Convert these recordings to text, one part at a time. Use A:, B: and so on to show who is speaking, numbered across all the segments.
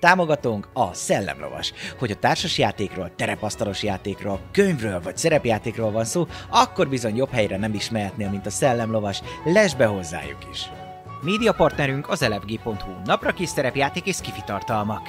A: Támogatónk a Szellemlovas. Hogy a társas játékról, terepasztalos játékról, könyvről vagy szerepjátékról van szó, akkor bizony jobb helyre nem is mehetnél, mint a Szellemlovas. Lesz be hozzájuk is! Média partnerünk az elefg.hu, napra kis szerepjáték és kifitartalmak.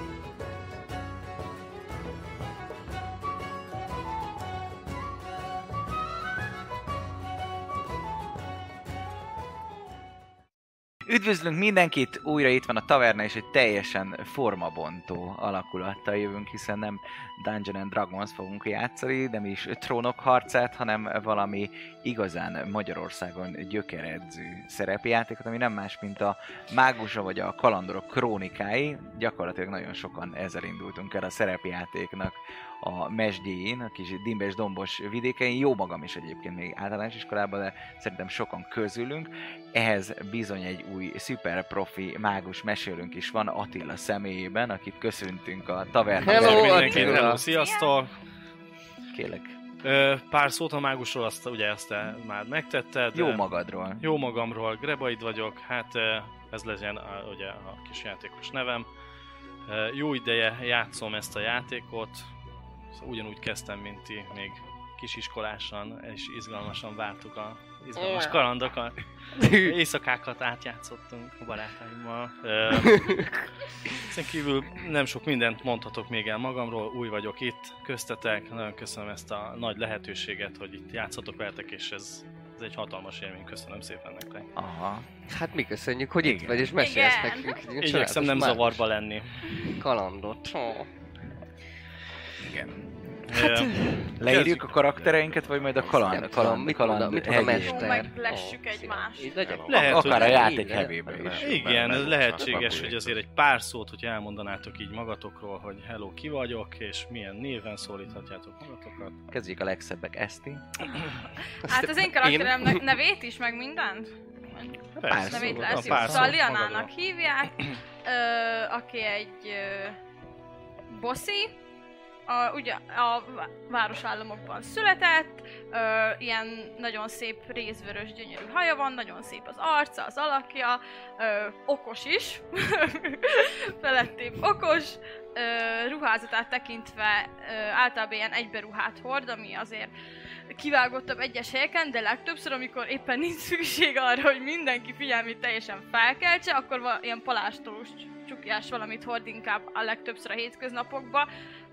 B: Üdvözlünk mindenkit, újra itt van a taverna, és egy teljesen formabontó alakulattal jövünk, hiszen nem Dungeon and Dragons fogunk játszani, nem is trónok harcát, hanem valami igazán Magyarországon gyökeredző szerepjátékot, ami nem más, mint a mágusa vagy a kalandorok krónikái. Gyakorlatilag nagyon sokan ezzel indultunk el a szerepjátéknak a mesdjén, a kis dimbes dombos vidékein, jó magam is egyébként még általános iskolában, de szerintem sokan közülünk. Ehhez bizony egy új szuper profi mágus mesélünk is van Attila személyében, akit köszöntünk a tavernában.
C: Hello,
D: mindenkit,
C: Attila!
D: hello, sziasztok!
B: Kélek,
D: Ö, pár szót a mágusról, azt ugye ezt te már megtetted.
B: jó
D: Ö,
B: magadról.
D: Jó magamról, Grebaid vagyok, hát ö, ez legyen a, ugye a kis játékos nevem. Ö, Jó ideje játszom ezt a játékot, Szóval ugyanúgy kezdtem, mint ti, még kisiskolásan és izgalmasan vártuk a izgalmas kalandokat. Éjszakákat átjátszottunk a barátaimmal. Ö, Ezen kívül nem sok mindent mondhatok még el magamról, új vagyok itt, köztetek, nagyon köszönöm ezt a nagy lehetőséget, hogy itt játszhatok veletek, és ez, ez egy hatalmas élmény, köszönöm szépen nektek.
B: Aha.
C: Hát mi köszönjük, hogy itt
B: Igen.
C: vagy, és mesélsz
E: Igen.
C: nekünk. egy ilyen
D: Igyekszem
C: csodálatos
D: nem
C: mágus
D: zavarba lenni.
C: Kalandot. Ó.
B: Igen.
D: Hát,
B: Leírjuk
D: Kezdjük.
B: a karaktereinket, vagy majd a
C: Nem
B: kaland,
C: tudom,
B: kaland,
C: mit mond a-
B: kaland
C: mit mond a
B: hegyén?
E: Jó,
C: mester?
E: majd lessük
C: Ó,
E: egymást.
C: így legyen.
D: Lehet, hogy
B: Akár a
C: így
B: játék
C: legyen.
B: hevébe is.
D: igen,
F: Bár-
D: ez
F: bár-
D: lehetséges,
F: bár-
D: hogy azért egy pár szót, hogy elmondanátok így magatokról, hogy hello, ki vagyok, és milyen néven szólíthatjátok magatokat.
B: Kezdjük a legszebbek, Eszti.
C: Azt-
E: Hát az én karakteremnek nevét is, meg mindent? szóval.
D: Persze,
E: Nevét
D: a
E: lesz,
D: pár szót
E: Szalianának
D: magadról.
E: hívják, ö, aki egy ö, bossi, a, ugye a vá- városállamokban született, ö, ilyen nagyon szép rézvörös gyönyörű haja van, nagyon szép az arca, az alakja, ö, okos is, felettébb okos, ö, ruházatát tekintve ö, általában ilyen egyberuhát hord, ami azért kivágottabb egyes helyeken, de legtöbbször, amikor éppen nincs szükség arra, hogy mindenki figyelmét teljesen felkeltse, akkor val- ilyen palástolós csukjás valamit hord inkább a legtöbbször a hétköznapokba,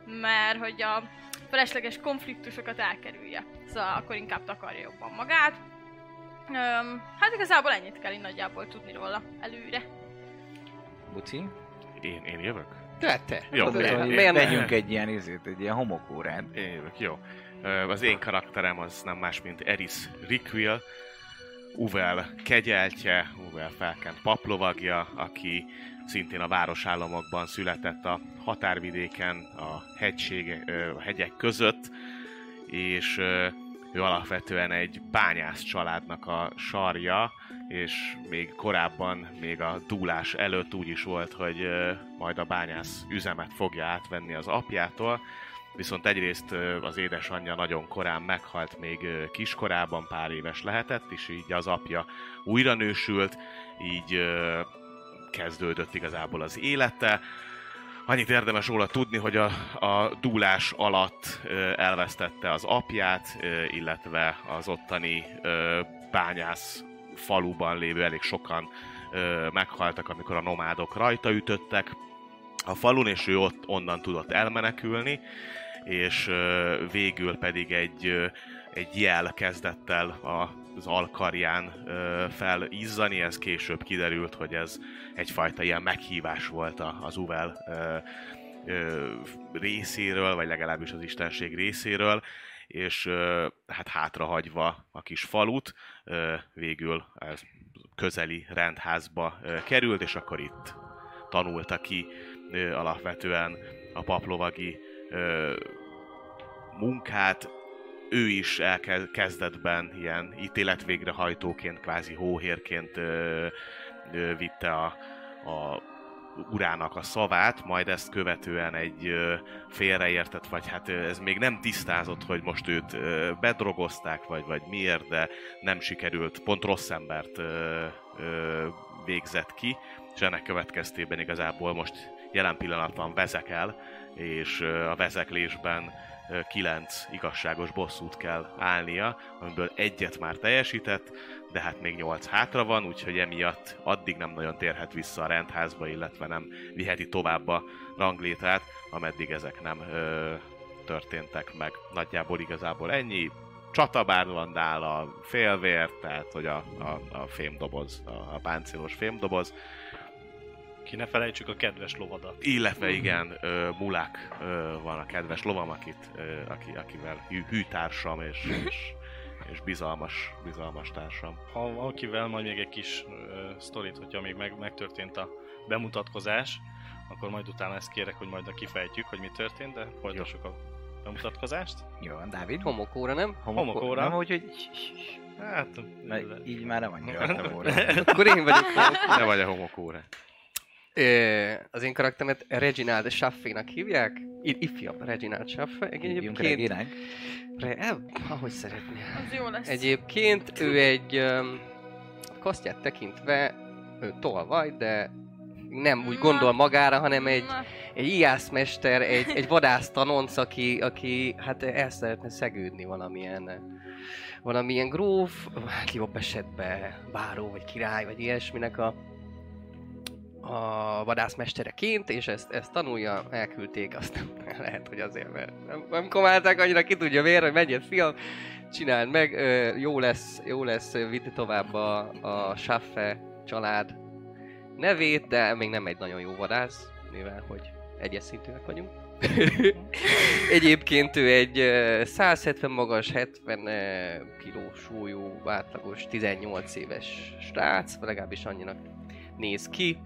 E: mert hogy a felesleges konfliktusokat elkerülje. Szóval akkor inkább takarja jobban magát. Öm, hát igazából ennyit kell így nagyjából tudni róla előre.
B: Buci?
F: Én, én jövök?
C: Te, hát te.
F: Jó,
C: Tudod,
F: én-
C: hogy
F: én-
C: miért nem?
B: Vegyünk egy ilyen izét, egy ilyen homokórát.
F: Én jövök, jó. Ö, Az én karakterem az nem más, mint Eris Requiel, Uvel kegyeltje, Uvel felkent paplovagja, aki szintén a városállamokban született a határvidéken, a, hegység, ö, a hegyek között, és ö, ő alapvetően egy bányász családnak a sarja, és még korábban, még a dúlás előtt úgy is volt, hogy ö, majd a bányász üzemet fogja átvenni az apjától, Viszont egyrészt ö, az édesanyja nagyon korán meghalt, még ö, kiskorában pár éves lehetett, és így az apja újra nősült, így ö, kezdődött igazából az élete. Annyit érdemes róla tudni, hogy a, a dúlás alatt ö, elvesztette az apját, ö, illetve az ottani ö, bányász faluban lévő elég sokan ö, meghaltak, amikor a nomádok rajta ütöttek a falun, és ő ott onnan tudott elmenekülni és ö, végül pedig egy, ö, egy jel kezdett el a- az alkarján ö, felizzani, ez később kiderült, hogy ez egyfajta ilyen meghívás volt a- az Uvel ö, ö, részéről, vagy legalábbis az istenség részéről, és ö, hát hátrahagyva a kis falut, ö, végül ez közeli rendházba ö, került, és akkor itt tanulta ki ö, alapvetően a paplovagi ö, munkát. Ő is elke- kezdetben ilyen ítéletvégrehajtóként, kvázi hóhérként ö, ö, vitte a, a urának a szavát, majd ezt követően egy ö, félreértett, vagy hát ö, ez még nem tisztázott, hogy most őt ö, bedrogozták, vagy, vagy miért, de nem sikerült, pont rossz embert ö, ö, végzett ki, és ennek következtében igazából most jelen pillanatban vezekel, és ö, a vezeklésben ö, kilenc igazságos bosszút kell állnia, amiből egyet már teljesített, de hát még nyolc hátra van, úgyhogy emiatt addig nem nagyon térhet vissza a rendházba, illetve nem viheti tovább a ranglétát, ameddig ezek nem ö, történtek meg. Nagyjából igazából ennyi. Csatabár van nála, félvér, tehát hogy a, a, a fémdoboz, a, a páncélos fémdoboz,
D: Ki ne felejtsük a kedves lovadat.
F: illetve igen, ö, Mulák ö, van a kedves lovam, akit, ö, aki, akivel hű, hűtársam és, és, és bizalmas, bizalmas társam.
D: Ha, akivel majd még egy kis ö, sztorit, hogyha még meg, megtörtént a bemutatkozás, akkor majd utána ezt kérek, hogy majd kifejtjük, hogy mi történt, de folytassuk a bemutatkozást.
B: Jó van, Dávid?
C: Homokóra, nem?
D: Homokóra.
B: Nem, úgyhogy...
D: Hát,
B: Mert így már nem annyira
D: Nem.
B: a volna.
C: Akkor én vagyok.
F: Te vagy a homokóra.
C: Ö, az én karakteremet Reginald Schaffénak hívják. I- ifjabb Reginald Schaffe.
B: Hívjunk
C: Egyébként...
B: Reginánk.
C: Re- eh, ahogy szeretnél.
E: Az jó lesz.
C: Egyébként ő egy öm, kasztját tekintve ő tolvaj, de nem úgy
E: Na.
C: gondol magára, hanem egy,
E: Na,
C: egy ijászmester, egy, egy vadásztanonc, aki, aki hát el szeretne szegődni valamilyen valamilyen gróf, hát jobb esetben báró, vagy király, vagy ilyesminek a, a vadászmestereként, és ezt, ezt tanulja, elküldték, aztán lehet, hogy azért, mert nem, nem komálták annyira, ki tudja vér, hogy menjen, fiam, csináld meg, ö, jó lesz, jó lesz ö, vinni tovább a, a Schaffe család nevét, de még nem egy nagyon jó vadász, mivel hogy egyes szintűek vagyunk. Egyébként ő egy ö, 170 magas, 70 ö, kiló súlyú, átlagos 18 éves srác, legalábbis annyinak néz ki.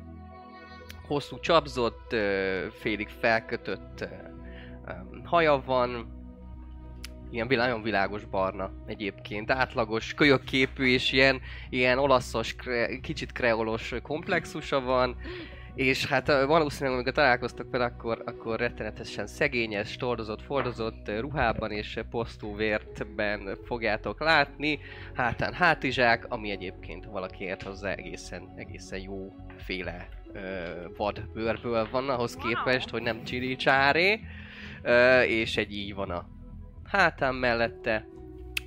C: Hosszú csapzott, ö, félig felkötött ö, ö, haja van, ilyen vilá- nagyon világos barna egyébként, átlagos, kölyök képű és ilyen, ilyen olaszos, kre, kicsit kreolos komplexusa van, és hát ö, valószínűleg amikor találkoztak vele, akkor, akkor rettenetesen szegényes, tordozott, fordozott ö, ruhában és ö, posztú vértben fogjátok látni. Hátán hátizsák, ami egyébként ha valaki ért hozzá egészen, egészen jó féle ö, vad bőrből van ahhoz
E: Wow.
C: képest, hogy nem csiricsáré, ö, és egy így van a hátán mellette.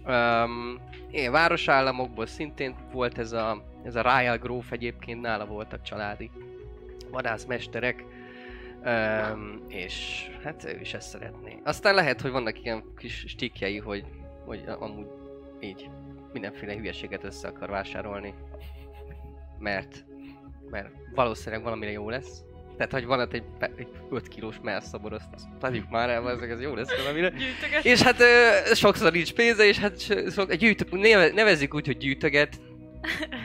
C: Öm, én városállamokból szintén volt ez a, ez a Ryle Gróf egyébként, nála voltak családi vadászmesterek, öm, és hát ő is ezt szeretné. Aztán lehet, hogy vannak ilyen kis stikjei, hogy, hogy amúgy így mindenféle hülyeséget össze akar vásárolni, mert, mert valószínűleg valamire jó lesz. Tehát, hogy van ott egy, pe- egy 5 kilós melszabor, azt azt tegyük már el, ezek ez jó lesz valamire.
E: gyűjtöget.
C: És hát ö, sokszor nincs pénze, és hát so- sok, gyűjt, neve- nevezzük úgy, hogy gyűjtöget.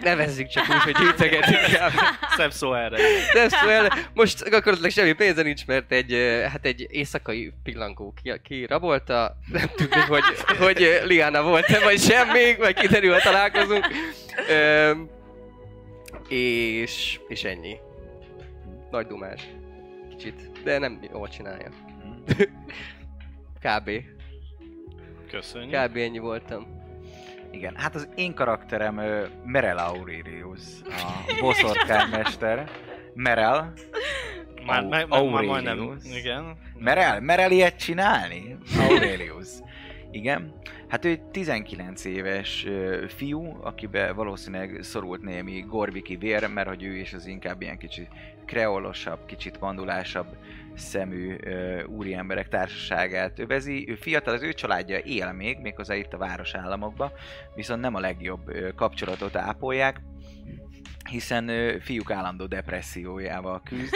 C: Nevezzük csak úgy, hogy gyűjtöget inkább.
D: Szebb szó erre.
C: Nem szóval, most gyakorlatilag semmi pénze nincs, mert egy, ö, hát egy éjszakai pillangó ki, ki rabolta, nem tudjuk, hogy, hogy ö, Liana volt-e, vagy sem még, majd kiderül, ha találkozunk. Öm, és, és ennyi. Nagy dumás. Kicsit, de nem jól csinálja. Kb.
D: Köszönjük.
C: Kb. ennyi voltam.
B: Igen, hát az én karakterem ö, Merel Aurelius, a boszorkánymester. Merel.
D: Már,
B: Au-
D: már, már, már majdnem.
B: Aurelius.
D: Igen.
B: Merel? Merel ilyet csinálni? Aurelius. Igen. Hát ő egy 19 éves ö, fiú, akibe valószínűleg szorult némi gorbiki vér, mert hogy ő is az inkább ilyen kicsit kreolosabb, kicsit vandulásabb szemű ö, úriemberek társaságát övezi. Ő fiatal, az ő családja él még, méghozzá itt a városállamokba, viszont nem a legjobb ö, kapcsolatot ápolják, hiszen ö, fiúk állandó depressziójával küzd,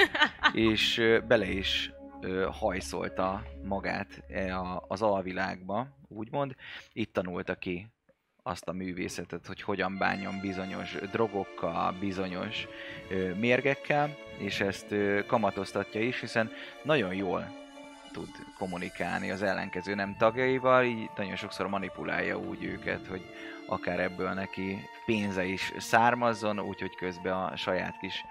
B: és ö, bele is ö, hajszolta magát e, a- az alvilágba, úgymond. Itt tanulta ki azt a művészetet, hogy hogyan bánjon bizonyos drogokkal, bizonyos ö, mérgekkel, és ezt ö, kamatoztatja is, hiszen nagyon jól tud kommunikálni az ellenkező nem tagjaival, így nagyon sokszor manipulálja úgy őket, hogy akár ebből neki pénze is származzon, úgyhogy közben a saját kis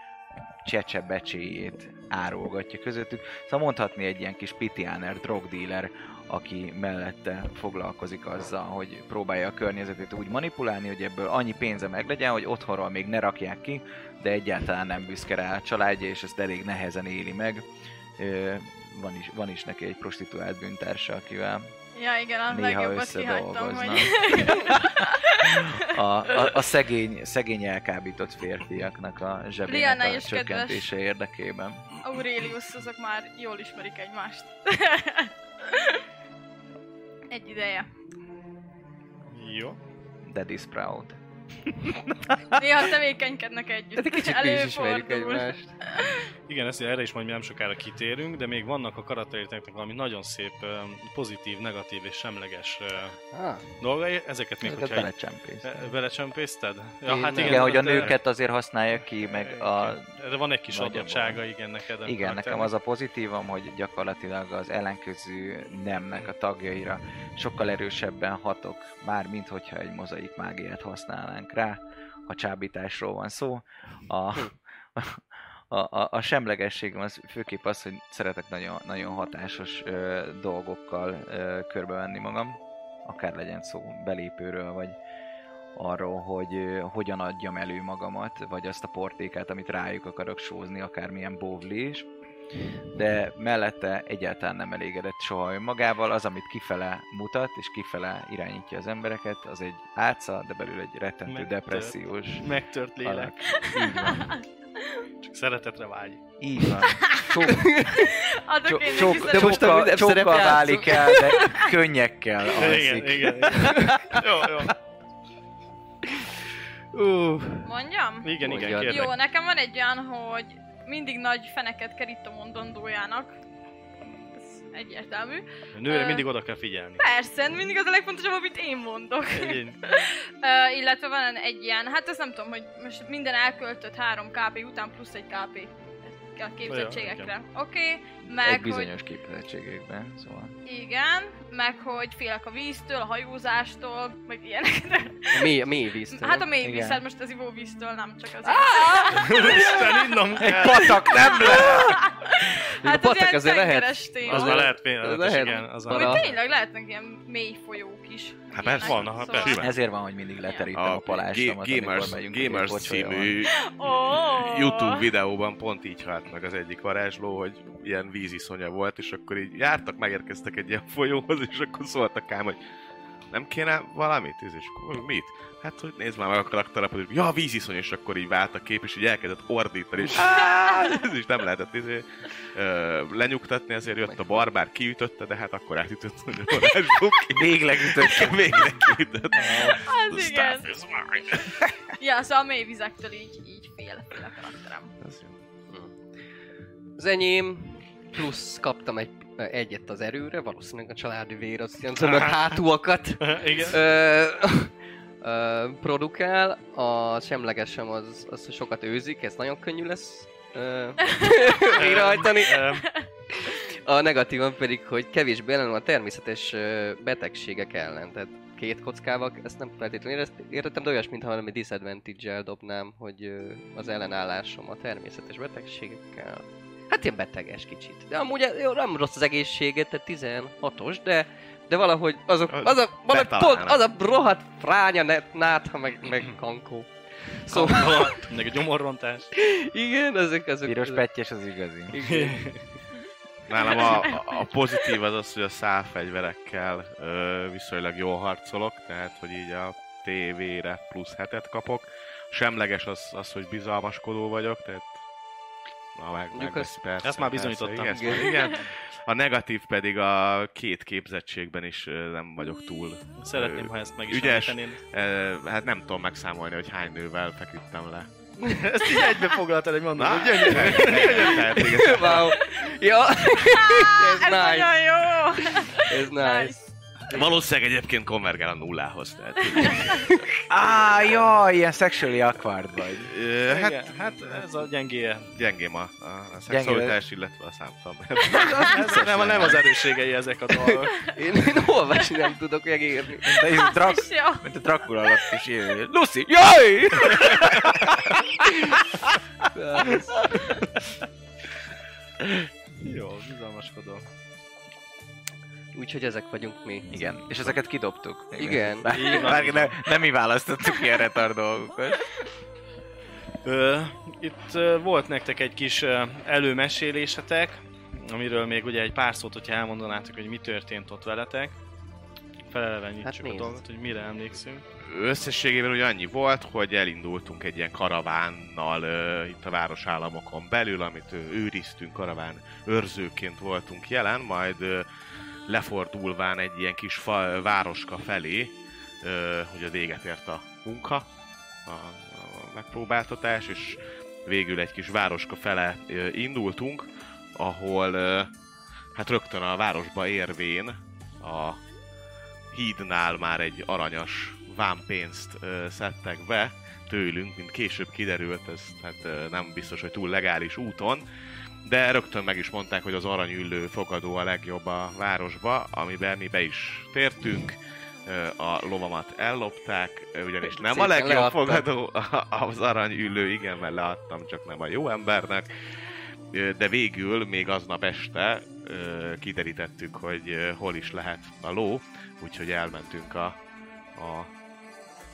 B: csecsebecséjét árulgatja közöttük. Szóval mondhatni egy ilyen kis pitiáner, drogdíler, aki mellette foglalkozik azzal, hogy próbálja a környezetét úgy manipulálni, hogy ebből annyi pénze meglegyen, hogy otthonról még ne rakják ki, de egyáltalán nem büszke rá a családja, és ezt elég nehezen éli meg. Ö, van is, van is neki egy prostituált bűntársa, akivel
E: Ja, igen, a
B: néha
E: legjobbat kihagytam,
B: összedolgoznak.
E: hogy...
B: A, a, a szegény, szegény elkábított férfiaknak a zsebének
E: Liana
B: a
E: is kedves.
B: csökkentése érdekében.
E: Aurelius, azok már jól ismerik egymást. Egy ideje.
D: Jó.
B: Daddy Sprout.
E: Néha tevékenykednek együtt.
C: Hát egy kicsit mi is ismerjük
E: Előfordul.
C: egymást.
D: Igen, ezt erre is majd mi nem sokára kitérünk, de még vannak a karakteréteknek valami nagyon szép ö, pozitív, negatív és semleges ö,
C: Ah,
D: dolgai. Ezeket még,
B: Ezeket
D: hogyha így-
B: belecsempész.
D: Be- belecsempészted? Ja,
C: Én
D: hát
C: nem.
D: igen,
B: Igen, hogy a
D: ott, ö,
B: nőket azért használja ki, meg a...
D: De van egy kis
B: nagyjából.
D: adottsága, igen, neked. a
B: Igen, nekem
D: karakternek.
B: az a pozitívom, hogy gyakorlatilag az ellenkező nemnek a tagjaira sokkal erősebben hatok, már mint hogyha egy mozaik mágiát használnánk rá, ha csábításról van szó. A, a, a, a semlegességem az főképp az, hogy szeretek nagyon, nagyon hatásos ö, dolgokkal ö, körbevenni magam, akár legyen szó belépőről, vagy arról, hogy ö, hogyan adjam elő magamat, vagy azt a portékát, amit rájuk akarok sózni, akármilyen bóvli is. De mellette egyáltalán nem elégedett soha önmagával, az, amit kifele mutat, és kifele irányítja az embereket, az egy álca, de belül egy rettentő
D: Megtört.
B: depressziós
D: Megtört lélek.
B: alak. Így van.
D: Csak szeretetre vágy.
B: Így van. Csók,
E: Adok én
B: csók,
E: neki
B: csók, de
E: szerepet.
C: most a
B: csókkal,
C: minden
B: csókkal
C: szerep
B: válik el, de könnyekkel
D: Igen, igen,
B: alszik.
D: igen. Jó, jó.
C: ú,
E: Mondjam?
D: Igen, igen,
C: Mondjad.
D: kérlek.
E: Jó, nekem van egy olyan, hogy mindig nagy feneket kerít a mondandójának. Ez egyértelmű.
D: Nőre
E: Ö,
D: mindig oda kell figyelni.
E: Persze, hát mindig az a legfontosabb, amit én mondok.
D: Igen.
E: Ö, illetve van egy ilyen, hát ezt nem tudom, hogy most minden elköltött 3 KP után plusz egy KP a képzettségekre. Oké, okay,
B: Egy
E: meg hogy
B: bizonyos képzettségekben, szóval.
E: igen, meg hogy félek a víztől, a hajózástól, meg ilyenek.
C: mi, mi víztől?
E: Hát a mély
B: Igen.
E: vízszer most az ivóvíztől, nem csak az Hát
D: Isten, innom kell.
B: Patak nem lehet!
C: Még a patak
E: ilyen
C: azért lehet.
E: tengeres téma.
D: Az már lehet pénz,
C: Lehet.
D: igen. Az
E: Amúgy
D: már
C: Para.
E: tényleg lehetnek ilyen mély folyók is.
F: Hát
E: Ilyenek.
F: persze.
D: Van, hát persze.
E: Szóval-
B: Ezért van, hogy mindig leterítem a,
F: A
B: a palástomat,
F: Ga- Gamers,
B: amikor megyünk
F: Gamers
B: egy pocsolya van.
F: című
E: Ó.
F: YouTube videóban pont így halt meg az egyik varázsló, hogy ilyen víziszonya volt, és akkor így jártak, megérkeztek egy ilyen folyóhoz, és akkor szóltak ám, hogy nem kéne valamit? Ez is mit? Hát, hogy nézd már meg a karakterapot, és ja, víziszony, és akkor így vált a kép, és így elkezdett ordítani, és "Áááá!" ez is nem lehetett izé, ö, lenyugtatni, ezért jött a barbár, kiütötte, de hát akkor átütött, hogy a varázsló
B: Végleg ütöttem.
F: végre kiütött.
E: Az igen. Ja, szóval a mély vizektől így, így fél, fél a karakterem.
C: Az enyém, plusz kaptam egy, egyet az erőre, valószínűleg a családi vér az ilyen zömök
B: Hát.
C: hátúakat.
D: Igen.
C: Ö, ö, produkál, a semlegesem az, az hogy sokat őzik, ez nagyon könnyű lesz ö, végrehajtani.
D: Ö,
C: A negatívan pedig, hogy kevésbé ellenem a természetes ö, betegségek ellen, tehát két kockával, ezt nem feltétlenül érezt- értettem, de olyas, mintha valami disadvantage-el dobnám, hogy ö, az ellenállásom a természetes betegségekkel. Hát ilyen beteges kicsit. De amúgy ö, jó, nem rossz az egészséget, tehát 16-os, de, de valahogy azok,
F: Az
C: az a, valahogy pont,
F: betalálnak.
C: az a rohadt fránya ne- nátha, meg, meg kankó. Szóval
D: Alatt, Meg a gyomorrontás.
C: igen, ezek, ezek,
B: Piros
C: ezek
B: pettyes az igazi.
C: igen.
F: Nálam a, a- a pozitív az az, hogy a szálfegyverekkel ö, viszonylag jól harcolok, tehát hogy így a TV-re plusz hetet kapok. Semleges az, az hogy bizalmaskodó vagyok, tehát Na, meg,
C: Mondjuk
F: meg
C: ezt-
F: persze,
D: ezt már
F: persze,
D: bizonyítottam.
F: igen, ezt már- igen. A negatív pedig a két képzettségben is ö, nem vagyok túl.
D: Szeretném,
F: ö,
D: ha ezt meg is
F: ügyes.
D: említeném.
F: ö, hát nem tudom megszámolni, hogy hány nővel feküdtem le.
D: Ezt így egybe foglaltad egy mondatot.
F: Na, gyönyörű, gyönyörű, tehát, igen.
C: Wow. Ja,
E: Ah,
C: Ez
E: ez
C: nice.
E: nagyon jó!
C: ez nice.
F: Valószínűleg egyébként konvergál a nullához. Tehát,
B: Á, jaj, ilyen sexually awkward vagy.
F: ö,
D: Hát,
F: hát
D: igen, hát ez a gyengéje.
F: gyengém a, a, a szexualitás, illetve a számtam.
D: Ez nem, nem az erősségei ezek a dolgok.
C: Én, én olvasni nem tudok megírni.
B: De így drak,
E: És jó.
B: mint a Dracula alatt is ilyen.
C: Lucy, jaj!
D: Jó, bizalmaskodó.
C: Úgyhogy ezek vagyunk mi.
B: Igen, és ezeket kidobtuk.
C: Igen.
B: Bár,
D: Így van.
B: bár ne, nem mi választottuk ilyen retard dolgokat.
D: Ö, itt ö, volt nektek egy kis ö, előmesélésetek, amiről még ugye egy pár szót, hogyha elmondanátok, hogy mi történt ott veletek.
C: Hát
D: Felelevenítjük hát a
C: nézd.
D: dolgot, hogy mire emlékszünk.
F: Összességében ugye annyi volt, hogy elindultunk egy ilyen karavánnal ö, itt a városállamokon belül, amit ö, őriztünk, karaván őrzőként voltunk jelen, majd ö, lefordulván egy ilyen kis fa, városka felé, ö, hogy a véget ért a munka, a, a megpróbáltatás, és végül egy kis városka fele ö, indultunk, ahol ö, hát rögtön a városba érvén a hídnál már egy aranyas vámpénzt ö, szedtek be tőlünk, mint később kiderült, ez hát ö, nem biztos, hogy túl legális úton, de rögtön meg is mondták, hogy az aranyüllő fogadó a legjobb a városba, amiben mi be is tértünk, Ö, a lovamat ellopták, ö, ugyanis nem a
C: Szépen
F: legjobb
C: leadtad.
F: fogadó a- az aranyüllő, igen, mert leadtam, csak nem a jó embernek, Ö, de végül még aznap este ö, kiderítettük, hogy ö, hol is lehet a ló, úgyhogy elmentünk a, a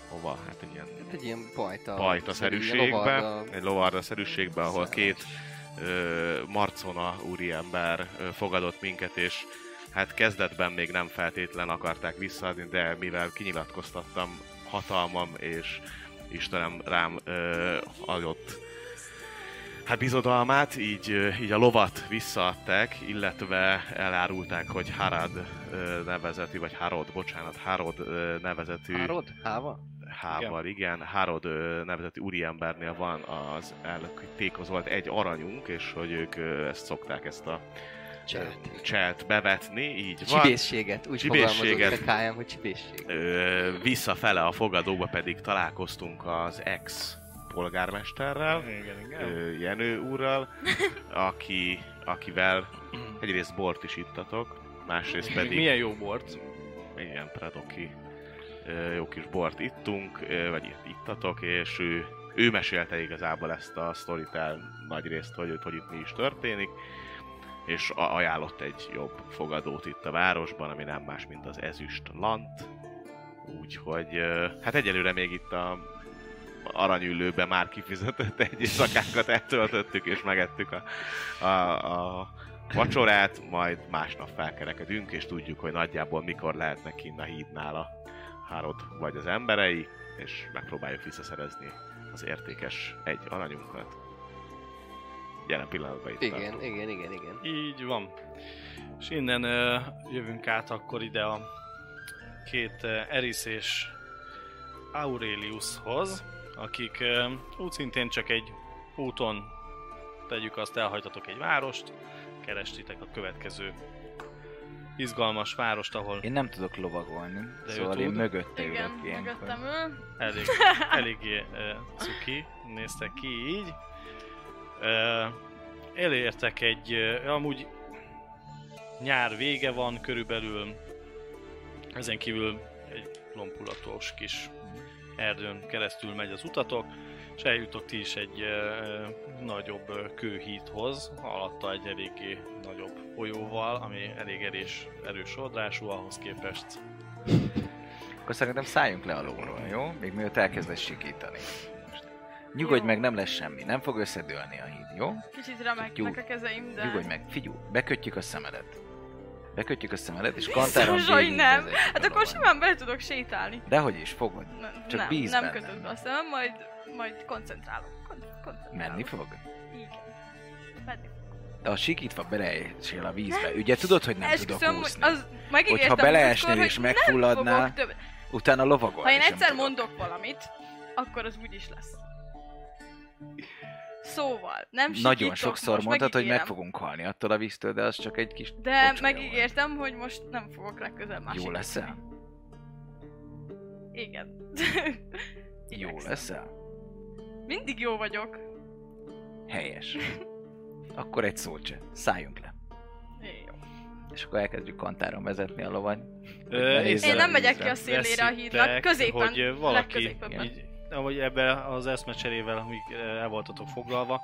F: hova, hát egy ilyen
C: Egy ilyen bajta.
F: pajtaszerűségbe, egy lovardaszerűségbe, ahol két ö, marcona úriember ö, fogadott minket, és hát kezdetben még nem feltétlen akarták visszaadni, de mivel kinyilatkoztattam hatalmam, és Istenem rám ö, adott hát bizodalmát, így, ö, így a lovat visszaadták, illetve elárulták, hogy Harad ö, nevezetű, vagy Harod, bocsánat, Harod ö, nevezetű
C: Hárod? Háva?
F: hával, igen. igen. Hárod ö, nevezetű úriembernél van az elnöktékhoz volt egy aranyunk, és hogy ők ö, ezt szokták ezt a
C: Csát.
F: cselt bevetni, így van.
C: Csibészséget. Úgy
F: Csibészséget.
C: fogalmazott a kájám, hogy csibészség.
F: Ö, visszafele a fogadóba pedig találkoztunk az ex polgármesterrel,
D: Igen, igen.
F: ö, Jenő úrral, aki, akivel egyrészt bort is ittatok, másrészt pedig...
D: Milyen jó bort.
F: igen, Predoki ö, jó kis bort ittunk, ö, vagy itt- ittatok, és ő, ő mesélte igazából ezt a sztorit el nagy részt, hogy, hogy itt mi is történik, és a- ajánlott egy jobb fogadót itt a városban, ami nem más, mint az Ezüst Lant. Úgyhogy, ö, hát egyelőre még itt a aranyüllőbe már kifizetett egy szakákat eltöltöttük, és megettük a, a, a vacsorát, majd másnap felkerekedünk, és tudjuk, hogy nagyjából mikor lehetnek kint a hídnál a hárod vagy az emberei, és megpróbáljuk visszaszerezni az értékes egy aranyunkat. Jelen pillanatban itt
C: Igen,
F: tartunk.
C: igen, igen, igen.
D: Így van. És innen ö, jövünk át akkor ide a két ö, Eris és Aureliushoz, akik ö, úgy szintén csak egy úton tegyük azt, elhajtatok egy várost, kerestitek a következő izgalmas várost, ahol
B: Én nem tudok lovagolni,
D: ő
B: szóval én
D: tud.
B: mögötte
E: Igen,
B: ülök ilyenkor.
E: mögöttem ül.
D: elég, eléggé uh, cuki, néztek ki így. Uh, elértek egy, uh, amúgy nyár vége van körülbelül, ezen kívül egy lompulatos kis erdőn keresztül megy az utatok, és eljutok ti is egy uh, nagyobb ö, kőhíthoz, alatta egy eléggé nagyobb folyóval, ami elég erős, erős sodrású, ahhoz képest
B: Akkor szerintem szálljunk le a lóról, jó? Még mielőtt elkezdesz sikítani. Most Nyugodj
E: Jó.
B: meg, nem lesz semmi. Nem fog összedőlni a híd, jó?
E: Kicsit remeknek a kezeim, de...
B: Nyugodj meg, figyú, bekötjük a szemedet. Bekötjük a szemedet, és kantáron
E: Jézusom, hogy nem.
B: végigvezet.
E: Szóval Hát akkor simán bele tudok sétálni.
B: Dehogy is, fogod.
E: Ne-
B: Csak
E: nem,
B: bíz
E: nem
B: bennem.
E: kötöd be a szemem, majd, majd koncentrálok. Kon- koncentrálok.
B: Menni fog.
E: Igen. Menni fog.
B: De a sikítva beleesél a vízbe.
E: Nem.
B: Ugye tudod, hogy nem tudok
E: Esküszöm, hogy
B: úszni.
E: az megígértem
B: Hogyha
E: múltkor,
B: beleesnél
E: hogy
B: és
E: nem
B: megfulladnál,
E: fogok többet.
B: utána lovagolni
E: Ha én
B: sem
E: egyszer
B: tudok.
E: mondok valamit, akkor az úgy is lesz. Szóval, nem
B: Nagyon
E: sikítok
B: sokszor
E: most,
B: mondtad, hogy meg
E: megígérem.
B: fogunk halni attól a víztől, de az csak egy kis
E: De
B: pocsolya
E: megígértem, hogy most nem fogok legközelebb
B: volt.
E: másik.
B: Jó leszel?
E: Igen.
B: Jó
E: Igyekszem.
B: leszel?
E: Mindig jó vagyok.
B: Helyes. Akkor egy szót se. Szálljunk le.
E: Én jó.
B: És akkor elkezdjük kantáron vezetni a lovat.
D: Ö,
B: Én
D: észre-
E: Én nem megyek ki a
B: Ízre.
E: szélére a hídnak,
D: veszitek,
E: középen, hát
D: hogy ö, valaki
E: legközépenben.
D: így, ahogy ebbe az eszmecserével, amíg ö, el voltatok foglalva,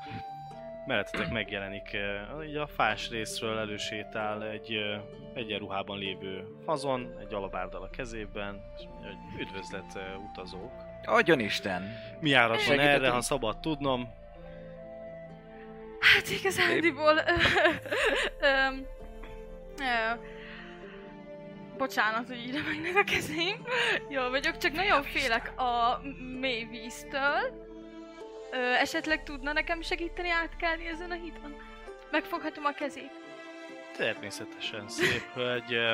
D: mellettetek megjelenik, ö, így a fás részről elősétál egy ö, egyenruhában lévő fazon, egy alabárdal a kezében, és mondja, hogy üdvözlet ö, utazók.
B: Adjon Isten!
D: Mi árat van
B: Segítek
D: erre,
B: én?
D: ha szabad tudnom?
E: Hát igazándiból... ö, ö, ö, Bocsánat, hogy így remegnek a kezeim. Jól vagyok, csak nagyon félek a m- mély víztől. Ö, esetleg tudna nekem segíteni átkelni ezen a hídon? Megfoghatom a kezét.
D: Természetesen szép, hogy ö,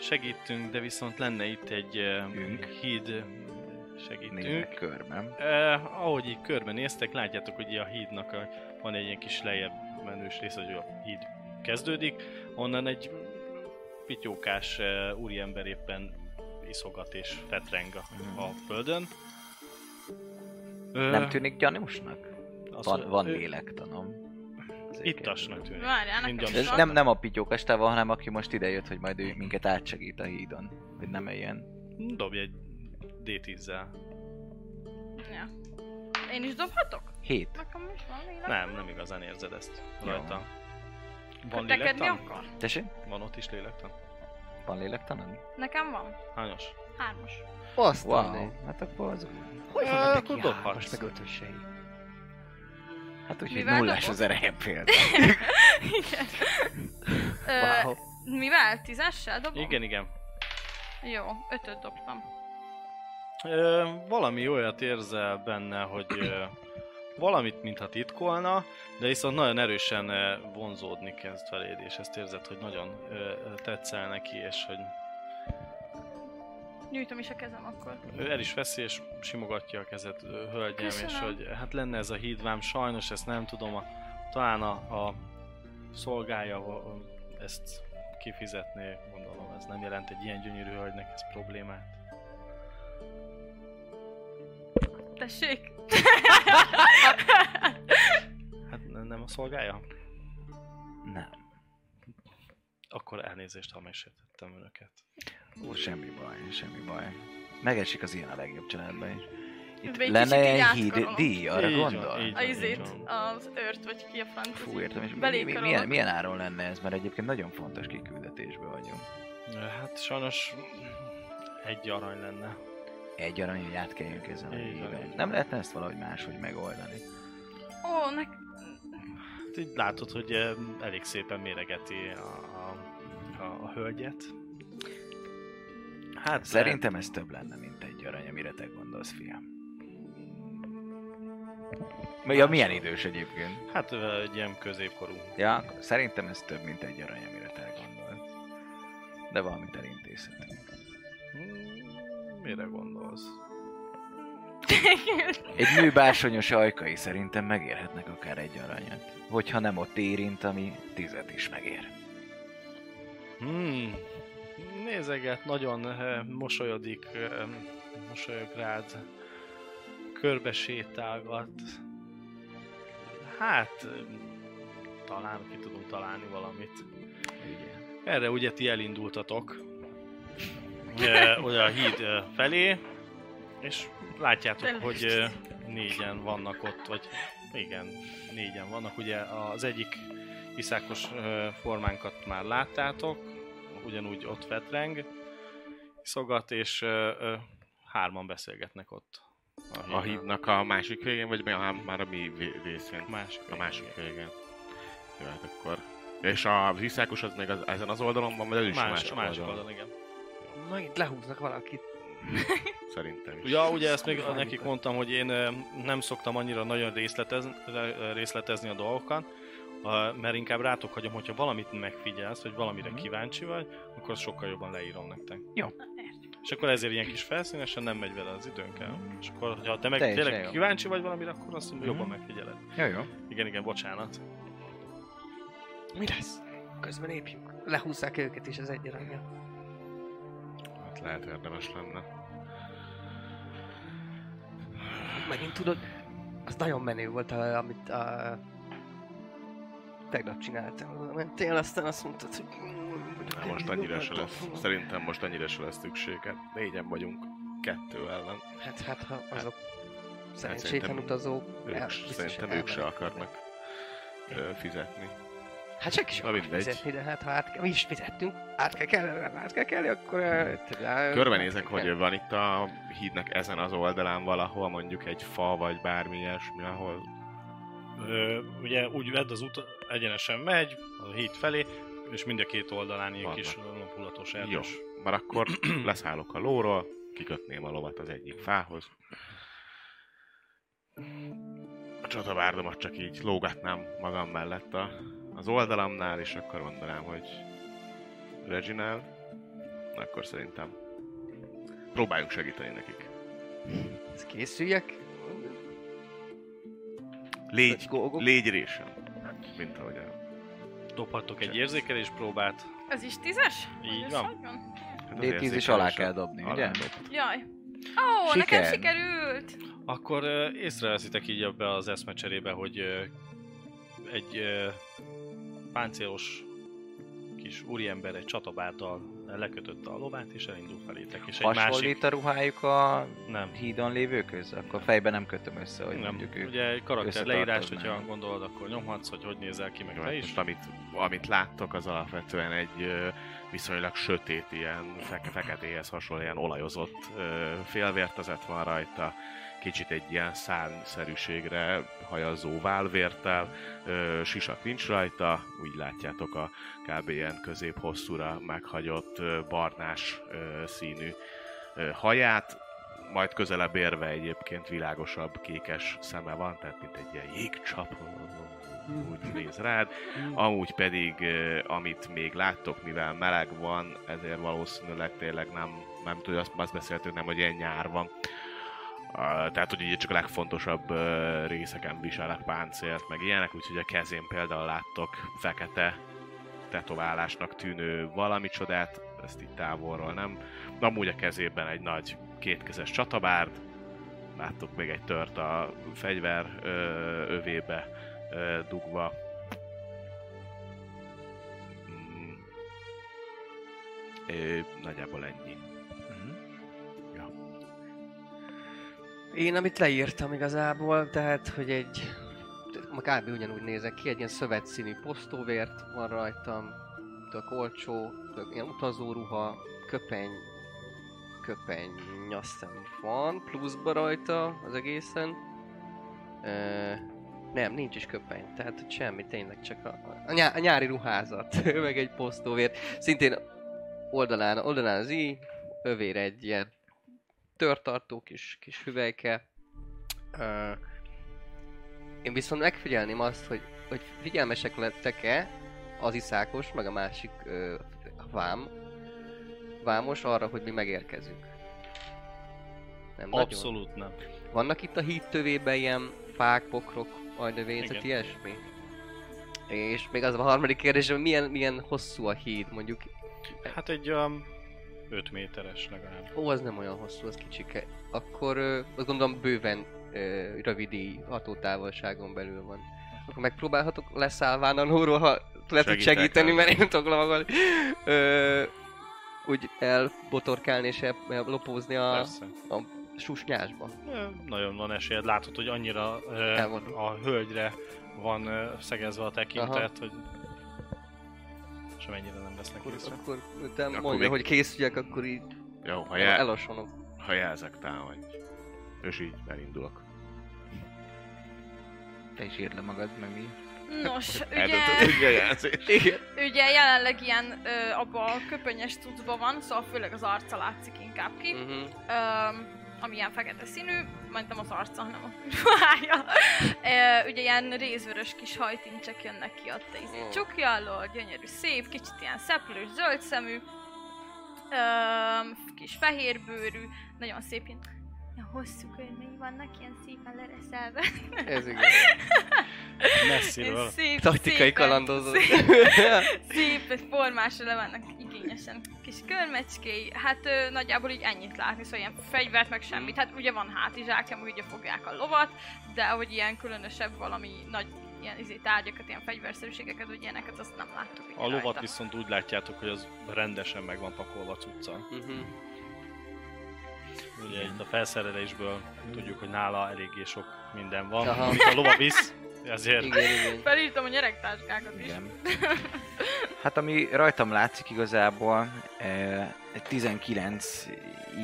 D: segítünk, de viszont lenne itt egy ö,
B: Ünk.
D: híd segítünk.
B: Nézek körben.
D: Eh, ahogy így körbenéztek, látjátok, hogy így a hídnak a, van egy ilyen kis lejjebb menős rész, hogy a híd kezdődik. Onnan egy pityókás eh, úriember éppen iszogat és fetreng a, a földön. Ö,
B: Mhm. Nem tűnik gyanúsnak?
D: azt
B: Van,
D: mond-
B: van
D: ö,
B: lélektanom. Azért
D: Ittasnak
B: kérdezem.
D: tűnik.
E: Várjál, nekem
D: Mindjárt.
E: is
B: Ez
E: van.
B: nem, nem a pityókastával, hanem aki most idejött, hogy majd ő minket átsegít a hídon. Hogy nem ilyen.
D: Dobj egy D10-zel.
E: Ja. Én is dobhatok?
B: Hét.
E: Nekem is van lélek.
D: Nem, nem igazán érzed ezt
B: Jó.
D: rajta. Van
E: Kötekedni
D: lélektan?
E: akar?
B: Tessék?
D: Van ott is lélektan?
B: Van lélektanom?
E: Nekem van.
D: Hányos?
E: Hármas.
C: Azt
B: Wow.
C: wow.
B: Hát akkor az...
C: Hogy
D: Ö,
C: van neki
D: akkor
C: a
D: dobhatsz.
C: hármas meg ötösei?
B: Hát úgy, hogy
E: Mivel
B: nullás
E: dobok?
B: az erejem például.
E: Igen. Ö,
B: Wow.
E: Mivel? Tízessel dobom?
D: Igen, igen.
E: Jó, ötöt dobtam.
D: Ö, valami olyat érzel benne, hogy ö, valamit, mintha titkolna, de viszont nagyon erősen ö, vonzódni kezd feléd, és ezt érzed, hogy nagyon ö, ö, tetszel neki, és hogy
E: Nyújtom is a kezem akkor.
D: ő el is veszi, és simogatja a kezed, ö, hölgyem, és
E: Köszönöm.
D: hogy hát lenne ez a hídvám, sajnos ezt nem tudom, a, talán a, a szolgája ö, ö, ezt kifizetné, gondolom, ez nem jelent egy ilyen gyönyörű hölgynek ez problémát.
E: Tessék!
D: Hát ne- nem a szolgája?
B: Nem.
D: Akkor elnézést, ha megsértettem önöket.
B: Ó, semmi baj, semmi baj. Megesik az ilyen a legjobb családban is. Itt
E: Végig
B: lenne
E: kicsit így
B: egy híd
E: átkarolom.
B: díj, arra
D: Így van,
B: gondol?
D: így
E: A
D: van,
E: izét,
D: van.
E: az őrt, vagy ki a franc.
B: Fú, értem, és mi,
E: Belé
B: mi,
E: karolnak.
B: milyen, milyen áron lenne ez, mert egyébként nagyon fontos kiküldetésben vagyunk.
D: Ö, Hát sajnos egy arany lenne.
B: Egy arany, hogy átkeljünk ezen a
D: Így van,
B: híven.
D: így van.
B: Nem lehetne ezt valahogy máshogy megoldani?
E: Ó, ne...
D: Hát így látod, hogy ö, elég szépen méregeti a, a, a, a hölgyet. Hát
B: Szerintem ez több lenne, mint egy arany, amire te gondolsz, fiam. Ja, milyen idős egyébként?
D: Hát ö, egy ilyen középkorú.
B: Ja, akkor szerintem ez több, mint egy arany, amire te gondolsz. De valamit elintézhetünk.
D: Hmm, Mire gondolsz?
B: Egy nő bársonyos ajkai szerintem megérhetnek akár egy aranyat. Hogyha nem ott érint, ami tizet is megér.
D: Hmm. Nézeget, nagyon ö, mosolyodik, eh, ö, mosolyog rád, körbe sétálgat. Hát, ö, talán ki tudunk találni valamit.
B: Igen.
D: Erre ugye ti elindultatok ö, oda a híd ö, felé, és látjátok,
E: Tényleg.
D: hogy ö, négyen vannak ott, vagy igen, négyen vannak. Ugye az egyik iszákos ö, formánkat már láttátok, ugyanúgy ott fetreng, szogat, és ö, ö, hárman beszélgetnek ott
F: A hídnak a másik végén, vagy mi- á, már a mi vé- részén?
D: Másik
F: A
D: végén.
F: másik végén. Jó, hát akkor... És a hiszákos az még az, ezen az oldalon van, vagy az is a
D: Más,
F: másik
D: másik
F: oldalon?
D: oldalon, igen.
C: Na itt lehúznak valakit.
F: Szerintem is.
D: Ja, ugye ezt még nekik mondtam, hogy én ö, nem szoktam annyira nagyon részletez, re- ö, részletezni a dolgokat, ö, mert inkább rátok hagyom, hogyha valamit megfigyelsz, vagy valamire
B: Mhm.
D: kíváncsi vagy, akkor azt sokkal jobban leírom nektek.
E: Értem.
D: És akkor ezért ilyen kis felszínesen nem megy vele az időnk el. És akkor, ha te meg
B: Teljesen
D: tényleg
B: jó.
D: kíváncsi vagy valamire, akkor azt
B: Mhm.
D: jobban megfigyeled.
B: Jó, jó.
D: Igen, igen, bocsánat.
C: Mi lesz? Közben épjük. Lehúzzák őket is az egyenrangja.
F: Hát lehet érdemes lenne.
C: Megint tudod, az nagyon menő volt, a- amit a... tegnap csináltam. Oda Mentél, aztán azt mondtad, hogy...
F: Na, Hát most annyira se lesz. Szerintem most annyira se lesz szükség. Hát négyen vagyunk kettő ellen.
C: Hát, hát ha azok szerencsétlen
F: Hát szerintem
C: utazók...
F: Ők,
C: el-
F: ja,
C: biztos,
F: szerintem
C: hogy
F: ők se
C: elmennek.
F: akarnak ö, fizetni.
C: Hát senki sem
F: Na
C: akar
F: mindegy.
C: fizetni, de hát ha át kell, mi is fizettünk, át kell kelni, nem át kell kelni, akkor... eh,
F: Körbenézek, hogy van itt a hídnak ezen az oldalán valahol mondjuk egy fa, vagy bármi ilyesmi, ahol...
D: Ö, ugye úgy vedd az út, egyenesen megy a híd felé, és mind a két oldalán ilyen
F: Vannak.
D: kis lopulatos
F: Jó,
D: erdős.
F: mert akkor leszállok a lóról, kikötném a lovat az egyik fához. A csatavárdomat csak így lógatnám magam mellett a, az oldalamnál, és akkor mondanám, hogy Reginald, na akkor szerintem próbáljunk segíteni nekik.
C: Ezt készüljek.
F: Légy,
C: Gógok.
F: légy résem, mint ahogy a
D: Dobhatok egy
F: Csak.
D: érzékelés próbát.
E: Ez is tízes? Vagy
D: Így
E: ez
D: van.
E: hogy van?
F: Hát az
B: D10 is
F: érzékelősen.
B: alá kell dobni,
F: Alá.
B: ugye?
E: Jaj. Ó, oh, nekem
B: Siker.
E: sikerült!
D: Akkor ö, észreveszitek így ebbe az eszmecserébe, hogy ö, egy ö, páncélos kis úriember egy csatabárdal lekötötte a lovát, és elindul felétek. És egy másik...
B: Hasonlít a ruhájuk a
D: Nem.
B: hídon lévő köz? Akkor fejben nem kötöm össze, hogy
D: Nem.
B: mondjuk ők.
D: Ugye egy karakter leírás,
B: összetartoznának.
D: hogyha gondolod, akkor nyomhatsz, hogy hogy nézel ki, meg
F: Jó,
D: te
F: hát
D: is.
F: most amit, amit láttok, az alapvetően egy ö, viszonylag sötét, ilyen fek- feketéhez hasonló, ilyen olajozott ö, félvértezet van rajta. Kicsit egy ilyen szánszerűségre hajazó válvértel, ö, sisak nincs rajta, úgy látjátok a kb. ilyen közép-hosszúra meghagyott ö, barnás ö, színű ö, haját, majd közelebb érve egyébként világosabb kékes szeme van, tehát mint egy ilyen jégcsap, úgy néz rád. Amúgy pedig, ö, amit még láttok, mivel meleg van, ezért valószínűleg tényleg nem, nem tudja, azt, azt beszéltünk nem, hogy ilyen nyár van. Ö, Tehát, hogy így csak a legfontosabb ö, részeken viselek páncélt, meg ilyenek, úgyhogy a kezén például láttok fekete tetoválásnak tűnő valami csodát, ezt itt távolról nem. De amúgy a kezében egy nagy kétkezes csatabárd, láttok még egy tört a fegyver ö, övébe ö, dugva. Mm. Ö, nagyjából ennyi. Mhm.
C: Én amit leírtam igazából, tehát, hogy egy... ma Kb. ugyanúgy nézek ki, egy ilyen szövetszínű posztóvért van rajtam, tök olcsó, tök ilyen utazóruha, köpeny, köpeny, azt hiszem van, pluszba rajta az egészen. Ö, nem, nincs is köpeny, tehát hogy semmi, tényleg csak a, a, nyá- a nyári ruházat, meg egy posztóvért. Szintén oldalán, oldalán az i, övér egy ilyen törtartó kis, kis hüvelyke. Ö, én viszont megfigyelném azt, hogy, hogy figyelmesek lettek-e az iszákos, meg a másik ö, vám, vámos arra, hogy mi megérkezünk. Nem nagyon?
D: Abszolút nem.
C: Vannak itt a híd tövében ilyen fák, pokrok, ajdövényzet,
D: Igen.
C: ilyesmi? És még az a harmadik kérdés, hogy milyen, milyen hosszú a híd, mondjuk.
D: Hát egy um, 5 méteres legalább.
C: Ó, az nem olyan hosszú, az kicsike. Akkor ö, azt gondolom bőven ö, rövidi hatótávolságon belül van. Akkor megpróbálhatok leszállván a lóról, ha le tud
F: Segítek
C: segíteni,
F: el.
C: mert én nem tudok lovagolni. Ö, úgy elbotorkálni és el, lopózni a
D: Persze.
C: susnyásba.
D: Ö, Nagyon van esélyed, látod, hogy annyira ö,
C: Elvonul.
D: a hölgyre van ö, szegezve a tekintet, hogy semennyire nem vesznek
C: Akkor,
D: észre.
C: akkor, utána
F: Akkor
C: mondja,
F: még-
C: hogy készüljek, akkor így
F: Jó, ha,
C: el,
F: jel,
C: elosonok.
F: ha jelzek támadj. és így elindulok.
B: Te is írd le magad, meg mi.
E: Nos,
F: Eldöntöd,
E: ugye,
F: hogy mi a jelzés.
E: ugye jelenleg ilyen ö, abban a köpönyes cuccban van, szóval főleg az arca látszik inkább
B: Mm.
E: ki.
C: Uh-huh.
E: Öm, ami ilyen fekete színű, majd nem az arca, hanem a ruhája. Ö, Ugye ilyen részvörös kis hajtincsek jönnek ki a izé
C: Ó.
E: csukja alól, gyönyörű, szép, kicsit ilyen szeplős, zöld szemű, öm, kis fehérbőrű, nagyon szép ilyen, ilyen hosszú körmei vannak, ilyen szépen lereszelve.
C: Ez igaz.
D: Messziről.
E: Szép,
C: Taktikai
E: szépen-
C: kalandozó.
E: szép- Szép, formásra le vannak igényesen kis körmecskéi. Hát ö, nagyjából így ennyit látni, szóval ilyen fegyvert meg semmit. Hát ugye van hátizsákem, hogy ugye fogják a lovat, de hogy ilyen különösebb valami nagy ilyen izé, tárgyakat, ilyen fegyverszerűségeket, vagy ilyeneket, azt nem láttuk. így
D: A lovat
E: rajta.
D: viszont úgy látjátok, hogy az rendesen meg van pakolva cucca.
C: uh-huh.
D: Ugye itt a felszerelésből tudjuk, hogy nála eléggé sok minden van.
C: Aha.
D: Amit a lova visz, ezért
C: Igen, igen.
E: Felírtam a gyerektáskákat is.
B: Igen. Hát ami rajtam látszik igazából, eh, 19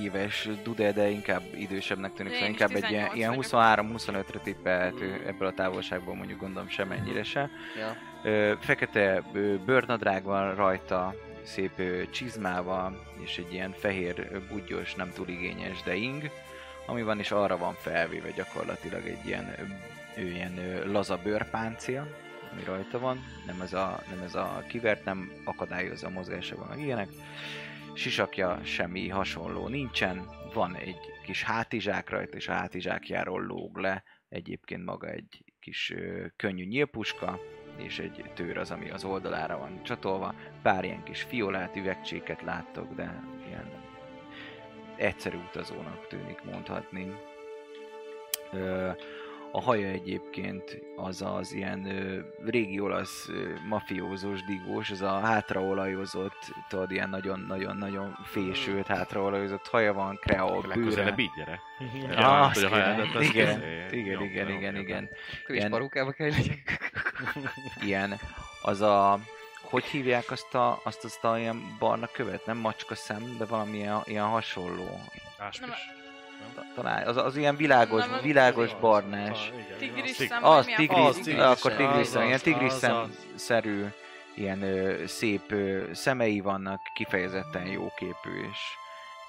B: éves Dude, de inkább idősebbnek tűnik,
E: Én
B: szóval
E: is
B: inkább egy ilyen,
E: 18
B: ilyen
E: vagyok.
B: 23-25-re tippelhető
C: Mm.
B: ebből a távolságból mondjuk gondolom semennyire se.
C: Ja.
B: Ö, fekete ö, bőrnadrág van rajta, szép ö, csizmával, és egy ilyen fehér ö, budgyos, nem túl igényes, de ing, ami van, és arra van felvéve gyakorlatilag egy ilyen, ö, ö, ilyen ö, laza bőrpáncél, ami rajta van, nem ez a, nem ez a kivert, nem akadályozza a mozgásában, meg ilyenek. Sisakja semmi hasonló nincsen, van egy kis hátizsák rajta, és a hátizsákjáról lóg le egyébként maga egy kis ö, könnyű nyílpuska, és egy tőr az, ami az oldalára van csatolva. Pár ilyen kis fiolát üvegcséket láttok, de ilyen egyszerű utazónak tűnik mondhatni. Ö, a haja egyébként az az ilyen ö, régi olasz ö, mafiózós digós, ez a hátraolajozott, tudod, ilyen nagyon-nagyon-nagyon fésült, hátraolajozott haja van, kreol bőre.
F: Legközelebb így gyere.
B: Ah,
F: hogy a
B: azt
F: hajadat,
B: kéne.
F: azt
B: Igen,
F: kéne.
B: Igen,
F: Jó,
B: igen,
F: jó,
B: igen,
F: jó.
B: igen.
C: Akkor is
B: Ilyen-
C: parókába kell legyek.
B: ilyen, az a, hogy hívják azt a, azt, azt a ilyen barna követ, nem macska szem, de valami ilyen, ilyen hasonló.
E: Nem,
D: áspis.
B: Ta- Talán, az, az ilyen világos,
E: Nem, az-
B: világos barnás.
D: szóval
E: Tigris
D: szig-
E: szem,
B: Az
E: vagy mi a-
B: tigris,
D: Az,
B: az,
D: tigris
B: akkor
C: szem,
B: tigris
D: az,
B: szem, ilyen
D: az,
B: tigris
D: az,
B: szem
D: az.
B: szerű, ilyen ö, szép ö, szemei vannak, kifejezetten jó képű, és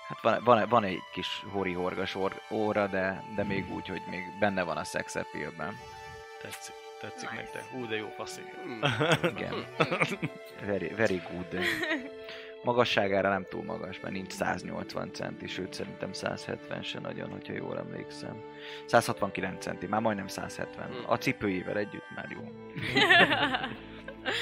B: hát van, van, van egy kis horihorgas or, óra, de, de
F: Hmm.
B: még úgy, hogy még benne van a sex appeal-ben.
D: Tetszik, tetszik
E: Nice.
D: nektek. Ú, de jó passzik.
C: Hmm.
B: Igen. Very, very good. Magasságára nem túl magas, mert nincs 180 centi, sőt szerintem 170 se nagyon, hogyha jól emlékszem. 169 centi, már majdnem 170.
C: Hmm.
B: A cipőjével együtt már jó.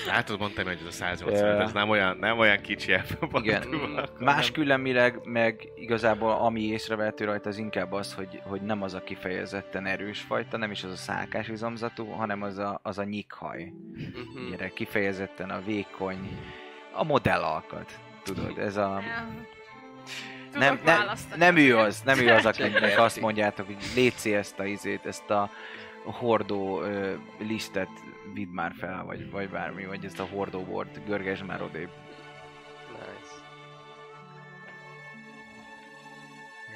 F: Látod, mondtam, hogy ez a 180, ez nem olyan, nem olyan kicsi elfogad.
B: Igen.
C: Akkor
B: Másküllemileg meg igazából ami észrevehető rajta az inkább az, hogy, hogy nem az a kifejezetten erős fajta, nem is az a szálkás izomzatú, hanem az a, az a nyikhaj.
C: Mhm.
B: Mire kifejezetten a vékony, a modellalkat. Tudod, ez a,
E: Nem. Tudok
B: nem, nem,
E: választani.
B: nem ő az, nem ő az, akinek
C: Csak
B: azt
C: érti.
B: mondjátok, hogy léci ezt a izét, ezt a hordó ö, lisztet vidd már fel, vagy, vagy bármi, vagy ezt a hordóbort görgesd már odébb.
C: Nice.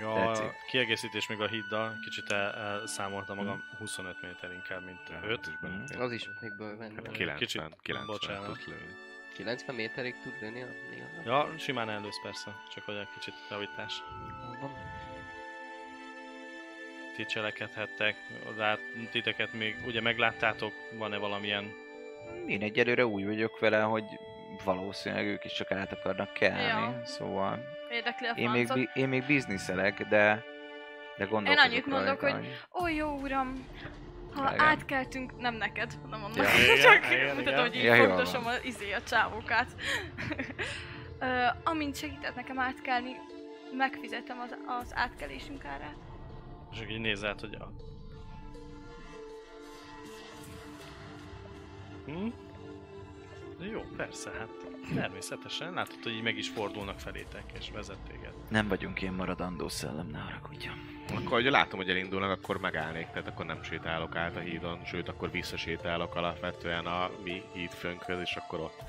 D: Ja,
B: Tetszik.
D: kiegészítés még a híddal, kicsit el, elszámoltam magam 25 méter inkább, mint 5.
C: Az is még bőven.
D: Ki-
F: 90,
D: Kicsit,
F: 90
D: bocsánat.
F: Hát tud lőni.
C: 90 méterig tud lőni a néha.
D: Ja, simán elősz persze, csak hogy egy kicsit javítás. Ti cselekedhettek, lát, titeket még, ugye megláttátok, van-e valamilyen...
B: Én egyelőre úgy vagyok vele, hogy valószínűleg ők is csak át akarnak kelni,
E: Ja.
B: szóval
E: Érdekli a
B: én még,
E: francot.
B: bi- én még bizniszelek, de, de gondolkozok
E: annyit mondok,
B: rajta,
E: hogy Ó, jó uram, ha
B: Igen.
E: átkeltünk, nem neked, hanem annak,
B: Ja.
D: Igen,
E: csak
D: igen,
E: mutatom,
D: igen.
E: hogy így
B: Ja, jól
E: fontosom
B: van.
E: az izé a csávókát. Ö, amint segített nekem átkelni, megfizetem az, az átkelésünk árát.
D: És így nézett, hogy a... Hm? De jó, persze, hát természetesen. Látod, hogy így meg is fordulnak felétek, és vezet téged.
B: nem vagyunk ilyen maradandó szellem, ne haragudjam.
F: Akkor, hogy látom, hogy elindulnak, akkor megállnék, tehát akkor nem sétálok át a hídon, sőt, akkor visszasétálok alapvetően a mi híd fönkhöz, és akkor ott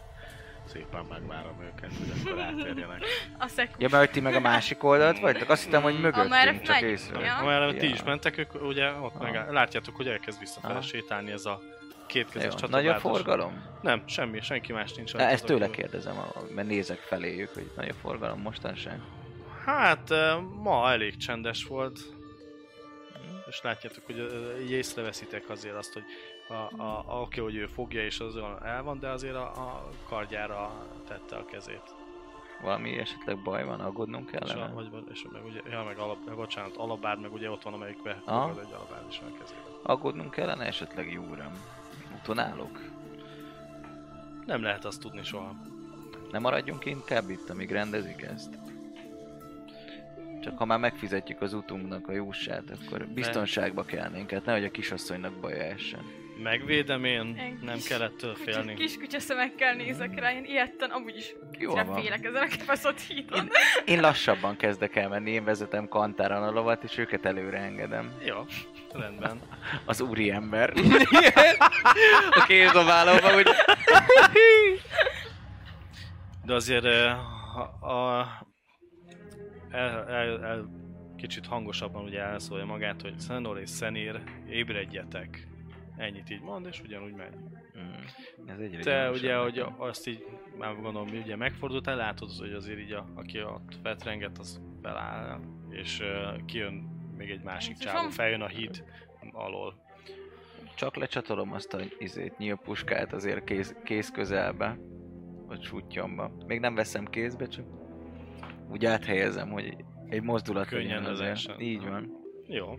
F: szépen megvárom őket, hogy akkor átérjenek.
E: A szekú.
B: Ja, mert ti meg a másik oldalt vagytok? Azt hittem, hogy
F: Mm.
E: Amerre
B: mögöttünk, csak
E: megy-
B: észre.
E: Ja.
D: Amellett ti
B: Ja.
D: is mentek, ők ugye ott meg látjátok, hogy elkezd visszafele
B: Aha.
D: sétálni ez a kétkezes
B: Jó,
D: csatobátos.
B: Nagy a forgalom?
D: Nem, semmi, senki más nincs.
B: Na, ezt
D: rajtatok.
B: tőle kérdezem, a- mert nézek feléjük, hogy nagy a forgalom mostanság.
D: Hát eh, ma elég csendes volt, és látjátok, hogy eh, így észreveszitek azért azt, hogy a, a, a, oké, hogy ő fogja és azon el van, de azért a, a kardjára tette a kezét.
B: Valami esetleg baj van, aggódnunk
D: És, a,
B: kellene?
D: vagy, és meg ugye, ja, meg alap, ja, bocsánat, alabár, meg ugye ott van, amelyik
B: Aha.
D: befogad egy alabár is van a kezébe.
B: Aggódnunk kellene esetleg, jó uram? Utonálok?
D: Nem lehet azt tudni soha.
B: Nem maradjunk inkább itt, amíg rendezik ezt? Csak ha már megfizetjük az utunknak a jósát, akkor biztonságba kelnénk, hát nehogy a kisasszonynak baja essen.
D: Megvédem én,
E: Egy
D: nem
E: kis
D: kellett től
E: kutya-
D: félni.
E: Kis kutya szemekkel nézek rá, én ilyetten amúgy is
B: Jól
E: kicsit
B: van.
E: félek ezen a kibaszott hídon.
B: Én lassabban kezdek el menni, én vezetem kantáron a lovat, és őket előre engedem.
D: Jó, rendben.
B: Az úri ember.
C: A kéz a vállalva, hogy
D: De azért eh, a, a, el, el, el, kicsit hangosabban ugye elszólja magát, hogy Szenor és Szenír, ébredjetek. Ennyit így mond, és ugyanúgy megy.
B: Mm, Ez egyre
D: Te
B: gyorsabb
D: ugye, hogy
B: nekem.
D: a- azt így már gondolom, mi ugye megfordultál, látod, hogy azért így, a, aki ott vetrengett, az feláll, és uh, kijön még egy másik
E: Ez is
D: csávó,
E: van.
D: feljön a híd alól.
B: Csak lecsatolom azt a izét, nyílpuskát azért kéz, kéz közelbe, vagy sútyomba. Még nem veszem kézbe, csak úgy áthelyezem, hogy egy mozdulat
D: Könnyen
B: legyen azért.
D: lezessen.
B: Így van.
D: Jó.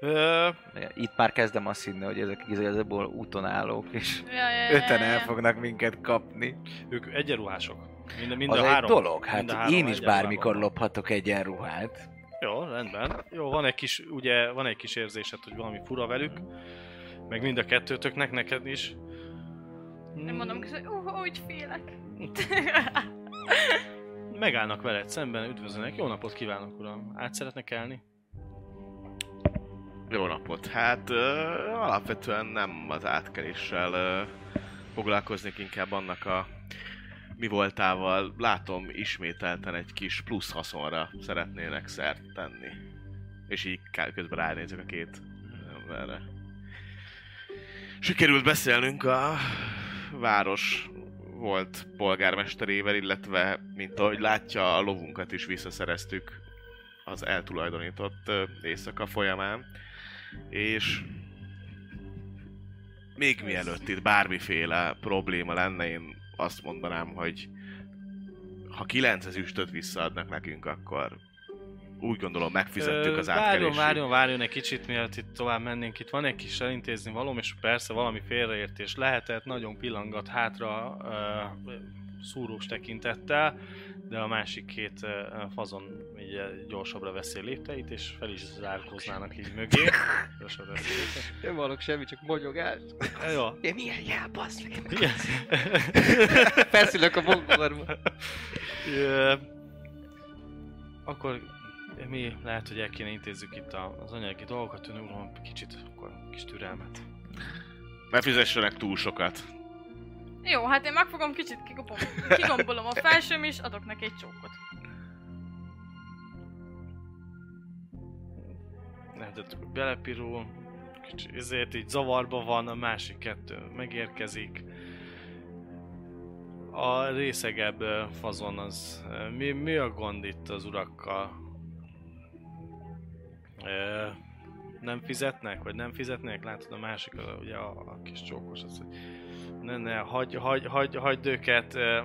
D: Eh, Ö,
B: Itt már kezdem azt hinni, hogy ezek igazából úton állók, és
E: Ja, ja, ja,
B: öten
E: ja,
B: el
E: ja.
B: fognak minket kapni.
D: ők egyenruhások. Mind, a- mind
B: az
D: a
B: egy
D: három,
B: dolog,
D: mind a
B: hát
D: három
B: én is
D: egyenruhában
B: bármikor
D: van.
B: lophatok egyenruhát.
D: Jó, rendben. Jó, van egy kis, ugye, van egy kis érzésed, hogy valami fura velük. Meg mind a kettőtöknek, neked is.
E: Nem mondom
D: Mm,
E: közben, hogy uh, úgy félek.
D: Megállnak veled szemben, üdvözlenek. Jó napot kívánok, uram. Át szeretnek elni?
F: Jó napot! Hát ö, alapvetően nem az átkeléssel ö, foglalkoznék, inkább annak a mi voltával. Látom ismételten egy kis plusz haszonra szeretnének szert tenni. És így ká- közben ránézek a két emberre. Sikerült beszélnünk a város volt polgármesterével, illetve, mint ahogy látja, a lovunkat is visszaszereztük az eltulajdonított ö, éjszaka folyamán. És még mielőtt itt bármiféle probléma lenne, én azt mondanám, hogy ha 9 ezüstöt visszaadnak nekünk, akkor úgy gondolom megfizettük
D: Ö,
F: az
D: Várjon,
F: átkelési.
D: várjon, várjon egy kicsit, mielőtt itt tovább mennénk. Itt van egy kis elintézni valóm, és persze valami félreértés lehetett, nagyon pillangat hátra ö, szúrós tekintettel, de a másik két ö, fazon így ö, gyorsabbra veszi a lépteit, és fel is zárkóznának így mögé. Gyorsabbra veszi a lépteit.
C: nem hallok semmi, csak mogyogás.
D: Jó.
C: Én milyen jel, bassz meg.
D: Igen.
C: Feszülök a bongorba.
F: Hát,
D: Ö, Akkor mi lehet, hogy el kéne intézzük itt a- az anyagi dolgokat, ön uram, kicsit, akkor kis türelmet.
F: Ne fizessenek túl sokat.
E: Jó, hát én megfogom, kicsit kigopom, kigombolom a felsőm is, adok neki egy csókot.
D: Lehetett belepirul, kicsi, ezért így zavarba van, a másik kettő megérkezik. A részegebb ö, fazon az... ö, Mi, mi a gond itt az urakkal? Ö, nem fizetnek, vagy nem fizetnek? Látod a másik, a, ugye a, a kis csókos az, hogy ne, ne, hagy, hagy, hagy, hagyd őket, ö,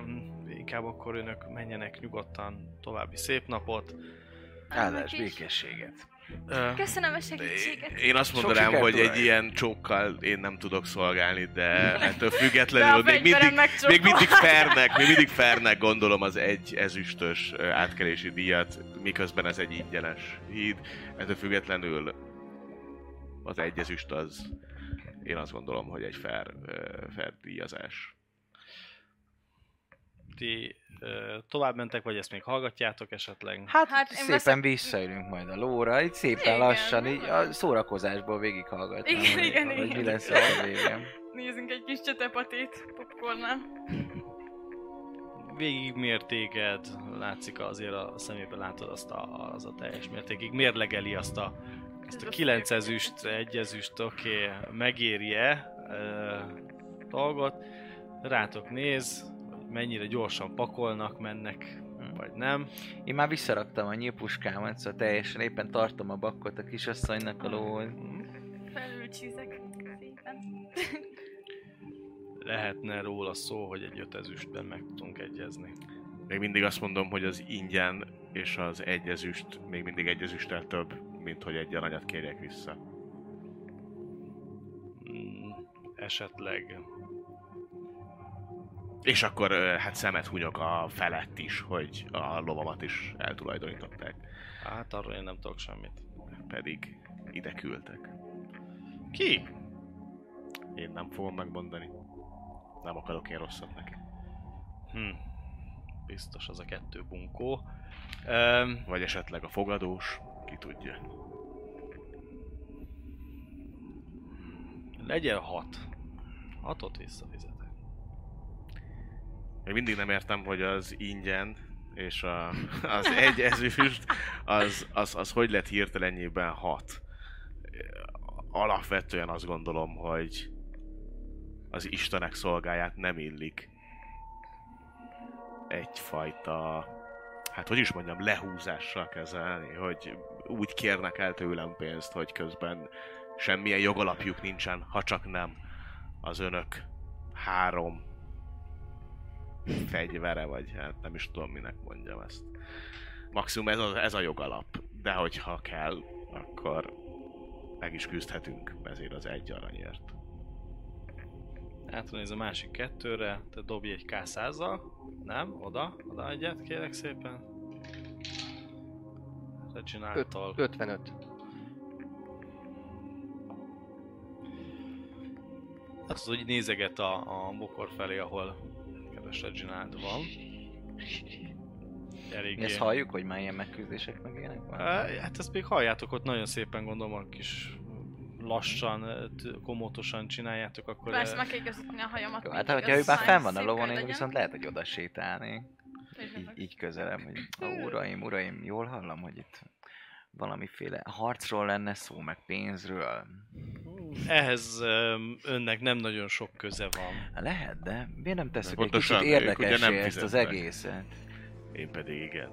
D: inkább akkor önök menjenek nyugodtan, további szép napot.
E: Annak
B: Áldás,
E: is.
B: békességet.
D: Ö,
E: Köszönöm a segítséget.
F: Én azt
B: Sok
F: mondanám,
B: sikert,
F: hogy
B: Dulaj.
F: egy ilyen csókkal én nem tudok szolgálni, de ettől
E: De a
F: függetlenül még
E: fegyverem
F: mindig,
E: megcsókolom.
F: még mindig fernek, még mindig fernek gondolom az egy ezüstös ö, átkelési díjat, miközben ez egy ingyenes híd. Ettől függetlenül az egy ezüst az, én azt gondolom, hogy egy fair, ö, fair díjazás.
D: ti ö, tovább mentek, vagy ezt még hallgatjátok esetleg?
B: Hát,
E: Hát
B: hát
E: én
B: szépen
E: veszek-
B: visszaülünk majd a lóra, így szépen
E: Igen,
B: lassan, így
E: nagyon.
B: a szórakozásból végighallgatnám,
E: Igen,
B: hogy,
E: igen,
B: hogy mi
E: igen.
B: lesz a végén.
E: nézünk egy kis csetepatét popcornnál.
D: végig mér téged, látszik azért a szemébe látod azt a, az a teljes mértékig, mérlegeli azt a, azt a 9 ezüst, 1 ezüst, oké, okay, megéri-e ö, dolgot, rátok néz, hogy mennyire gyorsan pakolnak, mennek, vagy nem.
B: Én már visszaraktam a nyílpuskámat, szóval teljesen éppen tartom a bakkot a kisasszonynak a lóval.
E: Felülcsízek szépen.
D: Lehetne róla szó, hogy egy öt ezüstben meg tudunk egyezni.
F: Még mindig azt mondom, hogy az ingyen és az egyezüst még mindig egyezüsttel több, mint hogy egy aranyat kérjek vissza.
D: Mm, Esetleg
F: És akkor ö, hát szemet hunyok a felett is, hogy a lovamat is eltulajdonították.
D: Hát arról én nem tudok semmit.
F: Pedig ide küldtek.
D: Ki?
F: Én nem fogom megmondani. Nem akarok én rosszat neki.
D: Hm. Biztos az a kettő bunkó. Öm,
F: Vagy esetleg a fogadós, ki tudja.
D: legyen hat. Hatot visszafizetek.
F: Még mindig nem értem, hogy az ingyen és a, az egy ezüst, az, az, az hogy lett hirtelenjében hat. Alapvetően azt gondolom, hogy az Istenek szolgáját nem illik egyfajta, hát hogy is mondjam, lehúzással kezelni, hogy úgy kérnek el tőlem pénzt, hogy közben semmilyen jogalapjuk nincsen, ha csak nem az önök három fegyvere, vagy hát nem is tudom, minek mondjam ezt. Maximum ez a, ez a jogalap, de hogyha kell, akkor meg is küzdhetünk ezért az egy aranyért.
D: Átnéz a másik kettőre, te dobj egy k Nem? Oda? Oda egyet, kérek szépen.
C: Öt-
D: Regináltal.
C: 55.
D: Hát az úgy nézeget a, a bokor felé, ahol kedves Reginald van.
B: Mi
D: Eléggé.
B: ezt halljuk, hogy már ilyen megküzdések meg ilyenek
D: Á,
B: van?
D: Hát ezt még halljátok ott nagyon szépen gondolom, a kis lassan, ö, t- komótosan csináljátok, akkor...
E: Persze,
D: ö,
E: meg kell igazítani a hajamat.
B: Jó,
E: hogy
B: hát hogyha ő
E: igaz
B: már
E: száj
B: fenn van a
E: szép
B: lovon,
E: köly
B: én
E: legyen.
B: viszont lehet, hogy oda sétálnék. Így, így közelebb, hogy "Ó,
E: Hm.
B: uraim, uraim, jól hallom, hogy itt valamiféle harcról lenne szó, meg pénzről.
D: Ehhez öm, önnek nem nagyon sok köze van.
B: Lehet, de miért nem tesszük
F: De
B: egy kicsit
F: pontosan, ők ugye nem
B: érdekessé ezt az
F: fizetnek.
B: egészet?
F: Én pedig igen.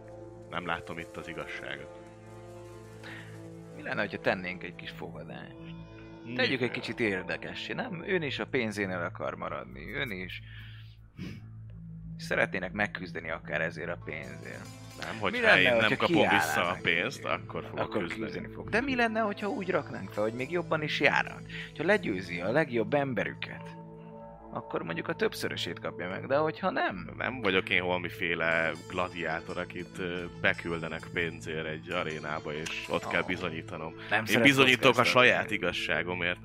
F: Nem látom itt az igazságot.
B: Mi lenne, ha tennénk egy kis fogadást? Tegyük egy kicsit érdekessé, nem? Ön is a pénzénél akar maradni, ön is. Szeretnének megküzdeni akár ezért a pénzért.
F: Nem,
B: Mi
F: hogyha
B: lenne,
F: én nem
B: hogyha
F: kapom vissza a
B: kiállnának?
F: pénzt, akkor fogok
B: Akkor
F: küzdeni.
B: küzdeni fog. De mi lenne, hogyha úgy raknánk fel, hogy még jobban is járnak? Ha legyőzi a legjobb emberüket, akkor mondjuk a többszörösét kapja meg, de hogyha nem,
F: Nem vagyok én valamiféle gladiátor, akit ö, beküldenek pénzért egy arénába, és ott kell
B: Ó.
F: bizonyítanom.
B: nem
F: Én
B: szeret
F: bizonyítok a
B: kockáztatni.
F: saját igazságomért,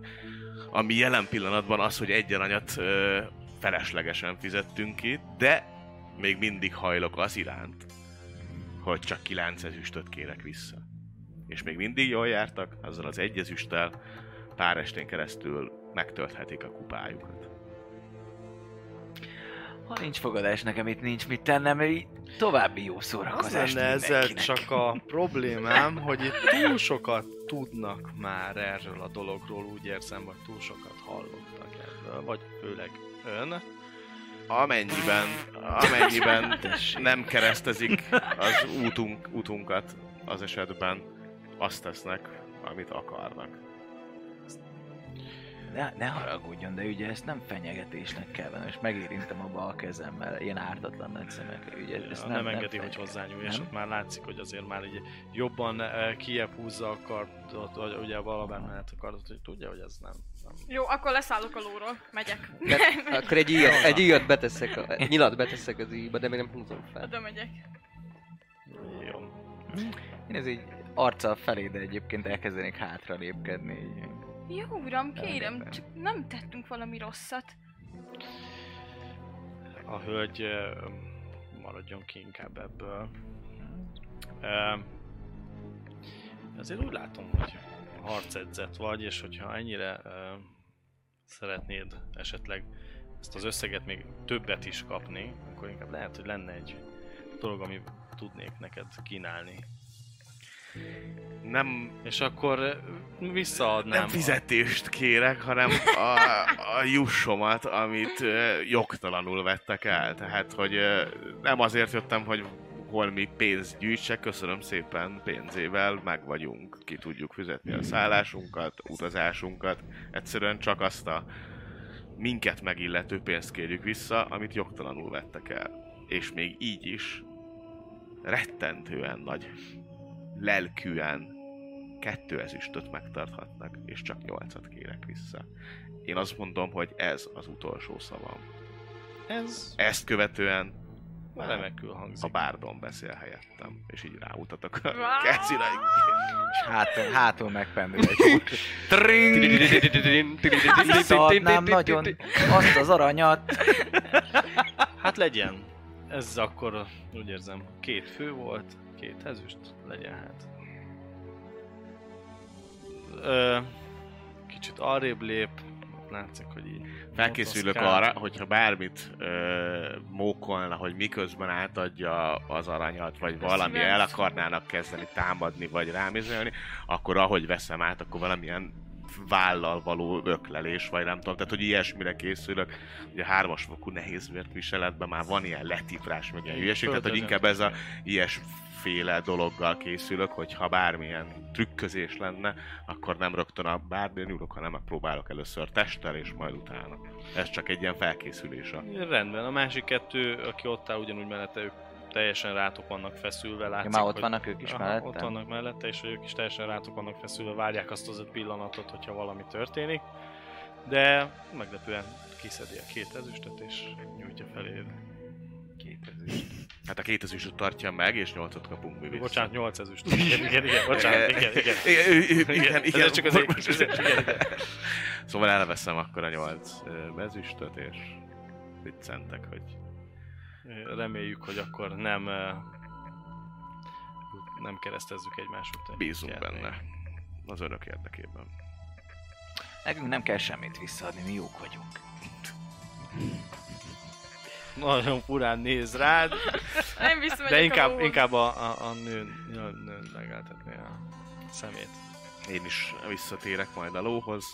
F: ami jelen pillanatban az, hogy egy aranyat ö, feleslegesen fizettünk ki, de még mindig hajlok az iránt, hogy csak 9 ezüstöt kérek vissza. És még mindig jól jártak, azzal az egy ezüsttel pár estén keresztül megtölthetik a kupájukat.
B: Ha nincs fogadás, nekem itt nincs mit tennem, így további jó
D: Az
B: szórakozást
D: lenne ezzel
B: mindenkinek.
D: csak a problémám, hogy itt túl sokat tudnak már erről a dologról, úgy érzem, vagy túl sokat hallottak erről, vagy főleg ön.
F: Amennyiben, amennyiben
B: Tessék.
F: nem keresztezik az útunk, útunkat, az esetben azt tesznek, amit akarnak.
B: Ne, ne haragudjon, de ugye ezt nem fenyegetésnek kell venni, és megérintem a bal kezemmel, ilyen ártatlan nagy szemekkel, ugye ezt
D: Ja,
B: nem,
D: nem, engedi, hogy
B: fenyeget.
D: hozzányúl, és
B: Nem?
D: ott már látszik, hogy azért már így jobban eh, kiebb húzza a kardot, vagy ugye valamiben mellett a kardot, hogy tudja, hogy ez nem. nem.
E: Jó, akkor leszállok a lóról. Megyek.
B: hát-
C: Akkor egy ilyet, egy ilyet beteszek, a, egy nyilat beteszek az íjba, de még nem húzom fel.
E: Oda megyek.
D: Jó.
B: Én ez így arccal felé, de egyébként elkezdenék hátra lépkedni. Így.
E: Jó, uram, kérem,
B: Rendben.
E: csak nem tettünk valami rosszat.
D: A hölgy eh, maradjon ki inkább ebből. Ö, Azért úgy látom, hogy harcedzett vagy, és hogyha ennyire ö, szeretnéd esetleg ezt az összeget még többet is kapni, akkor inkább lehet, hogy lenne egy dolog, amit tudnék neked kínálni.
F: Nem,
D: És akkor ö, visszaadnám.
F: nem
D: a-
F: fizetést kérek, hanem a, a jussomat, amit ö, jogtalanul vettek el. Tehát, hogy ö, nem azért jöttem, hogy holmi pénzt gyűjtsek, köszönöm szépen, pénzével meg vagyunk, ki tudjuk fizetni a szállásunkat, utazásunkat, egyszerűen csak azt a minket megillető pénzt kérjük vissza, amit jogtalanul vettek el. És még így is rettentően nagy lelkűen kettő ezüstöt megtarthatnak, és csak nyolcat kérek vissza. Én azt mondom, hogy ez az utolsó szavam.
D: Ez
F: Ezt követően
D: remekül
F: a
D: hangzik.
F: bárdon beszél helyettem, és így rámutatok a
E: Wow!
F: kecire.
B: És hátul, hátul megpendül egy Tring! Visszaadnám nagyon azt az aranyat.
D: Hát legyen. Ez akkor úgy érzem, két fő volt, két ezüst, legyen hát. Ö, kicsit arrébb lép, látszik, hogy így
F: Felkészülök
D: motoszkál.
F: arra, hogyha bármit ö, mókolna, hogy miközben átadja az aranyat, vagy valami
E: nem.
F: el akarnának kezdeni támadni, vagy rámizolni, akkor ahogy veszem át, akkor valamilyen vállal való öklelés, vagy nem tudom, tehát hogy ilyesmire készülök. Ugye hármas fokú nehézvért viseletben már van ilyen letiprás, meg ilyen hülyeség, tehát hogy
D: földön.
F: inkább ez a ilyesféle dologgal készülök, hogy ha bármilyen trükközés lenne, akkor nem rögtön a bármilyen nyúlok, hanem megpróbálok először testtel, és majd utána. Ez csak egy ilyen felkészülés. a-
D: Rendben, a másik kettő, aki ott áll ugyanúgy mellette, ők teljesen rátok vannak feszülve, látszik,
B: Már ott
D: hogy-
B: vannak ők is
D: Aha, ott
B: mellettem.
D: vannak mellette, és ők is teljesen rátok vannak feszülve, várják azt az öt pillanatot, hogyha valami történik. De meglepően kiszedi a két ezüstöt, és nyújtja feléd.
B: Két ezüst.
F: Hát a két ezüstöt tartja meg, és nyolcat kapunk mi vissza.
D: Bocsánat, nyolc ezüst. Igen, igen, igen, bocsánat, igen, igen.
F: igen, igen, igen,
D: ez
F: igen,
D: csak az egyik.
F: igen, igen. Szóval elveszem akkor a nyolc ö, ezüstöt, és viccentek, hogy
D: Reméljük, hogy akkor nem eh, nem keresztezzük egymás után.
F: bízunk
D: Kell még.
F: benne. Az önök érdekében.
B: Nekünk nem kell semmit visszaadni, mi jók vagyunk.
D: Nagyon furán néz rád,
E: Nem visszamegyek
D: de
E: a
D: inkább,
E: lóhoz.
D: inkább a, a, a nőn, nő, nőn legeltetné a szemét.
F: Én is visszatérek majd a lóhoz,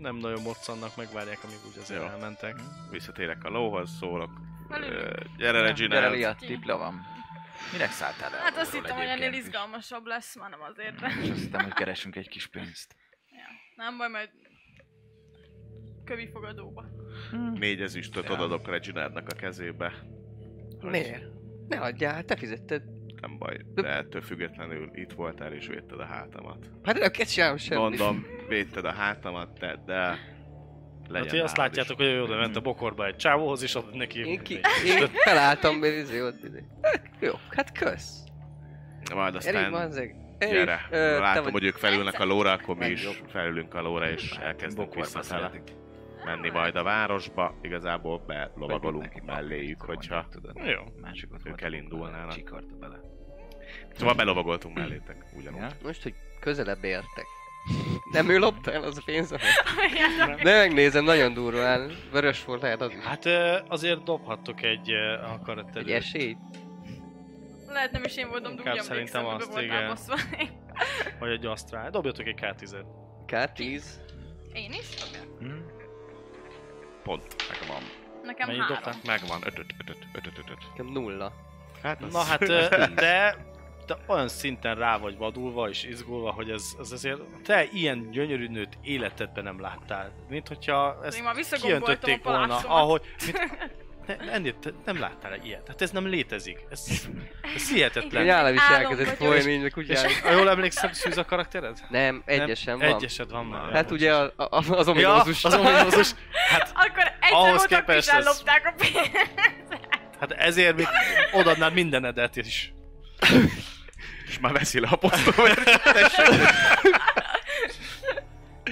D: Nem nagyon moccannak, megvárják, amíg úgy azért
F: Jó.
D: elmentek.
F: visszatérek a lóhoz, szólok.
E: Velünk.
F: Ö, Gyere,
B: Gyere,
F: Reginald!
B: Lia, tipla van. Minek szálltál le?
E: Hát azt
B: arról
E: hittem, hogy ennél
B: egyébként is?
E: izgalmasabb lesz, már nem azért, de
B: És azt hittem, hogy keresünk egy kis pénzt.
E: nem baj, majd kövi fogadóba. Mm.
F: Négy ezüstöt odadok Reginaldnak a kezébe. Hogy
C: Miért? Ne adjál, te fizetted.
F: Nem baj, de ettől függetlenül itt voltál és védted a hátamat.
C: Hát nem kell csinálnom semmit.
F: Mondom, védted a hátamat, te, de...
D: Hát ti azt
F: nálad is.
D: látjátok, hogy oda ment a bokorba egy csávóhoz, és adott neki
C: Én, ki,
D: egy-
C: én felálltam, mert izé ott izé. Jó, hát kösz.
F: Hm, Majd
C: Erik
F: aztán
C: Manzeg.
F: gyere.
C: ö, te
F: Látom,
C: vagy-
F: hogy ők felülnek a lóra, akkor mi is
C: Legjobb.
F: felülünk a lóra, és elkezdünk
B: Bokorba
F: visszafele
B: szeretik.
F: menni majd a városba. Igazából
B: Neki
F: belovagolunk melléjük,
B: papírt,
F: hogyha...
B: Tudod,
D: Jó.
B: másikot
F: Ők elindulnának.
B: Csikart bele.
F: Szóval belovagoltunk mellétek,
B: Ja.
F: ugyanúgy.
C: Most, hogy közelebb értek. Nem ő lopta el az a pénzemet?
E: Igen.
C: De megnézem, nagyon durván. Vörös volt lehet az is.
D: Hát ö, azért dobhattok egy ö, akarat
C: Egy
D: elő.
C: esély.
E: Lehet nem is én voltam, de
D: Inkább
E: úgy
D: szerintem
E: emlékszem, hogy be
D: azt,
E: voltál
D: igen.
E: baszva.
D: Vagy egy asztrál. Dobjatok egy K10-et.
C: K10.
E: Én is? Dobjak.
B: Hm?
F: Pont, megvan.
E: Nekem
D: Mennyit
E: három.
D: dobtál?
F: Megvan, ötöt, ötöt, ötöt, ötöt.
C: Nekem nulla.
F: Hát az...
D: Na hát, ö, de te olyan szinten rá vagy vadulva és izgulva, hogy ez, ez azért te ilyen gyönyörű nőt életedben nem láttál. Mint hogyha
E: Én
D: ezt
E: már visszagomboltam
D: kiöntötték
E: a
D: volna,
E: palácomat.
D: ahogy... Mint, ne, ennél te nem láttál ilyet. Hát ez nem létezik. Ez, ez
C: Egy
E: Igen.
D: hihetetlen.
C: állam is
E: Álom
C: elkezdett
E: vagyok.
C: folyni, így meg úgy
D: És ha jól emlékszem, szűz a karaktered?
C: Nem, egyesen
D: nem,
C: van.
D: Egyesed van már.
C: Hát ugye a, a, az
D: ja,
C: ominózus.
D: az ominózus. Hát
E: Akkor egyszer
D: Ahhoz
E: voltak,
D: képest
E: és
D: ez-
E: ellopták a pénzt.
D: Hát ezért még odaadnád mindenedet is.
F: És már veszi le a posztomat.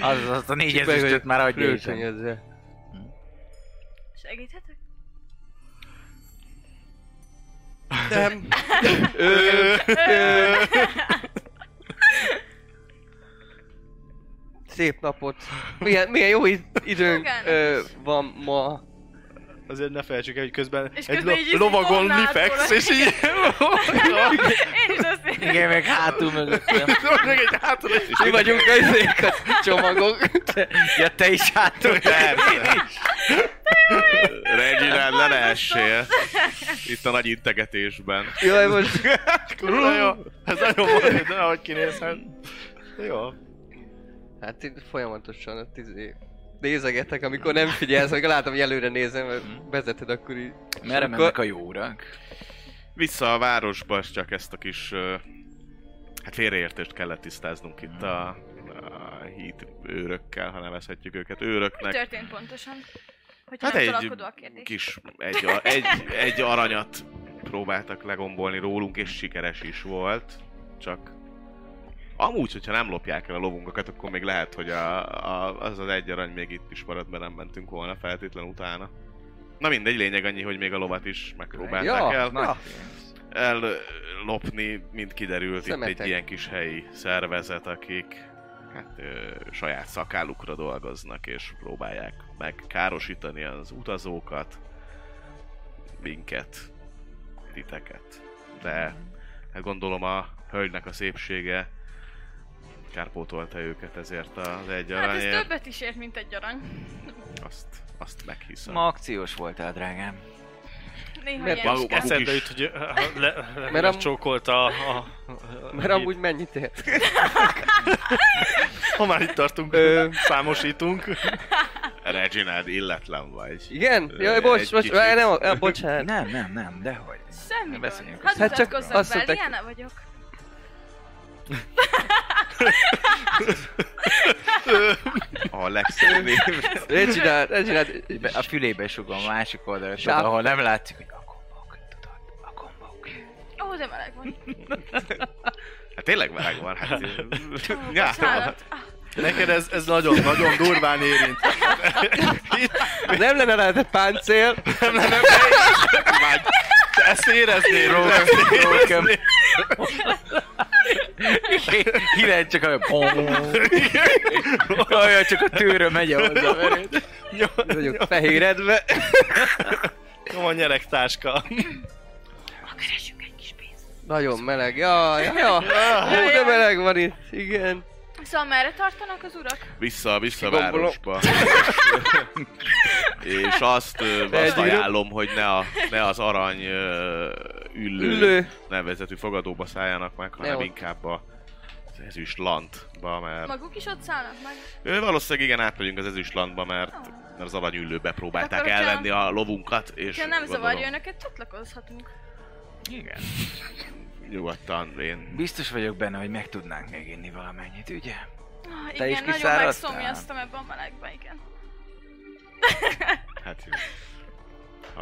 B: Az, az a négy
C: Csak meg,
B: ezüstöt
C: hogy
B: már adja is.
C: Röltönyözze.
E: Segíthetek?
C: Nem. Szép szép napot. Milyen, milyen jó id- időnk
E: Igen.
C: ö, van ma.
D: Azért ne felejtsük el, hogy közben
E: És
D: egy
E: közben így
D: lo-
E: izé
D: lovagon
E: tornádol.
D: lifex, és így...
E: Én is azt érzem.
B: Igen, meg hátul mögöttem.
D: Meg egy hátul, és
C: Mi vagyunk a izék, a csomagok.
B: Ja, te is hátul.
F: Persze. Reginald, le ne essél. Itt a nagy integetésben.
C: Jaj, most
D: Kurva jó. Ez nagyon volt, de ahogy kinézhet. Jó.
C: Hát én folyamatosan ott izé nézegetek, amikor nem figyelsz, amikor látom, hogy előre nézem, mert vezeted, akkor így...
B: Merre mennek a jó urak?
F: Vissza a városba, és csak ezt a kis ö, hát félreértést kellett tisztáznunk itt a, a híd őrökkel, ha nevezhetjük őket
E: Mi
F: őröknek.
E: történt pontosan? Hogyha
F: Hát
E: nem
F: egy
E: találkodó a kérdés.
F: kis, egy, a- egy, egy aranyat próbáltak legombolni rólunk, és sikeres is volt, csak Amúgy, hogyha nem lopják el a lovunkat, akkor még lehet, hogy a, a, az az egy arany még itt is marad, mert nem mentünk volna feltétlen utána. Na mindegy, lényeg annyi, hogy még a lovat is megpróbálták
C: Ja,
F: el.
C: na.
B: Nagy
F: ellopni, mint kiderült itt
C: Szemetek.
F: egy ilyen kis helyi szervezet, akik hát, ö, saját szakálukra dolgoznak, és próbálják megkárosítani az utazókat, minket, titeket. De hát gondolom a hölgynek a szépsége kárpótolta őket ezért az egy
E: Hát ez
F: aranyért.
E: többet is ért, mint egy arany.
F: Azt, azt meghiszem.
B: Ma akciós voltál, drágám.
E: Néha
C: Mert
E: ilyen is
F: maguk-
E: kell.
F: maguk-
D: Eszedbe
F: is.
D: jut, hogy ö, ha le, le,
C: Mert
D: le,
C: am-
D: csókolta a... a, a
C: Mert amúgy mennyit ér?
D: Ha már itt tartunk,
C: Ö,
D: számosítunk.
F: Reginald, illetlen vagy.
C: Igen?
F: Ö,
C: Jaj, bocs,
F: egy
C: bocs,
F: kicsit.
C: nem, nem,
F: Hát-
C: bocsánat.
B: Nem, nem, nem, dehogy.
E: Semmi
B: Beszéljünk
E: gond.
B: össze.
E: Hát
C: Hát csak
E: csak azt
C: azt
E: szokták...
C: szokták-
E: Liana vagyok.
F: A legszebb
C: Reginald, Reginald,
B: Be- A fülébe sugom a másik oldalra, tudod,
C: Sáp-
B: ahol nem látszik, hogy a gombok, tudod, a gombok.
E: Ó, de meleg van.
F: Hát tényleg meleg van, hát nyár van.
E: Bocsánat. Ah,
D: Neked ez, ez nagyon, nagyon durván érint.
C: nem lenne rajta páncél,
F: Vágy. Te ezt éreznéd, Robert.
B: Rókem. Hirelen csak a... Olyan csak a tőröm megy hozzá a verőt.
C: vagyok fehéredve.
D: Jó, a nyerek táska.
C: Nagyon meleg, jaj, jaj, jaj. Hú, de meleg van itt, igen.
E: Szóval merre tartanak az urak?
F: Vissza, vissza a
C: Kigombolom.
F: városba. És azt, ö, azt
C: Elgyűröm.
F: ajánlom, hogy ne, a, ne az arany ö, üllő,
C: Üllő.
F: nevezetű fogadóba szálljanak meg, hanem
C: ott.
F: inkább a az ezüstlantba, mert
E: Maguk is ott szállnak meg?
F: ő valószínűleg igen átmegyünk az ezüstlantba, mert mert az aranyüllőbe próbálták
E: Hát Akkor, hogyha-
F: elvenni a lovunkat, és
E: Ha nem
F: gondolom,
E: zavarja önöket, csatlakozhatunk.
B: Igen.
F: nyugodtan én
B: Biztos vagyok benne, hogy meg tudnánk még inni valamennyit, ugye?
E: Ah,
B: Te is
E: igen, nagyon
B: kiszáradtál?
E: megszomjaztam ebben a melegben, igen.
F: Hát jó.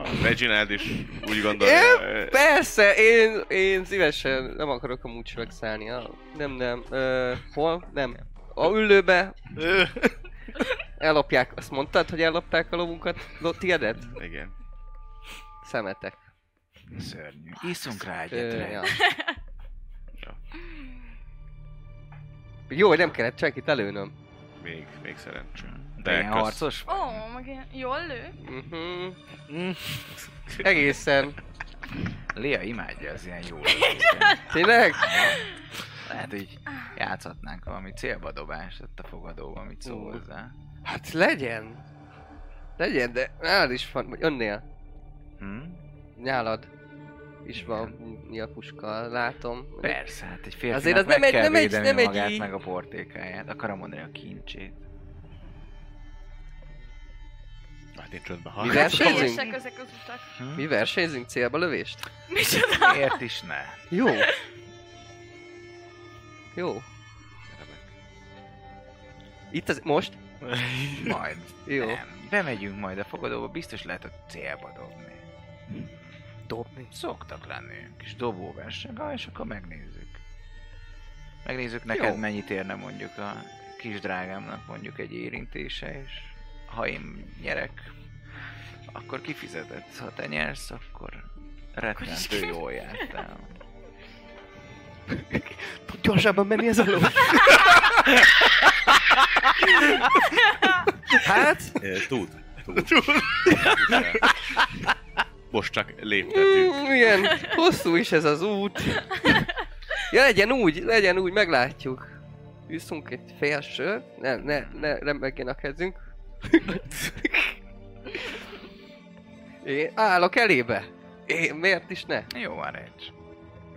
F: A Reginald is úgy gondolja.
C: Én, persze, én, én szívesen nem akarok amúgy csak szállni. A, nem, nem. Ö, hol? Nem. A ülőbe. Ellopják. Azt mondtad, hogy ellopták a lovunkat? Lo, tiedet?
F: ö, eh, Igen.
C: Szemetek.
B: Szörnyű. Iszunk rá
C: Ö,
B: egyet,
C: ja.
B: rá.
F: Ja.
C: Jó, hogy nem kellett senkit előnöm.
F: Még, még szerencsé.
B: De ilyen
F: kösz-
B: harcos?
E: Ó, meg ilyen jól lő.
C: Mhm. Egészen.
B: Lia imádja az ilyen jó
C: Tényleg?
B: Lehet, hogy játszhatnánk valami célba dobást ott a fogadóban, mit szól
C: Ú.
B: hozzá.
C: Hát legyen. Legyen, de nálad is van, vagy önnél.
B: Hm?
C: Nálad is van mi a puska, látom.
B: Persze, hát egy férfinak
C: Azért az
B: meg
C: nem egy-
B: kell
C: nem egy-
B: védeni
C: nem egy
B: magát,
C: így-
B: meg a portékáját. Akarom mondani a kincsét.
F: Hát nincs rendben
C: Mi
F: harc.
C: versenyzünk?
E: Fényesek ezek az utak.
C: Mi versenyzünk célba lövést?
E: Micsoda?
B: Miért is ne?
C: Jó. Jó. Itt az... Most?
B: Majd.
C: Jó.
B: Nem. Bemegyünk majd a fogadóba, biztos lehet a célba dobni.
C: Dobni.
B: Szoktak lenni ilyen kis dobóverseny, ah, és akkor megnézzük. Megnézzük neked
C: Jó.
B: mennyit érne mondjuk a kis drágámnak mondjuk egy érintése, és ha én nyerek, akkor kifizetett. Ha te nyersz, akkor rettentő
E: ki-
B: jól jártál.
C: Tud gyorsabban menni ez a ló. Hát,
F: Ö, Eh, Tud. Tud. Most csak léptetünk.
C: Mm, igen, hosszú is ez az út. Ja, legyen úgy, legyen úgy, meglátjuk. Üszünk egy fél sör, ne, ne, ne remegjen a kezünk. Én állok elébe. Én, miért is ne?
B: Jó van, Recs.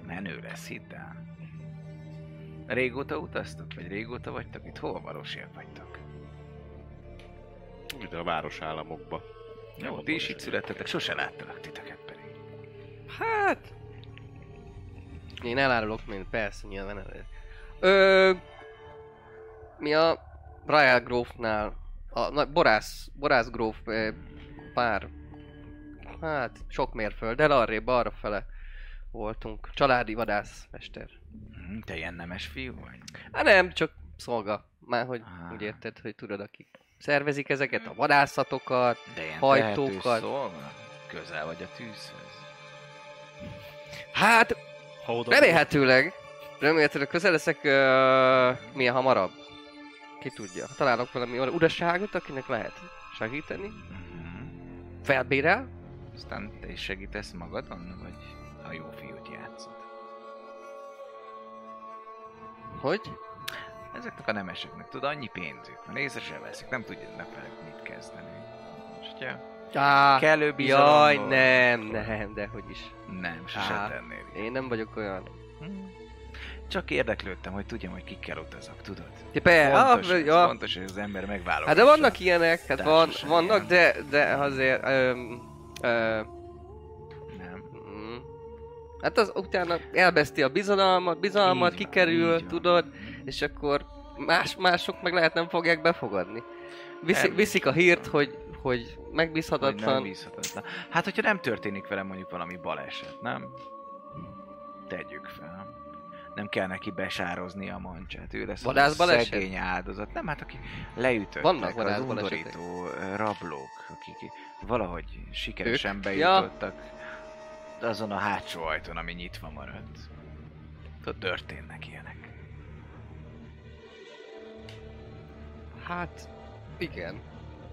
B: Menő lesz, hidd el. Régóta utaztok? Vagy régóta vagytok itt? Hol valósiak vagytok?
F: Ide a városállamokba.
B: Jó, ti is itt születtetek, sose láttalak titeket pedig.
C: Hát... Én elárulok mint persze, nyilván el. Ö... Mi a Royal Grove-nál, a na, borász, borász Grove ö, pár, hát sok mérfölddel, arrébb, arra fele voltunk. Családi vadászmester.
B: Hm, Te ilyen nemes fiú vagy?
C: Hát nem, csak szolga. Már hogy
B: Ah.
C: úgy érted, hogy tudod, akik szervezik ezeket, a vadászatokat,
B: De ilyen
C: Hajtókat.
B: tehetős szolga? Közel vagy a tűzhöz.
C: Hát
D: Ha oda...
C: Remélhetőleg. Remélhetőleg közel leszek uh, milyen hamarabb. Ki tudja. Ha Találok valami olyan uraságot, akinek lehet segíteni.
B: Mhm.
C: Felbérel.
B: Aztán te is segítesz magadon, vagy a jó fiút játszod?
C: Hogy?
B: Ezeknek a nemeseknek, tudod, annyi pénzük van, észre se veszik, nem tudják velük mit kezdeni. És hogyha
C: Á,
B: kellő bizalom
C: jaj,
B: volt,
C: nem,
B: akkor-
C: nem, de hogy is.
B: Nem, sose
C: Á.
B: tennél ilyet.
C: Én nem vagyok olyan.
B: Hm. Csak érdeklődtem, hogy tudjam, hogy kikkel utazok, tudod?
C: Ja, be,
B: Fontos,
C: ah,
B: ez,
C: ja.
B: fontos, hogy az ember megválogatja.
C: Hát de vannak ilyenek, hát
B: De
C: van,
B: sosem
C: vannak,
B: ilyen.
C: de, de azért... Öm, ö,
B: Nem.
C: mm. hát az utána elveszti a bizalmat, bizalmat,
B: Így van,
C: kikerül,
B: így van.
C: tudod, és akkor más, mások meg lehet nem fogják befogadni. Viszi,
B: Természetesen.
C: viszik a hírt, hogy, hogy
B: Hát- Hogy nem
C: megbízhatatlan.
B: bízhatatlan. Hát, hogyha nem történik velem mondjuk valami baleset, nem? Tegyük fel. Nem kell neki besározni a mancsát. Ő lesz
C: Vadász
B: a
C: baleset?
B: szegény áldozat. Nem, hát aki leütöttek.
C: Vannak
B: az
C: vadász
B: undorító ö, rablók, akik valahogy sikeresen
C: Ők? Ja.
B: bejutottak azon a hátsó ajtón, ami nyitva maradt. Tudod, történnek ilyenek.
C: Hát, igen.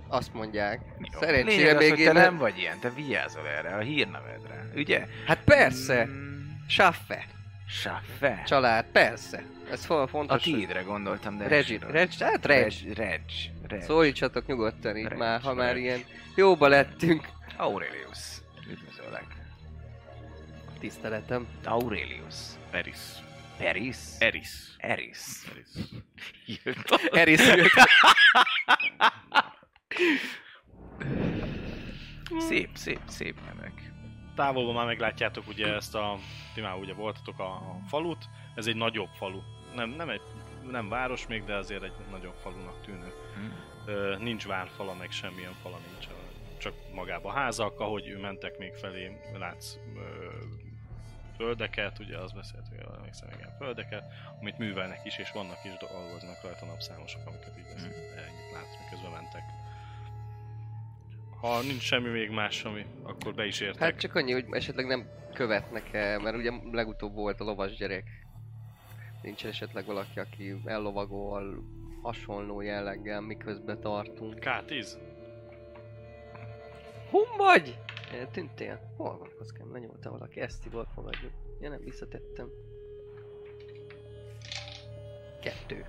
C: Azt mondják.
B: Jó.
C: Szerencsére
B: Lényeg az,
C: még
B: hogy
C: én
B: te
C: nem...
B: nem vagy ilyen, te vigyázol erre, a hírnevedre, ugye?
C: Hát persze!
B: Mm,
C: Saffe,
B: Saffe.
C: család, persze. Ez fo-
B: A
C: fontos. hogy-
B: tiédre gondoltam, de...
C: Regi, Reg, hát Reg.
B: Reg, Reg, Reg.
C: Szólítsatok nyugodtan így
B: Reg,
C: már, ha már
B: Reg.
C: ilyen jóba lettünk.
B: Aurelius. Üdvözöllek.
C: Tiszteletem.
B: Aurelius.
F: Eris.
B: Peris?
F: Eris.
B: Eris.
F: Eris.
C: Eriszült.
B: szép, szép, szép nevek.
D: Távolban már meglátjátok ugye ezt a... Ti már ugye voltatok a, a falut. Ez egy nagyobb falu. Nem, nem egy nem város még, de azért egy nagyobb falunak tűnő.
B: Hm.
D: Ö, nincs várfala, meg semmilyen fala nincs. ö, Csak magába házak, ahogy ő mentek még felé, látsz ö, földeket, ugye az beszélt, hogy emlékszem, igen, földeket, amit művelnek is, és vannak is, dolgoznak rajta napszámosok, amiket így lesz, ennyit látsz, miközben mentek. Ha nincs semmi még más, ami, akkor be is értek.
C: Hát csak annyi, hogy esetleg nem követnek el, mert ugye legutóbb volt a lovas gyerek. Nincs esetleg valaki, aki ellovagol hasonló jelleggel, miközben tartunk.
D: K10?
C: Hum vagy? Tűntél? Hol van kockám? Lenyomta valaki. Ezt Tibor fogadjuk. Ja nem, visszatettem. Kettő.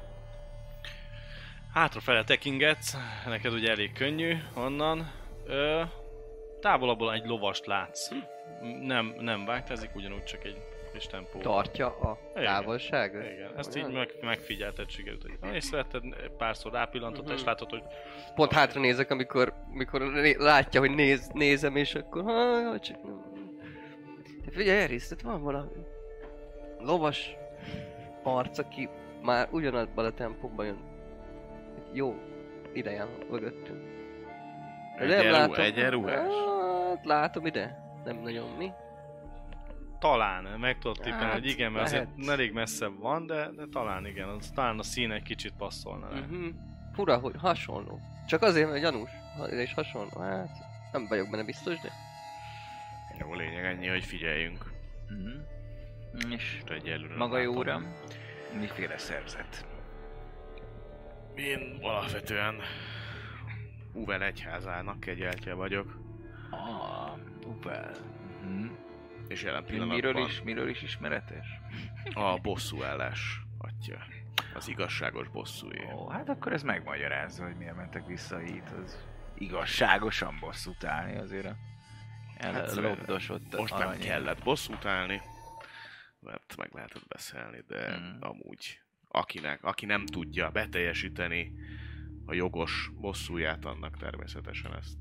D: Hátrafele tekingetsz, neked ugye elég könnyű onnan. Ö, távolabbul egy lovast látsz. Hm, Nem, nem vágtázik, ugyanúgy csak egy kis tempó.
C: Tartja a
D: Igen.
C: távolságot?
D: Igen, ezt így
C: Olyan?
D: meg, megfigyelted sikerült, hogy észrevetted, párszor rápillantott,
C: Mhm.
D: és látod, hogy
C: Pont hátra nézek, amikor, amikor né- látja, hogy néz, nézem, és akkor ha, jaj, csak nem. De figyelj, Eris, itt van valami lovas arc, aki már ugyanabban a tempóban jön. Jó ideje van mögöttünk. De
F: Egyenruh- egyenruhás?
C: Hát, látom ide. Nem nagyon mi.
D: talán meg tudod tippelni,
C: Hát,
D: hogy igen, mert
C: lehet.
D: azért elég messze van, de, de talán igen, az, talán a szín egy kicsit passzolna rá.
C: Mhm. Fura, hogy hasonló. Csak azért, mert gyanús. Ha- És hasonló. Hát, nem vagyok benne biztos, de...
F: Jó lényeg ennyi, hogy figyeljünk.
B: Mhm. És
F: Most egyelőre nem
B: maga jó
F: látom.
B: uram, miféle szerzet?
F: Én alapvetően Uvel egyházának kegyeltje vagyok,
B: Ah, Uvel. Mhm.
F: és jelen pillanatban
B: Miről is, miről is ismeretes?
F: a bosszú ellás atya. Az igazságos bosszúé.
B: Ó, hát akkor ez megmagyarázza, hogy miért mentek vissza itt az igazságosan bosszút állni azért a
F: Hát,
B: ellopdosott
F: Most nem
B: aranyért.
F: kellett bosszút állni, mert meg lehetett beszélni, de
B: Mhm.
F: amúgy akinek, aki nem tudja beteljesíteni a jogos bosszúját, annak természetesen ezt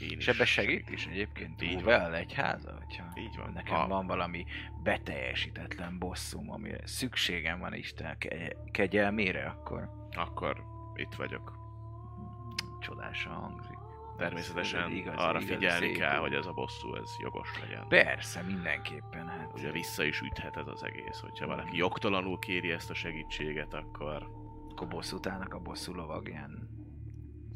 F: én
B: És
F: is
B: ebbe segít is egyébként
F: Így van.
B: Uvel egyháza, hogyha
F: Így van.
B: nekem
F: Ha.
B: van valami beteljesítetlen bosszum, amire szükségem van Isten ke- kegyelmére, akkor
F: Akkor itt vagyok.
B: csodásan hangzik.
F: Természetesen
B: Ez igazi,
F: arra
B: igazi
F: figyelni
B: szép
F: kell,
B: út.
F: hogy ez a bosszú, ez jogos legyen.
B: Persze, mindenképpen, hát
F: Ugye vissza is üthet ez az egész, hogyha valaki jogtalanul kéri ezt a segítséget, akkor
B: akkor bosszút állnak a bosszú lovagján.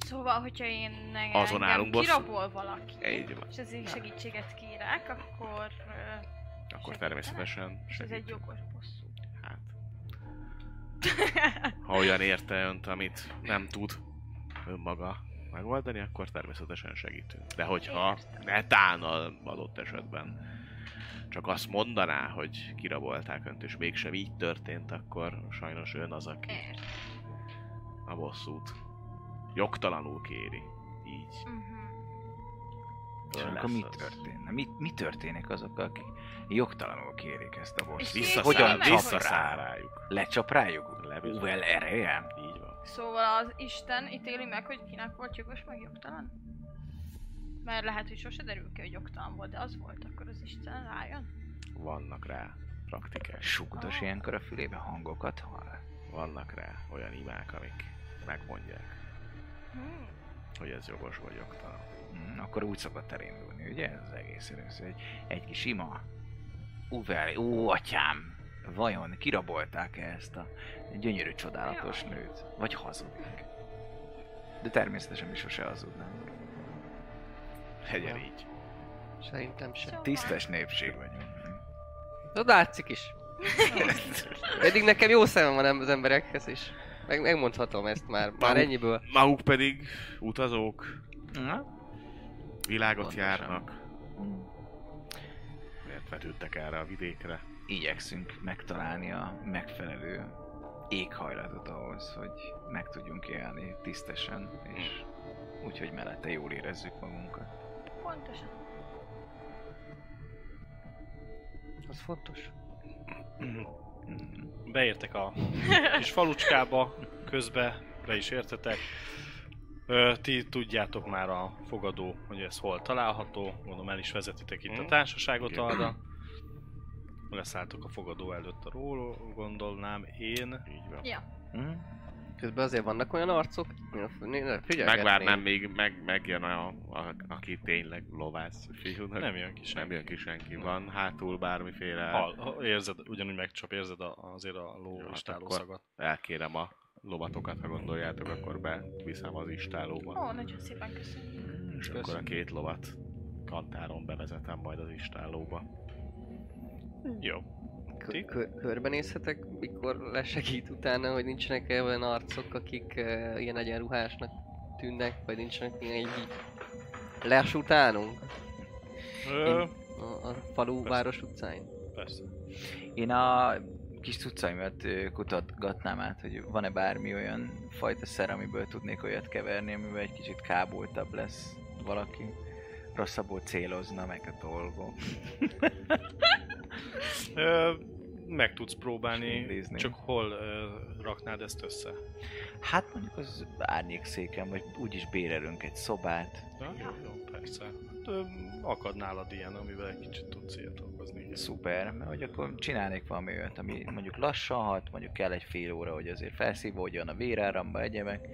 E: Szóval, hogyha én ne-
F: Azon
E: engem
F: állunk bosszú.
E: kirabol valaki,
F: Így van.
E: és ezért segítséget kérek, akkor... ö,
F: akkor
E: Segítenek?
F: természetesen
E: És ez egy
F: segít.
E: jogos bosszú.
F: Hát. Ha olyan érte önt, amit nem tud önmaga megoldani, akkor természetesen segítünk. De hogyha netán adott esetben csak azt mondaná, hogy kirabolták önt, és mégsem így történt, akkor sajnos ön az, aki
E: Ért.
F: a bosszút jogtalanul kéri. Így.
E: Mhm.
B: És
F: lesz
B: akkor mi
F: az.
B: történne? Mi, mi történik azokkal, akik jogtalanul kérik ezt a bosszút?
E: És
F: Visszaszáll,
E: Hogyan
B: Hogyan
E: meg, hogy-
B: visszaszáll
F: visszaszáll
B: rá?
F: rájuk.
B: Lecsap rájuk?
F: Levisz.
B: Uvel ereje?
F: Így van.
E: Szóval az Isten ítéli meg, hogy kinek volt jogos, meg jogtalan? Mert lehet, hogy sose derül ki, hogy jogtalan volt, de az volt, akkor az Isten rájön.
F: Vannak rá praktikák.
B: Sugdos ilyenkor a fülébe hangokat hall?
F: vannak rá olyan imák, amik megmondják,
E: Hmm.
F: hogy ez jogos vagy jogtalan.
B: Mm, akkor úgy szokott elindulni, ugye? Ez az egész először. Egy, egy kis ima. Uvel, ó, atyám! Vajon kirabolták-e ezt a gyönyörű, csodálatos nőt? Vagy hazudik? De természetesen mi sose hazudnánk.
F: Legyen így.
C: Szerintem sem.
E: Szóval-
B: Tisztes népség vagyunk.
C: Na látszik is. Eddig nekem jó szemem van em- az emberekhez is. Meg, megmondhatom ezt már, már
F: Bau.
C: ennyiből.
F: Maguk pedig utazók,
B: Na?
F: világot
B: Pontosan.
F: járnak, mert vetődtek erre a vidékre.
B: Igyekszünk megtalálni a megfelelő éghajlatot ahhoz, hogy meg tudjunk élni tisztesen, és úgy, hogy mellette jól érezzük magunkat.
E: Pontosan.
C: Az fontos.
D: Mhm.
B: Mm.
D: Beértek a kis falucskába, közbe be is értetek. Ö, ti tudjátok már a fogadó, hogy ez hol található, gondolom el is vezetitek itt a
F: Mhm.
D: társaságot
F: Igen.
D: arra. Leszálltok a fogadó előtt a róló, gondolnám én.
F: Így van.
B: Mm.
C: Közben azért vannak olyan arcok, figyelj.
F: Megvárnám, még meg, megjön a, a, aki tényleg lovász fiúnak.
D: Nem jön ki
F: senki. Nem
D: senki.
F: jön ki senki. Van hátul bármiféle...
D: Hal, ha- érzed, ugyanúgy megcsap, érzed a, azért a ló
F: Jó, hát
D: és táló
F: akkor-
D: szagat.
F: Elkérem a lovatokat, ha gondoljátok, akkor beviszem az istálóba.
E: Ó, nagyon szépen köszönöm.
F: és akkor a két lovat kantáron bevezetem majd az istálóba.
D: Jó. Ti?
C: Körbenézhetek, mikor lesegít utána, hogy nincsenek -e olyan arcok, akik uh, ilyen egyenruhásnak tűnnek, vagy nincsenek ilyen így les utánunk
D: Ö,
C: a, a falu város utcáin.
D: persze.
B: Én a kis cuccaimat ö, kutatgatnám át, hogy van-e bármi olyan fajta szer, amiből tudnék olyat keverni, amivel egy kicsit kábultabb lesz valaki. Rosszabbul célozna meg a dolgok.
D: Ö, meg tudsz próbálni,
B: Nézni.
D: csak hol ö, raknád ezt össze?
B: Hát mondjuk az árnyékszéken, vagy úgyis bérelünk egy szobát.
D: Na, jó, jó, persze. Hát, ö, akad nálad ilyen, amivel egy kicsit tudsz ilyet okozni. igen.
B: Szuper, mert hogy akkor csinálnék valami olyat, ami mondjuk lassan hat, mondjuk kell egy fél óra, hogy azért felszívódjon a véráramba, egyemek,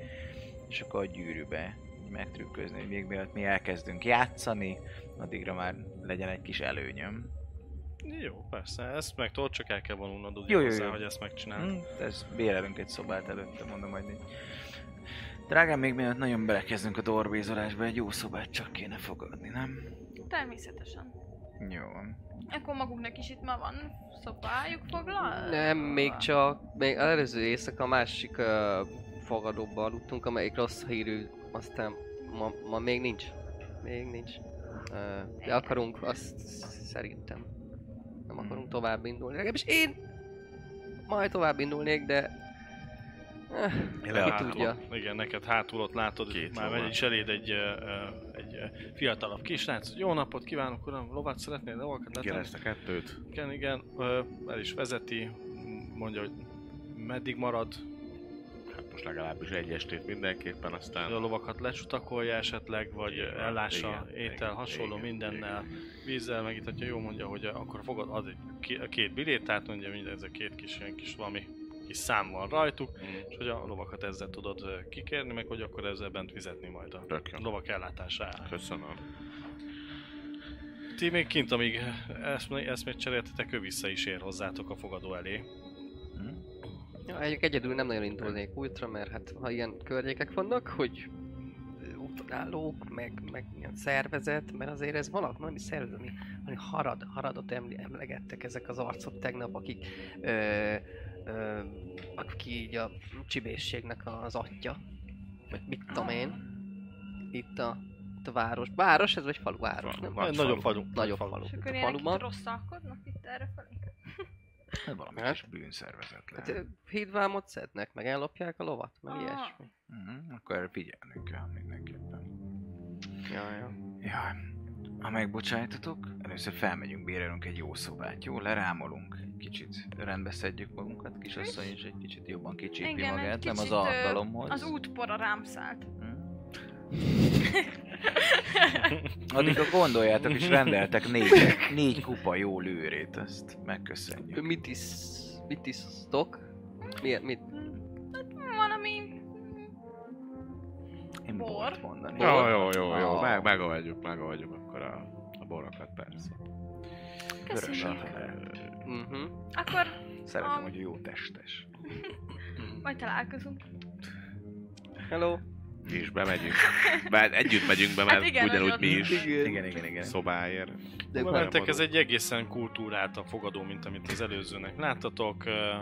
B: és akkor a gyűrűbe megtrükközni, hogy még mielőtt mi elkezdünk játszani, addigra már legyen egy kis előnyöm.
D: Jó, persze, ezt meg tudod, csak el kell vonulnod ugye
B: Jó, jó,
D: hozzá,
B: jó.
D: hogy ezt megcsináld.
C: Hmm.
B: Hm, ez bérelünk egy szobát előtte, mondom majd így. Drágám, még mielőtt nagyon belekezdünk a dorbézolásba, egy jó szobát csak kéne fogadni, nem?
E: Természetesen.
B: Jó van.
E: Akkor maguknak is itt már van szobájuk foglal?
C: Nem, még csak, még az előző éjszaka a másik ö, fogadóba aludtunk, amelyik rossz hírű, aztán ma, ma még nincs. Még nincs. Ö, de akarunk, azt szerintem. Nem akarunk tovább indulni. Legalábbis én majd tovább indulnék, de... Eh,
F: Leállok.
D: Hát,
C: ki tudja.
D: Igen, neked hátul ott látod,
F: Két
D: már
F: lovat.
D: megy is eléd egy, ö, ö, egy ö, fiatalabb kisrác. Jó napot kívánok, uram, lovat szeretnél, de valakit
F: Igen,
D: letenni?
F: ezt a kettőt.
D: Igen, igen, ö, el is vezeti, mondja, hogy meddig marad,
F: Hát most legalábbis egy estét mindenképpen,
D: hogy a
F: aztán...
D: lovakat lecsutakolja esetleg, vagy
F: Igen,
D: ellássa
F: igen,
D: étel,
F: igen,
D: hasonló
F: igen,
D: mindennel,
F: igen.
D: vízzel megítatja, jó mondja, hogy akkor fogod, ad egy ki- a két bilétát, mondja, minden ez a két kis, ilyen kis valami kis szám van rajtuk,
F: Mm.
D: és hogy a lovakat ezzel tudod ö, kikérni, meg hogy akkor ezzel bent fizetni majd a
F: Tök jó.
D: lovak ellátására.
F: Köszönöm.
D: Ti még kint, amíg ezt, ezt még cseréltetek, ő vissza is ér hozzátok a fogadó elé.
C: Ja, egy- egyedül nem nagyon indulnék útra, mert hát ha ilyen környékek vannak, hogy útonállók, meg, meg ilyen szervezet, mert azért ez valami, valami szervezet, ami, valami harad, haradot eml- emlegettek ezek az arcok tegnap, akik ö, ö, aki így a csibészségnek az atya, vagy mit tudom én, itt a, itt a város. Város ez vagy falu? Város, nem?
F: Nagy
D: Nagyobb
F: falu.
D: falu.
C: Nagyobb falu.
E: És
C: Itt
E: akkor
C: a
E: ilyenek itt
C: faluban.
E: rosszalkodnak itt erre felé?
B: Valami
C: Hát.
B: kis bűnszervezet
C: Hát,
B: lehet.
C: ö, hídvámot szednek, meg ellopják a lovat, meg
E: Ah.
C: ilyesmi.
B: Mhm, akkor figyelnünk kell mindenképpen.
C: Jaj, jaj.
B: Jaj, ha megbocsájtatok, először felmegyünk, bérelünk egy jó szobát, jó? Lerámolunk egy kicsit, rendbe szedjük magunkat, kisasszony is egy kicsit jobban kicsipi
E: Igen, egy
B: magát, nem az
E: kicsit, ö,
B: alkalomhoz.
E: Az útpora rám szállt.
B: Mhm. Addig gondoljátok, és rendeltek négy, négy kupa jó lőrét, ezt
C: Ö,
B: megköszönjük.
C: Mit is... Mit isztok? Miért? Mit?
E: Van, ami...
B: Én
E: bor?
B: bort mondani.
F: Jó, jó, jó, jó.
C: Ah.
F: Meg, megoldjuk, megoldjuk akkor a, a borokat, persze.
B: Vörös a
E: Köszönjük.
B: haver.
C: Mhm.
E: Akkor
B: Szeretem,
E: Am-
B: hogy jó testes.
E: majd találkozunk.
C: Hello.
F: És bemegyünk. Bár együtt megyünk be, mert
E: Hát
F: hát
E: igen,
F: ugyanúgy
E: hogy
F: mi
E: ott-
F: is.
B: Igen, igen, igen.
F: Szobáért.
C: De
D: Hova
F: már
D: mentek, ez
F: maradunk.
D: egy egészen kultúrát a fogadó, mint amit az előzőnek láttatok. ö,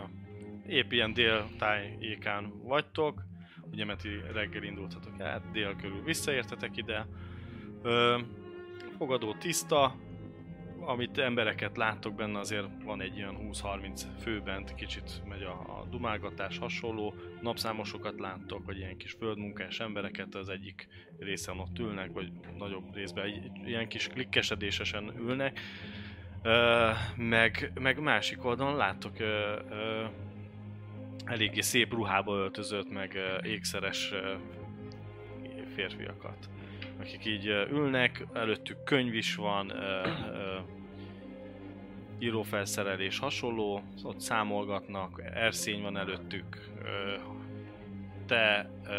D: Épp ilyen déltájékán vagytok, ugye mert ti reggel indultatok el, dél körül visszaértetek ide. Ö, Fogadó tiszta, amit embereket láttok benne, azért van egy ilyen 20-30 fő bent, kicsit megy a, a dumálgatás hasonló. Napszámosokat láttok, vagy ilyen kis földmunkás embereket, az egyik részen ott ülnek, vagy nagyobb részben egy- ilyen kis klikkesedésesen ülnek. Ö, meg, meg másik oldalon láttok ö, ö, eléggé szép ruhába öltözött, meg ö, ékszeres ö, férfiakat, akik így ö, ülnek, előttük könyv is van, ö, ö, írófelszerelés hasonló, ott számolgatnak, erszény van előttük, ö, te, ö,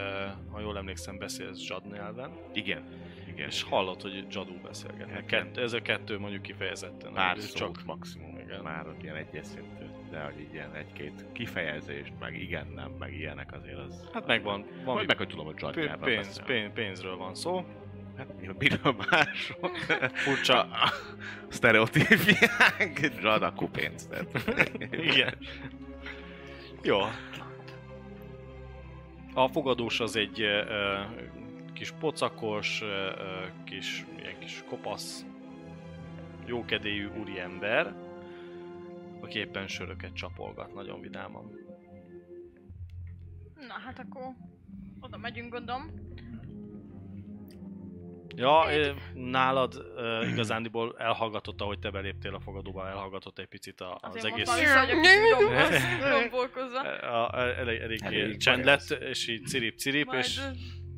D: ha jól emlékszem, beszélsz Zsad nyelven,
F: Igen. Igen.
D: és hallod, hogy Jadú beszélgetnek.
F: Igen.
D: Kett, ez a kettő mondjuk kifejezetten.
F: Pár
D: ez
F: szót
D: csak
F: csak maximum,
D: Igen.
F: igen. már ott ilyen egyes szintű, de hogy így ilyen egy-két kifejezést, meg igen, nem, meg ilyenek azért az...
D: Hát megvan, van
F: Vagy meg, hogy tudom, hogy
D: pénz,
F: Zsadnyában
D: pénz, pénz, pénzről van szó.
F: Hát mi- miről mások?
D: Furcsa.
F: A- a Sztereotípiák, Zsad a kupénz. tehát.
D: Igen. Jó. A fogadós az egy ö, ö, kis pocakos, ö, ö, kis, ilyen kis kopasz, jókedélyű úriember, aki éppen söröket csapolgat, nagyon vidáman.
E: Na hát akkor oda megyünk, gondolom.
D: Ja, ö, nálad uh, igazándiból elhallgatott, ahogy te beléptél a fogadóba, elhallgatott egy picit a, az
E: Azért
D: egész...
E: mondtam is, hogy a kicsit gombolsz- gombolkozva.
D: A, a, elég, elég,
B: Elég
D: csend
B: bajosz.
D: lett, és így cirip-cirip,
E: Majd
D: és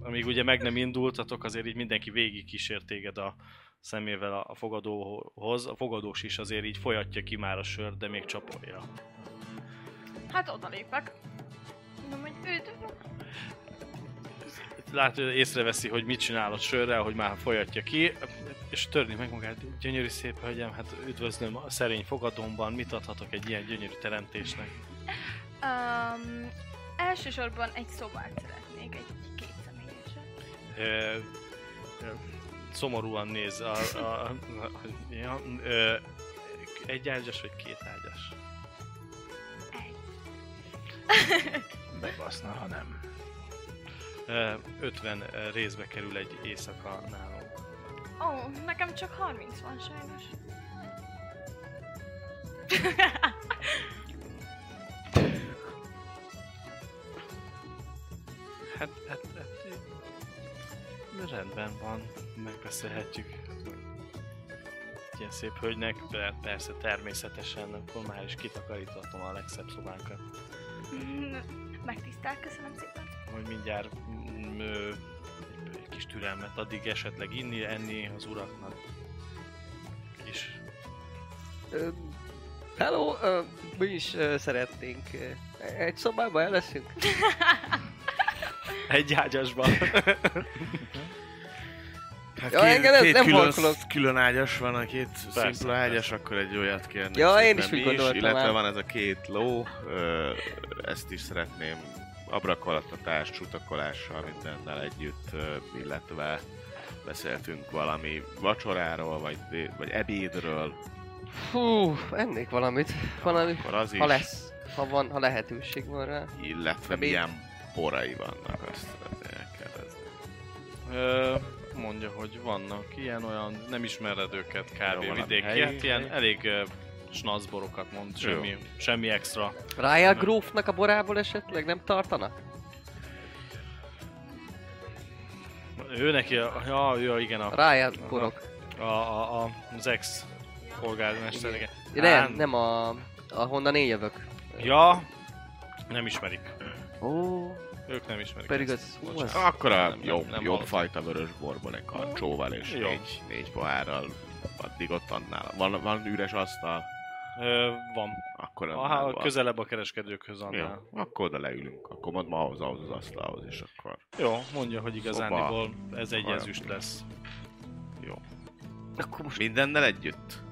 D: amíg ugye meg nem indultatok, azért így mindenki végig kísért téged a szemével a, a fogadóhoz. A fogadós is azért így folyatja ki már a sört, de még csapolja.
E: hát oda lépek. Mondom, hogy őt...
D: Látod, észreveszi, hogy mit csinál a sörrel, hogy már folyatja ki, és törni meg magát. Gyönyörű szép hölgyem, hát üdvözlöm a szerény fogadomban, mit adhatok egy ilyen gyönyörű teremtésnek?
E: Um, elsősorban egy szobát szeretnék, egy két személyesre.
D: Ö, ö, szomorúan néz a... a, a, a ja, ö, egy ágyas vagy két ágyas?
B: Bebaszna, ha nem.
D: Ö, 50 részbe kerül egy éjszaka nálunk.
E: Ó, oh, nekem csak 30 van sajnos.
D: Hát, hát, hát... de Rendben van, megbeszélhetjük. Ilyen szép hölgynek, de persze természetesen akkor már is kitakarítatom a legszebb szobánkat.
E: Megtisztelt, köszönöm szépen.
D: Hogy mindjárt mm, ö, egy kis türelmet addig esetleg inni, enni az uraknak. És
C: Ö, Hello, ö, mi is ö, szeretnénk. ö, Egy szobában el leszünk?
D: egy ágyasban.
F: Hát
C: Ja, engem ez nem
F: külön,
C: horkolok.
F: külön ágyas van, a két
D: Persze,
F: persze, szimpla ágyas, akkor egy olyat kérnék.
C: Ja,
F: szépen
C: én is úgy
F: mi
C: gondoltam
F: Illetve
C: ám.
F: van ez a két ló, ö, ezt is szeretném abrakolattatás, csutakolással, mindennel együtt, ö, illetve beszéltünk valami vacsoráról, vagy, dé- vagy ebédről,
C: Fú, ennék valamit. Valami,
F: akkor az is,
C: ha lesz. Ha van, ha lehetőség van rá.
F: illetve
C: Ebéd.
F: milyen borai vannak, azt szeretném elkérdezni.
D: Ö, mondja, hogy vannak ilyen-olyan, nem ismered őket
F: Jó,
D: kb.
F: valami
D: vidékiek,
F: helyi-
D: ilyen
F: helyi.
D: elég ö, snazborokat mond, semmi, semmi extra.
C: Ryle Grófnak a borából esetleg nem tartanak?
D: Ő neki, a- ja, ja igen, a,
C: Ryle borok.
D: a, a, a, az ex polgármester, igen.
C: Nem, nem a... Ahonnan én jövök.
D: Ja, nem ismerik.
C: Ó,
D: Ők nem ismerik.
C: pedig
D: ezt.
C: az... Ú,
D: Bocsánat.
C: az...
F: Akkor a
D: Nem,
F: jobb,
D: nem, nem
F: jobb
D: hallottam.
F: fajta vörös borból egy karcsóval és
D: Jó.
F: négy, négy pohárral addig ott annál. Van, van üres asztal,
D: Ö, van.
F: akkor annál
D: Aha,
F: van.
D: közelebb a kereskedőkhöz annál.
F: Jó, akkor oda leülünk. Akkor mondd ma ahhoz, ahhoz az asztalhoz, és akkor
D: Jó, mondja, hogy igazándiból ez egy
F: Olyan.
D: ezüst lesz.
F: jó.
C: Akkor most...
F: Mindennel együtt?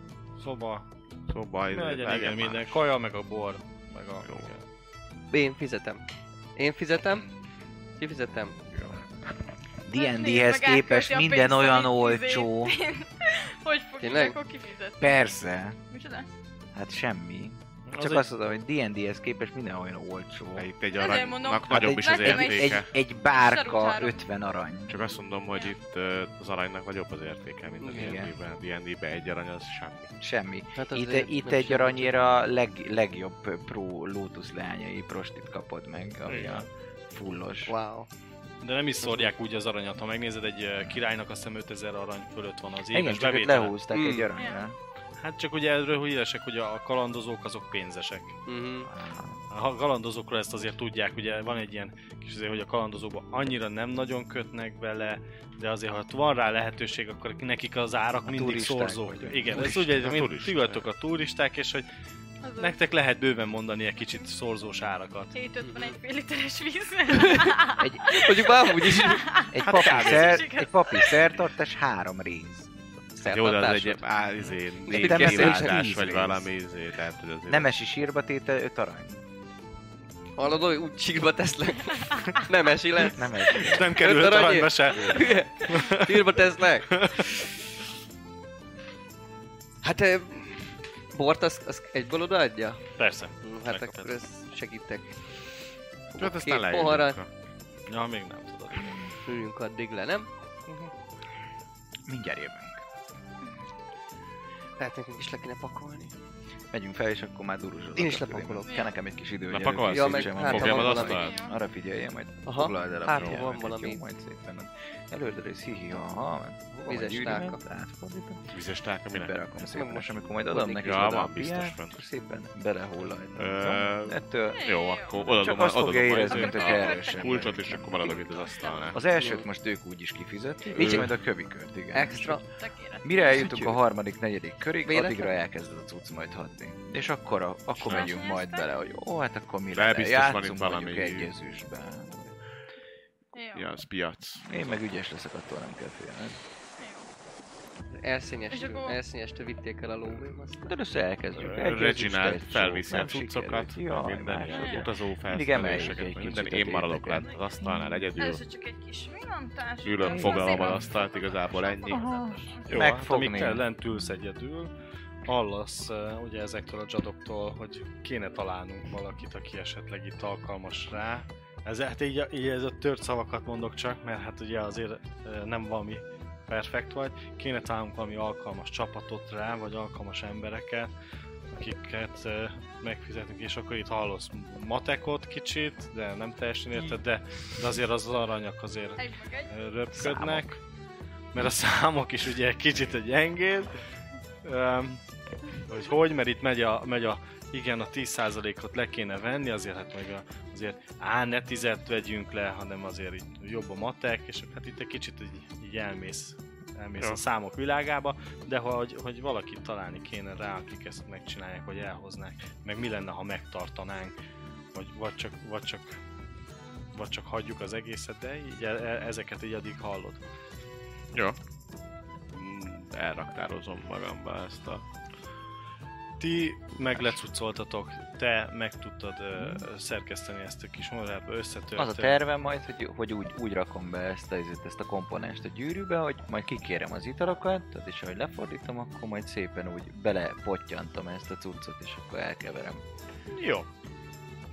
D: Szoba,
F: Szóval ez
D: legyen, igen,
F: már.
D: minden. Kaja, meg a bor, meg a...
F: Jó.
D: igen.
C: Én fizetem. Én fizetem? Ki fizetem?
F: Jó.
B: D&D-hez képest minden olyan olcsó.
E: Hogy fogjuk,
C: Tényleg?
E: akkor kifizetni.
B: Persze.
E: Micsoda?
B: Hát semmi.
D: Az
B: Csak
D: egy-
B: azt mondom, hogy D&D-hez képest minden olyan olcsó.
F: Hát Itt egy
E: Azért
F: aranynak
E: mondom,
B: Hát
F: nagyobb
B: egy-
F: is az
E: nekem is.
B: egy, egy,
F: értéke.
B: egy bárka
E: Saruthárom.
B: 50 arany.
F: Csak azt mondom, hogy itt ö, az aranynak nagyobb az értéke, mint a
B: Igen.
F: D&D-ben. D&D-ben egy arany az semmi.
B: Semmi.
C: Hát
B: Itt,
C: azért
B: itt
C: nem
B: egy
C: sem-
B: aranyéra a leg, legjobb pro Lotus leányai prostit kapod meg, ami
D: Igen.
B: a fullos.
C: Wow.
D: De nem is szórják úgy az aranyat. Ha megnézed, egy ö, királynak azt hiszem 5000 arany fölött van az
B: Igen,
D: éves
B: csak őt
D: bevétele.
B: lehúzták
C: Mm.
E: Hmm.
B: egy aranyra.
E: Ja.
D: Hát csak ugye erről híresek, hogy a a kalandozók azok pénzesek.
C: Mhm.
D: A kalandozókról ezt azért tudják, ugye van egy ilyen kis azért, hogy a kalandozókban annyira nem nagyon kötnek bele, de azért, ha ott van rá lehetőség, akkor nekik az árak
B: A
D: mindig
B: turisták
D: szorzók.
B: vagyunk.
D: Igen, ez
F: Turist- a
D: ugye, mint
F: turisták.
D: tigatok a turisták, és hogy
E: Az a
D: nektek lehet bőven mondani egy kicsit szorzós árakat.
E: 751 fél literes víz.
B: Egy,
C: Mondjuk már úgy is.
B: egy,
D: Hát
B: papírszer,
E: kávé.
B: egy papírszertartás három rész.
F: Jó, de az egy
C: Szertartásod.
F: á, izé,
B: itt nem
F: négy
B: beszélünk
F: kirándás,
B: tíz
F: vagy
B: rész.
F: valami izé, tehát hogy azért...
B: Nemesi sírba tétel 5 arany.
C: Hallod, hogy úgy csíkba teszlek. Nem esi lesz.
B: Nem egy.
D: Nem
C: került
D: került
C: aranyért?
D: aranyba se.
C: Hülye. Írba tesznek. Hát, ö, bort az, az egyből odaadja?
D: Persze.
C: Hm, Hát
D: Megkapod.
C: akkor ezt segítek.
F: Hát
C: Fogok
F: aztán
C: két
F: leülünk.
C: poharat,
D: Ja, még nem tudod.
C: üljünk addig le, nem?
B: Mindjárt jövünk.
C: Hát nekünk is le kéne pakolni.
B: Megyünk fel, és akkor már duruzsodok.
C: Én is lepakolok.
B: Kell nekem egy kis idő,
F: Na,
B: hogy
F: pakolsz,
C: Ja, meg
B: előkészítsem
C: hát,
B: a
C: ha
F: fogjam
C: van
F: az
C: valami.
F: asztalt.
B: Arra figyeljen, majd
C: Aha,
B: foglald el a
C: hát,
B: programot,
C: van
B: egy
C: valami.
B: Jó, majd szépen. Előre is hihi, aha.
C: Vizes tálka.
B: Átfordítom.
F: Vizes tárka, minek?
B: Berakom hát, szépen,
C: most
B: most amikor majd adom
C: Ja,
B: neki,
F: van,
B: oda a
F: biztos
B: piát,
F: fent.
B: akkor szépen belehullajtom.
F: Ö,
B: Ettől
F: Jó, akkor odaadom,
B: Csak azt
F: odaadom
B: fogja érezni,
F: majd
B: mint
E: hogy
F: a
E: erősen
F: kulcsot,
B: vagy.
F: és akkor maradok itt az asztalnál.
B: az elsőt most ők úgy is kifizetik,
C: Nincs-
B: és majd a kövi kört, igen.
C: Extra.
E: Tök élet.
B: Mire eljutunk a harmadik, negyedik körig,
C: Véletlen?
B: addigra elkezded a cucc majd hatni. És akkor, a, akkor
E: Azt
B: megyünk majd
E: mondják?
B: bele, hogy jó, hát akkor mi
F: De
B: lenne,
F: biztos van itt
B: játszunk mondjuk
F: valami-
B: egy ezüstbe.
E: Jó.
F: Ja, az piac.
B: Én meg ügyes leszek, attól nem kell félni.
E: Jó.
C: elszényes,
E: És akkor-
C: elszényestől vitték el a lóvém aztán.
B: De össze elkezdjük. elkezdjük,
F: Reginald
B: stage show.
F: felviszi a
B: Nem
F: cuccokat,
B: sikerült.
F: meg
B: Jaj,
F: minden, és
B: már
F: az
B: igen.
F: utazó
B: emeljük egy
F: felszereléseket, meg
B: kicsit
F: minden.
B: a
F: Én maradok
B: téteket.
F: lent az asztalnál egyedül,
E: Először csak egy kis villantás.
F: ülök,
E: utána
F: fogalom
E: szépen-
F: az asztalt, igazából ennyi.
D: Jó,
B: Megfogni.
D: hát amíg te lent ülsz egyedül, hallasz eh, ugye ezektől a zsadoktól, hogy kéne találnunk valakit, aki esetleg itt alkalmas rá. Ez, hát így, így ez a tört szavakat mondok csak, mert hát ugye azért eh, nem valami perfekt vagy. Kéne találnunk valami alkalmas csapatot rá, vagy alkalmas embereket, akiket eh, megfizetünk, és akkor itt hallasz matekot kicsit, de nem teljesen érted, de, de azért az aranyak azért
E: Egy meg egy.
D: röpködnek, mert a számok is ugye kicsit egy gyengéd. Um, hogy hogy, mert itt megy a, megy a igen, a 10%-ot le kéne venni, azért hát meg a, azért á, ne tizet vegyünk le, hanem azért így jobb a matek, és hát itt egy kicsit így, így elmész, elmész
F: Jó.
D: a számok világába, de hogy, hogy valakit találni kéne rá, akik ezt megcsinálják, vagy elhoznák, meg mi lenne, ha megtartanánk, vagy, vagy csak, vagy csak vagy csak hagyjuk az egészet, de így e- e- ezeket így addig hallod.
F: Jó. Mm, Elraktározom magamba ezt a...
D: Ti meg lecucoltatok, te meg tudtad ö, szerkeszteni ezt a kis modellába összetört.
B: Az a tervem majd, hogy, hogy úgy, úgy rakom be ezt a, izét, ezt a komponenst a gyűrűbe, hogy majd kikérem az italokat, tehát és ahogy lefordítom, akkor majd szépen úgy belepottyantom ezt a cuccot, és akkor elkeverem.
D: Jó.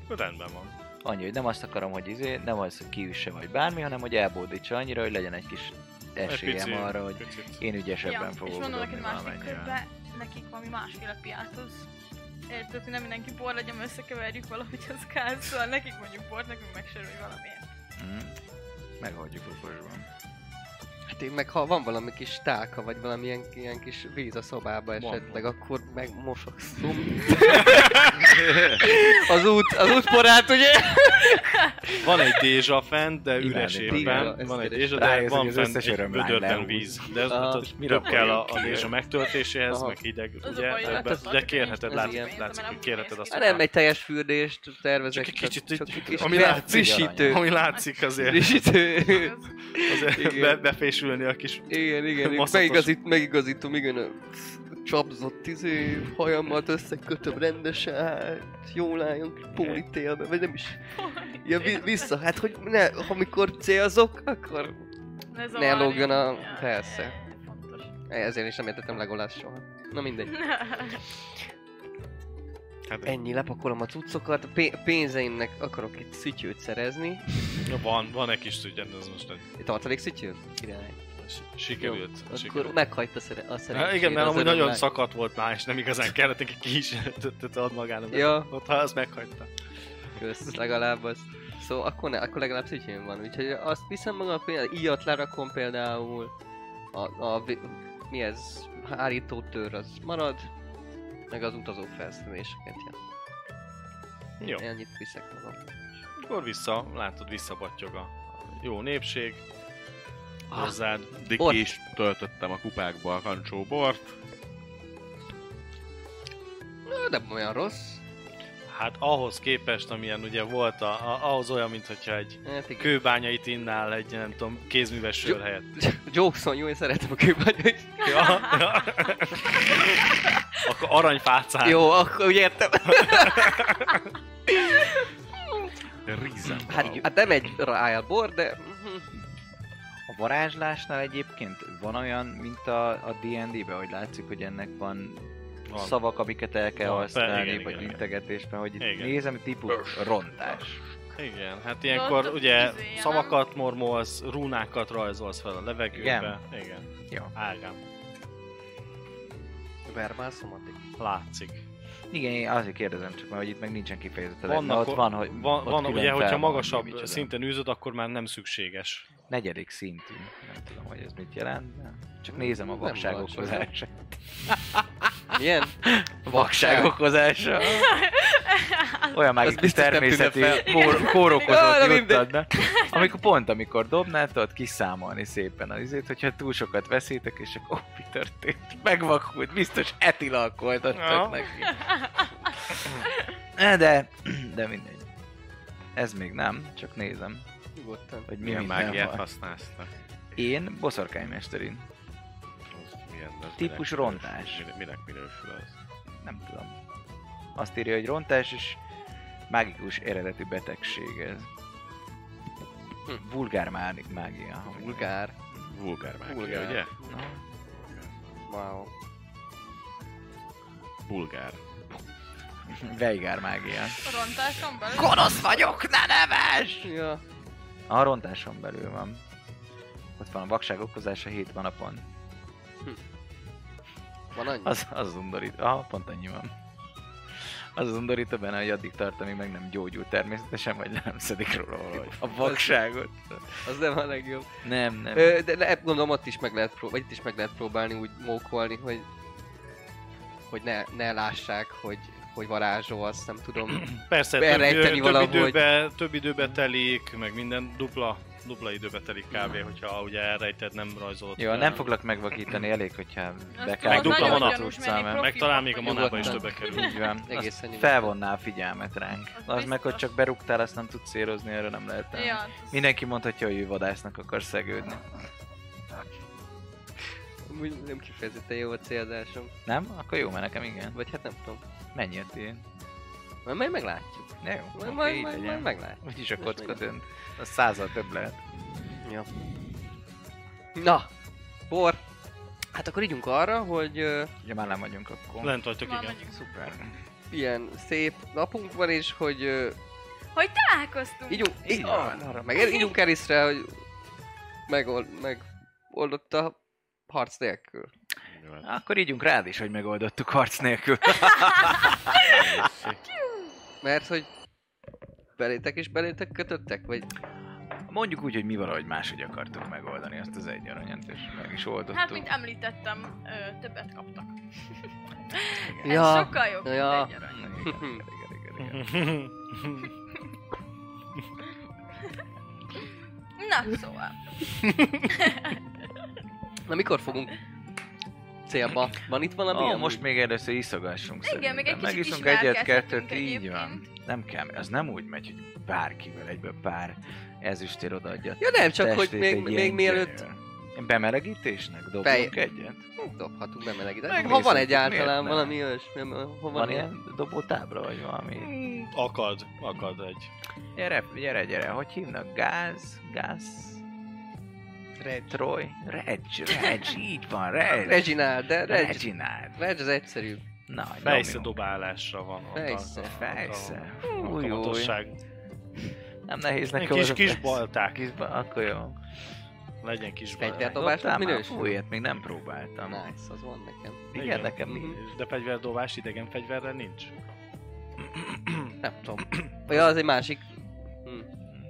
D: Rendben van.
B: Annyi, hogy nem azt akarom, hogy izé, nem az, hogy kiüsse vagy bármi, hanem hogy elbódítsa annyira, hogy legyen egy kis esélyem
D: pici-
B: arra, hogy
D: picit.
B: én ügyesebben
E: Ja,
B: fogok
E: és mondom
B: dobni
E: neked másik
B: valamennyire.
E: körben, nekik valami másféle piátoz. Érted, hogy nem mindenki bor legyen, összekeverjük valahogy az kázzal, nekik mondjuk bort, nekünk meg söröl, hogy valamiért.
B: Mm. Megoldjuk okosban.
C: Hát én meg ha van valami kis tálka, vagy valamilyen ilyen kis víz a szobába
D: Van,
C: esetleg, akkor megmosokszom. az út, az útporát ugye?
D: Van egy dézsa fent, de
B: Imádni
D: üres
B: tudom.
D: évben.
C: Ezt
D: Van
C: keresem.
D: egy dézsa, de
B: Rájössz, hogy
D: van
B: az
D: fent
B: összes
D: egy
B: örömlány
D: vödörben
B: lehull.
D: víz. De ez
C: Ah,
D: ah,
B: mire
D: több kell a,
B: akarjuk
D: a
B: ki?
D: dézsa megtöltéséhez,
C: Aha.
D: meg hideg,
E: Az a
D: ugye?
E: baj,
D: ebbe-
E: látod,
D: de
E: látod,
D: kérheted,
E: ez
D: látsz,
E: ilyen,
D: látsz,
E: mert
D: hogy
E: nem
D: kérheted
E: úgy
D: azt
E: néz
C: Hát
E: ki.
D: a
C: nem egy teljes fürdést tervezek.
D: Csak egy kicsit, így-
C: egy kis
D: ami
C: fe-
D: látszik,
C: frissítő.
D: ami látszik azért,
C: Frissítő.
D: azért
C: Igen.
D: be, befésülni a kis
C: Igen, igen, igen.
D: Maszatos.
C: Megigazít, megigazítom, igen, a csapzott izé, hajamat összekötöm rendesen, hát jól álljon, pólitélbe, vagy nem is. Ja, vi- vissza, hát hogy ne, amikor célzok, akkor
E: zavarjunk.
C: lógjon a-
E: Ja,
C: persze.
E: ez Fontos.
C: ezért is nem értettem Legolász soha. Na mindegy.
F: Hát
C: Ennyi, lepakolom a cuccokat, a pé- pénzeimnek akarok itt szütyőt szerezni.
D: Ja, van, van egy kis ügyen, ez most nem
C: Tartalék szütyő? Király.
D: sikerült.
C: Akkor
D: sikerült.
C: meghajt a, szere- a
D: Hát
C: szerencsére.
D: igen, mert
C: az
D: amúgy nagyon
C: örömlány.
D: szakadt volt már, és nem igazán kellett neki ki is tehát ad magának.
C: Ja.
D: Ott ha az meghagyta.
C: Kösz, legalább az. Szóval akkor, ne, akkor legalább szütyém van. Úgyhogy azt viszem magam például, íjat lerakom például, a, a vi- mi ez, hárító tör az marad, meg az utazó felszereléseket. Ja.
D: Jó.
C: Ennyit viszek magam.
D: Akkor vissza, látod, visszabattyog a jó népség.
C: Ah.
D: Hozzád.
F: Addig
C: Bort.
F: ki is töltöttem a kupákba a kancsó bort.
C: Na, nem olyan rossz.
D: Hát ahhoz képest, amilyen ugye volt, a, a, ahhoz olyan, mintha egy
C: Hát igen.
D: kőbányait innál egy, nem tudom, kézműves sör
C: Jó.
D: helyett.
C: Jokes on jó, én szeretem a kőbányait.
B: Hát.
D: Ja. Akkor aranyfácán.
C: Jó, akkor úgy értem.
F: Rizem.
C: Hát, hát nem egy rájál bor, de... mhm.
B: A varázslásnál egyébként van olyan, mint a, a D&D-ben, hogy látszik, hogy ennek van,
D: Van.
B: szavak, amiket el kell
D: Van,
B: használni,
D: igen,
B: vagy
D: igen, igen.
B: integetésben, hogy itt
D: Igen.
B: nézem, típus rontás.
D: Igen, hát ilyenkor
E: ott
D: ugye
E: izé, nem?
D: szavakat mormolsz, rúnákat rajzolsz fel a levegőbe. Igen. Igen.
B: Ja.
D: Ágám,
C: Verbál szomatik.
D: látszik.
B: Igen, én azért kérdezem csak, mert hogy itt meg nincsen kifejezett elem. Na,
D: Vannak,
B: ott van, hogy
D: van,
B: ott
D: van
B: külön
D: ugye, hogyha
B: fel van,
D: magasabb
B: hogy micsoda.
D: szinten űzöd, akkor már nem szükséges.
B: Negyedik szintű. Nem tudom, hogy ez mit jelent. de Csak nézem a
C: Nem
B: vakságok
C: alacsony.
B: hozása.
C: Milyen?
B: Vakságok hozása. Olyan
C: Az
B: mágikus
C: biztos nem tűnne
B: természeti
C: fel.
B: kór,
C: Ah,
B: kórokozót
C: nem
B: juttad, ne? Amikor pont amikor dobnál, tudod kiszámolni szépen az izét, hogyha túl sokat veszítek, és akkor oh, mi történt? Megvakult, biztos etilalkoltattak
D: Ja.
B: neki. Eh, De, de mindegy. Ez még nem, csak nézem,
C: Nyugodtan.
B: hogy mi
F: Milyen
B: minden
F: mágiát
B: van.
F: használsz? te?
B: Én boszorkánymesterin.
F: Az mi Igen, de az
B: Típus
F: minek
B: rondás.
F: minősül- Minek minősül az?
B: Nem tudom. Azt írja, hogy rontás és mágikus eredetű betegség ez.
C: Hm.
B: Vulgár mági- mágia. ahogy
C: Vulgár.
B: Hát
F: Vulgár mágia,
C: Vulgár.
F: ugye?
B: mondják. Na.
C: Wow.
F: Bulgár.
B: Veigár mágia.
E: Rontáson belül?
B: Gonosz vagyok, ne neves!
C: Ja.
B: A rontáson belül van. Ott van a vakság okozása, hét van a pont.
C: Van annyi?
B: Az, az az undorít. Aha, pont annyi van. Az az undorító benne, hogy addig tart, amíg meg nem gyógyul természetesen, vagy le nem szedik róla valahogy. A vakságot.
C: Az nem a legjobb.
B: Nem, nem.
C: Ö, de le, gondolom ott is meg lehet, pró- vagy itt is meg lehet próbálni úgy mókolni, hogy hogy ne, ne lássák, hogy, hogy varázsolsz, nem tudom.
D: Persze, több,
C: Elrejteni
D: több,
C: valahogy.
D: időbe, több időbe telik, meg minden dupla, dupla időbe telik kávé, hogyha ugye elrejted, nem rajzolod.
B: Jó,
D: fel.
B: nem foglak megvakítani, elég, hogyha
E: tudod,
B: bekárgyal.
D: Meg dupla
E: nagyon
D: manat.
E: gyanús menni,
B: Számel.
E: profi
D: Meg talán még a
E: vagy.
D: manába is
C: Nyugodtan.
D: többe kerül.
B: Így van. Azt
C: Egészen nyugodtan.
B: felvonná a figyelmet ránk.
E: Az
B: Az meg, hogy
E: biztos.
B: csak berúgtál, azt nem tudsz célozni, erre nem lehet elmenni.
E: Ja,
B: Mindenki mondhatja, hogy ő vadásznak akar szegődni.
C: Amúgy nem kifejezetten jó a célzásom.
B: Nem? Akkor jó, mert nekem igen.
C: Vagy hát nem tudom.
B: Mennyi a tiéd?
C: Majd, majd meglátjuk.
B: Ne jó,
C: Majd,
B: oké,
C: majd,
B: így
C: majd,
B: legyen.
C: majd meglátjuk.
B: Úgyis a
C: Most
B: kocka
C: még nem.
B: dönt. A százal több lehet.
C: Ja. Na, bor. Hát akkor ígyunk arra, hogy uh,
B: Ugye már nem vagyunk akkor.
D: Lent vagytok,
E: Na,
D: igen.
E: megyünk.
B: Szuper.
C: ilyen szép napunk van, és hogy uh,
E: Hogy találkoztunk?
C: ígyunk,
B: Így
C: így,
B: van.
C: arra, meg el- ígyunk Erisre, hogy megold, megoldott a harc nélkül.
F: Nyilván.
C: Hát,
B: Akkor ígyunk rád is, hogy megoldottuk harc nélkül.
C: hát, Mert hogy belétek és belétek kötöttek, vagy
B: Mondjuk úgy, hogy mi valahogy máshogy akartuk megoldani azt az egy aranyat, és meg is oldottuk.
E: Hát, mint említettem, ö, többet kaptak. Ez
C: Ja.
E: sokkal jobb, mint
C: Ja.
E: egy arany.
B: Igen, igen, igen, igen, igen.
E: Na, szóval.
C: Na mikor fogunk célba? Van itt valami?
B: Ó,
C: amúgy?
B: Ah, most még először iszogassunk
E: Igen, még egy kicsit
B: Megiszunk egyet, kettőt,
E: ismerkedhetünk
B: így van.
E: egyébként.
B: Nem kell, az nem úgy megy, hogy bárkivel egyből pár ezüstér odaadja.
C: Ja nem, csak hogy
B: testét
C: még,
B: egy
C: még
B: ilyen
C: mielőtt
B: gyönyör. Bemelegítésnek dobunk
C: Fej-
B: egyet?
C: dobhatunk bemelegíteni.
B: Megnézzük,
C: Ha van
B: hogy miért
C: egyáltalán
B: nem.
C: valami olyasmi, ami- ha
B: Van ilyen dobótábla, vagy valami?
D: Akad, akad egy.
B: Gyere, gyere, gyere, hogy hívnak? Gáz, gáz, Troy, Reg, Reg, így van, Reg.
C: Reginald, de Reg,
B: Reginald.
C: Reg az egyszerűbb.
B: Na,
D: Fejsze
B: nyomjunk.
D: dobálásra van. ott a-
C: Fejsze.
D: a- a-
B: Fejsze.
D: a
B: Új, új.
D: kamatosság.
B: Nem nehéz
D: Egy
B: nekem. az
D: kis,
B: a
D: kis
B: fejsze.
D: balták.
B: Kis ba- akkor jó.
D: Legyen kis
C: Fegyvert
D: balták.
C: dobálás
B: Dobtál már?
C: minősül?
B: Fú, ilyet még nem próbáltam.
C: Nice, az van nekem.
B: Igen,
D: Igen.
B: nekem
C: Mhm.
B: nincs.
D: De fegyverdobás idegen fegyverrel nincs.
C: Nem tudom. Vagy az egy másik. Hm.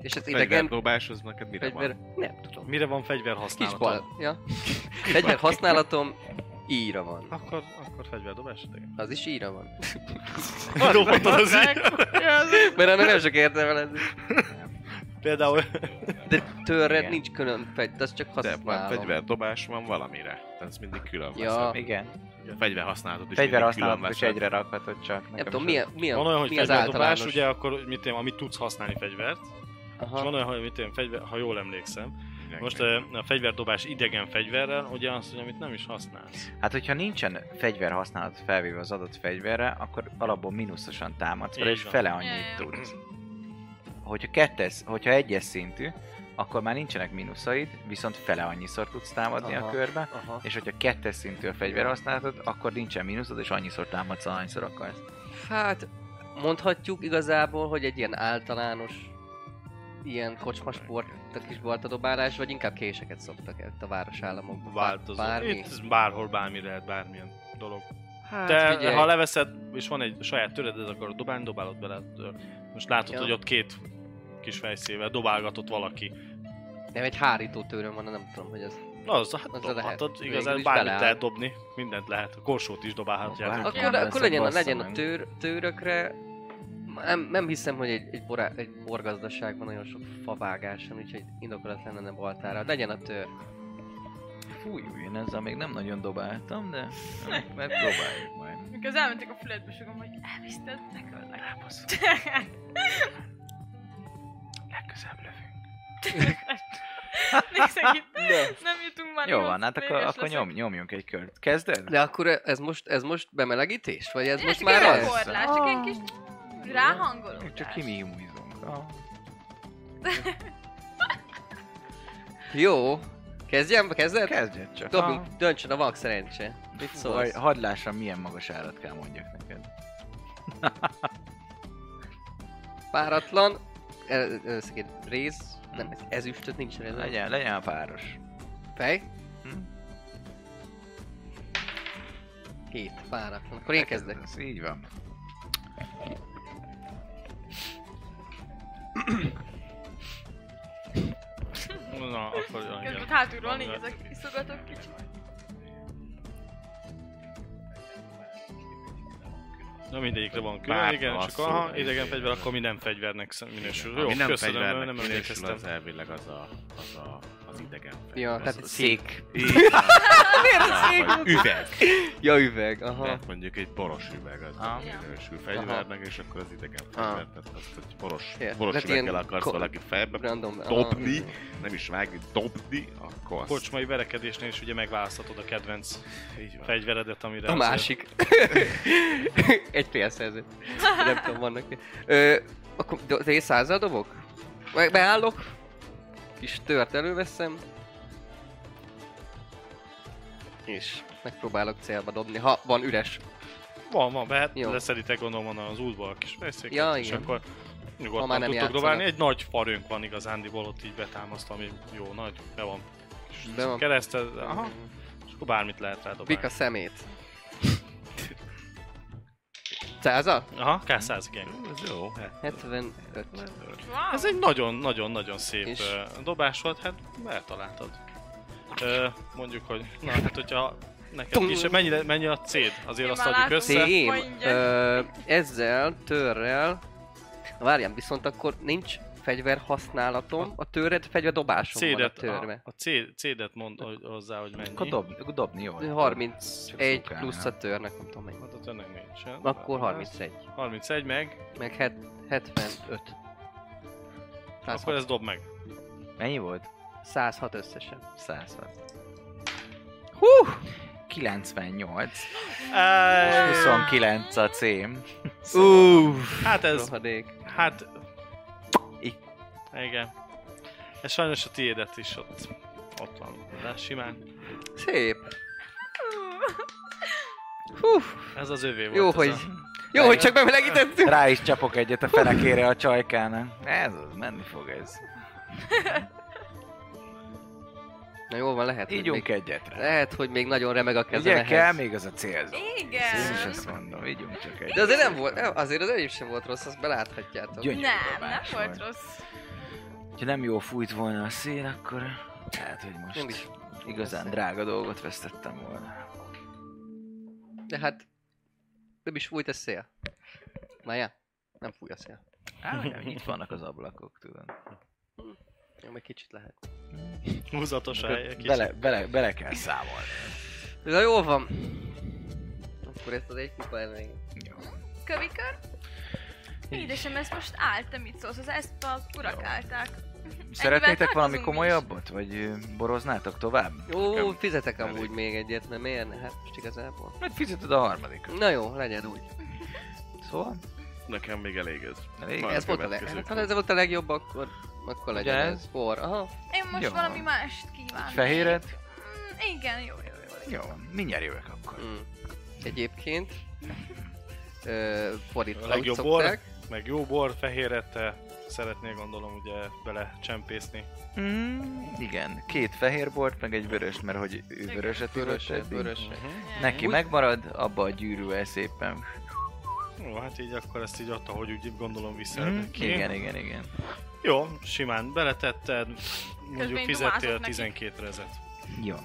C: És ez idegen
F: Fegyverdobás az neked mire
C: fegyver...
F: van?
C: Nem tudom.
D: Mire van fegyver
C: Kis
D: használatom?
C: bal. Ja. Fegyver használatom íra van.
D: Akkor, akkor fegyverdobás idegen.
C: Az is íra van.
D: Robot az
C: Mert annak nem sok értelme lesz.
D: Például
C: De törred
B: Igen.
C: nincs külön fegy, de az csak
F: De van
C: használom.
F: fegyverdobás, van valamire. Tehát ez mindig külön
C: Ja.
F: veszed.
B: Igen.
F: Fegyver használatod is
B: Fegyver
F: mindig külön
B: használatok, és
F: veszed.
B: egyre rakhatod csak.
C: Nem
B: Nekem
C: tudom,
B: sem.
C: milyen, milyen,
D: van olyan, hogy
C: mi az
D: fegyverdobás,
C: általános.
D: ugye akkor mit én, amit tudsz használni fegyvert, és van
C: Aha.
D: olyan, hogy mit én, fegyver, ha jól emlékszem.
F: Mindenki.
D: Most ö, a fegyverdobás idegen fegyverrel, ugye azt, hogy amit nem is használsz.
B: Hát, hogyha nincsen fegyver használat felvéve az adott fegyverre, akkor alapból mínuszosan támadsz vele,
D: Így
B: és
D: van.
B: fele
E: Ja,
B: annyit
E: ja.
B: tudsz. Hogyha, kettes, hogyha egyes szintű, akkor már nincsenek mínuszaid, viszont fele annyiszor tudsz támadni
C: Aha.
B: a körbe,
C: Aha.
B: és hogyha kettes szintű a fegyver használatod, akkor nincsen mínuszod, és annyiszor támadsz, ahányszor akarsz.
C: Hát, mondhatjuk igazából, hogy egy ilyen általános ilyen kocsmasport, a kis baltadobálás, vagy inkább késeket szoktak itt a városállamokban. Bár-
D: Változó.
C: Bármi.
D: Itt ez bárhol bármi lehet, bármilyen dolog.
C: Hát,
D: Te,
C: figyelj,
D: ha leveszed, és van egy saját töreded, akkor dobálni, dobálod bele. Ö, Most látod,
C: Ja.
D: hogy ott két kis fejszével dobálgatott valaki.
C: nem egy hárító tőröm van, nem tudom, hogy az...
D: Az, hát
C: Az
D: az
C: lehet.
D: dobhatod,
C: Végül
D: igazán
C: is
D: bármit
C: beleáll.
D: lehet dobni, mindent lehet. A korsót is dobálhatjátok.
B: Bárki.
C: Akkor,
E: Ja,
C: le-
B: persze,
C: akkor legyen, a,
B: bassza
C: legyen a
B: meg.
C: tőr, tőrökre... Nem, nem hiszem, hogy egy, egy, borá, egy borgazdaságban nagyon sok favágáson, úgyhogy indokolat lenne a baltára. Legyen a tőr.
B: Fújjú, én ezzel még nem nagyon dobáltam, de megpróbáljuk majd.
E: Mikor elmentek a fületbe, sugom, hogy elviszted, megöllek.
C: hát
B: Rábaszunk, legközebb lövünk.
E: Nézzek itt. Nem jutunk már
B: Jó
E: nyolc,
B: van, hát akkor,
E: véges
B: akkor
E: leszek.
B: nyom, nyomjunk egy kört. Kezded?
C: De akkor ez most, ez most bemelegítés? Vagy ez
E: Igen,
C: most
E: csak
C: már
E: egy
B: ez.
C: az?
E: gyakorlás, Csak egy kis ráhangolódás.
B: Ah. Csak kimimúzunk. Ah.
C: Jó. Kezdjem? Kezded?
B: Hát Kezdjed csak.
C: Dobjunk, döntsön a vak szerencse. Mit
B: Fú,
C: szólsz?
B: haj- Hadd lássam, milyen magas árat kell mondjak neked.
C: Páratlan. e- Ez egy réz. Nem, ez ezüstöt nincs ez a
B: Legyen, legyen páros.
C: fej.
B: Hm?
C: Hét páratlan. Akkor én kezdek.
B: Ez így van.
D: Na, akkor ja, igen.
E: Közben ott hátulról
D: Valamivel
E: nézek,
D: több.
E: iszogatok kicsit.
D: Na mindegyikre van külön,
F: Bár
D: igen, csak
F: passzol,
D: aha,
F: izé.
D: idegen fegyver, akkor mi nem fegyvernek szem- minősül. Jó,
F: Ami nem
D: köszönöm,
F: fegyvernek
D: nem
F: minősül,
D: emlékeztem.
F: Az elvileg az a, az, a, az idegen fegyver.
C: Ja,
F: az,
C: tehát
F: az
C: szék.
F: Így van.
C: szék?
F: Vagy Üveg.
C: Ja, üveg,
F: Aha.
C: aha.
F: mondjuk egy boros üveg az
B: Aha.
F: ah. minősül fegyvernek, és akkor az idegen fegyver, tehát azt, hogy boros,
C: Értem.
F: boros
C: Tehát ilyen
F: üveggel akarsz
C: ko-
F: valaki fejbe
C: Random. aha.
F: dobni, nem is vágni, dobni, akkor azt...
D: Kocsmai verekedésnél is ugye megválaszthatod a kedvenc
F: Így van.
D: fegyveredet, amire...
C: A
D: azért-
C: másik. Egy félszerző. Nem tudom, vannak. Ö, akkor do- de én százal dobok? Meg beállok. Kis tört előveszem. És megpróbálok célba dobni, ha van üres.
D: Van, van, behet,
C: Jó.
D: leszeditek gondolom onnan az útból a kis fejszéket,
C: Ja,
D: és
C: igen.
D: akkor
C: Ha
D: nyugodtan
C: már nem
D: tudtok
C: játszanak.
D: dobálni. Egy nagy farönk van igazándiból, ott így betámasztva, ami jó nagy, be van.
C: Be van.
D: Kereszte, aha, és akkor bármit lehet rá dobálni.
C: Pik a szemét. Száza?
D: Aha, K100, igen.
F: Ez jó, hát
C: 75.
E: Wow.
D: Ez egy nagyon-nagyon-nagyon szép
C: És-
D: és... dobás volt, hát eltaláltad. Ö, mondjuk, hogy na, hát hogyha neked
C: Tum.
D: kisebb, mennyi, mennyi a céd? Azért
E: Én
D: azt
E: már
D: adjuk
E: látom.
D: össze.
E: Cé-
C: Szém.
E: Mondja.
C: Ö, ezzel, törrel... Várján, viszont akkor nincs fegyver használatom, a törred fegyverdobásom van a
D: Cédet, a,
C: törve.
D: a céd, cédet mond hogy- hozzá, hogy mennyi.
B: Akkor dob, akkor dobni jó.
C: 31
B: Csak
C: plusz
B: szokálnál.
C: a törnek, nem tudom mennyi.
D: Hát ott ennek nincsen.
C: Akkor
D: Hát,
C: 31,
D: 31 meg,
C: meg het, 75.
D: akkor
C: 106,
D: ez dob meg.
B: Mennyi volt?
C: 106 összesen.
B: 106.
C: Hú!
B: 98.
D: Áj,
B: 29 a cím.
C: Uff!
D: Hát ez,
C: Rohadék.
D: hát...
B: I-
D: Igen. Ez sajnos a tiédet is ott, ott van, de simán.
C: Szép. Hú!
D: Ez az övé volt.
C: Jó,
D: ez
C: hogy...
D: A...
C: Jó, hogy csak bemelegítettük!
B: Rá is csapok egyet a fenekére a csajkának. Ez az, menni fog ez.
C: Na jó van, lehet, hogy
B: Ígyunk
C: még,
B: egyet rá.
C: lehet, hogy még nagyon remeg a kezem
B: Ugye kell
C: ehhez.
B: még az a célzó. Ezt Én is
E: Igen.
B: ezt mondom, ígyunk csak egyet.
C: De azért nem volt, nem, azért az enyém sem volt rossz, azt beláthatjátok.
B: Gyönyörű
E: Nem, nem
B: dobás
E: volt rossz.
B: Ha nem jó fújt volna a szél, akkor lehet, hogy most
C: Nem is.
B: igazán drága dolgot vesztettem volna.
C: De hát, nem is fújt a szél. Mája? Nem fúj a szél.
B: Á, nem, itt vannak az ablakok, tudod.
C: Jó, még kicsit lehet.
D: Húzatos hely, kicsit.
B: Bele, bele, bele kell számolni.
C: Na jól van. Akkor ezt az egy kupa elég.
B: Jó.
E: Kövikör? Édesem, ezt most álltam, itt szólsz, az ezt a urak
B: Jó.
E: állták.
B: Szeretnétek
E: tartozunk mi
B: valami
E: is.
B: komolyabbat? Vagy ö, boroznátok tovább?
C: Jó,
B: Nekem
C: fizetek
B: elég.
C: amúgy még egyet, mert miért ne? Hát most igazából.
B: Majd fizeted a harmadikat.
C: Na jó, legyen úgy.
B: Szóval,
F: nekem még elég ez.
B: elég.
F: Majd.
C: Ez volt a leg...
F: következő
C: Hát, Ha ez volt a legjobb, akkor... Akkor legyen
B: Ugyanez?
C: ez. Bor, aha.
E: Én most
B: Jó.
E: valami mást kívánok.
B: Fehéret?
E: Mm, igen, jó, jó, jó. jó.
B: Jó, mindjárt jövök akkor.
C: Mm. Egyébként... Ö,
D: A
C: fordítva, úgy
D: legjobb bor,
C: szokták.
D: meg jó bor, fehéret te szeretnél gondolom ugye bele csempészni.
B: Mm, igen, két fehér bort, meg egy vörös, mert hogy ő vöröset ivott
C: Vöröset,
B: eddig.
C: vöröset.
B: Neki megmarad, abba a gyűrűvel szépen.
D: Jó, hát így akkor ezt így adta, hogy úgy gondolom vissza.
B: Mm,
D: Mm,
B: igen, igen, igen.
D: Jó, simán beletetted, mondjuk
E: én
D: fizettél
E: dumázok neki.
D: 12 rezet.
B: Jó.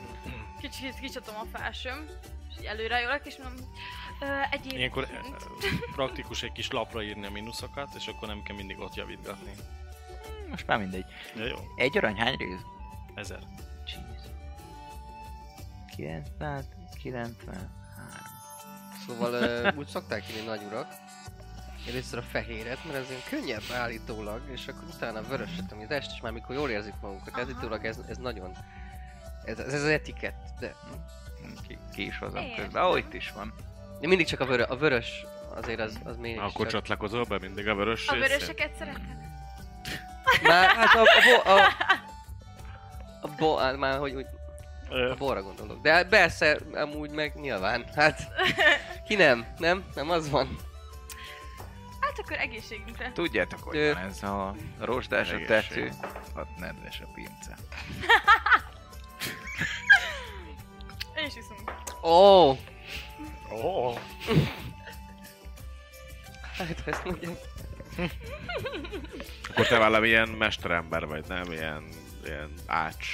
E: Kicsit kicsatom a felsőm, és így előrejölök, és mondom, ö, egyébként...
D: Ilyenkor eh, praktikus egy kis lapra írni a mínuszokat, és akkor nem kell mindig ott javítgatni.
B: Most már mindegy.
D: Ja, jó,
B: Egy arany hány rész?
D: ezer.
B: Jeez. 90, 93.
C: Szóval ö, úgy szokták hívni nagy urak, Először a fehéret, mert ez ilyen könnyebb állítólag, és akkor utána vöröset, ami test, és már mikor jól érzik magukat,
E: Aha.
C: állítólag ez, ez nagyon... Ez, ez, az etikett, de,
B: Ki, ki is hozom
E: Miért?
B: közben. Ahogy itt is van.
C: de mindig csak a, vörö, a vörös azért az, az mindig
F: Akkor
C: csak...
F: csatlakozol be mindig a vörös
E: A
F: részhez?
E: vöröseket szereted?
C: Már, hát a, a, bo, a, a bo, hát már hogy úgy,
D: Ö,
C: a borra gondolok. De hát persze, amúgy meg nyilván, hát ki nem, nem? Nem az van.
E: Hát akkor egészségünkre.
B: Tudjátok, hogy
C: Ö.
B: van ez a rozsdás a tető,
F: Egészség.
B: a nedves a pince.
E: Én is iszunk.
C: Ó, oh,
D: Ó,
C: hát ha ezt mondjam.
F: Akkor te velem ilyen mesterember vagy, nem? Ilyen, ilyen ács,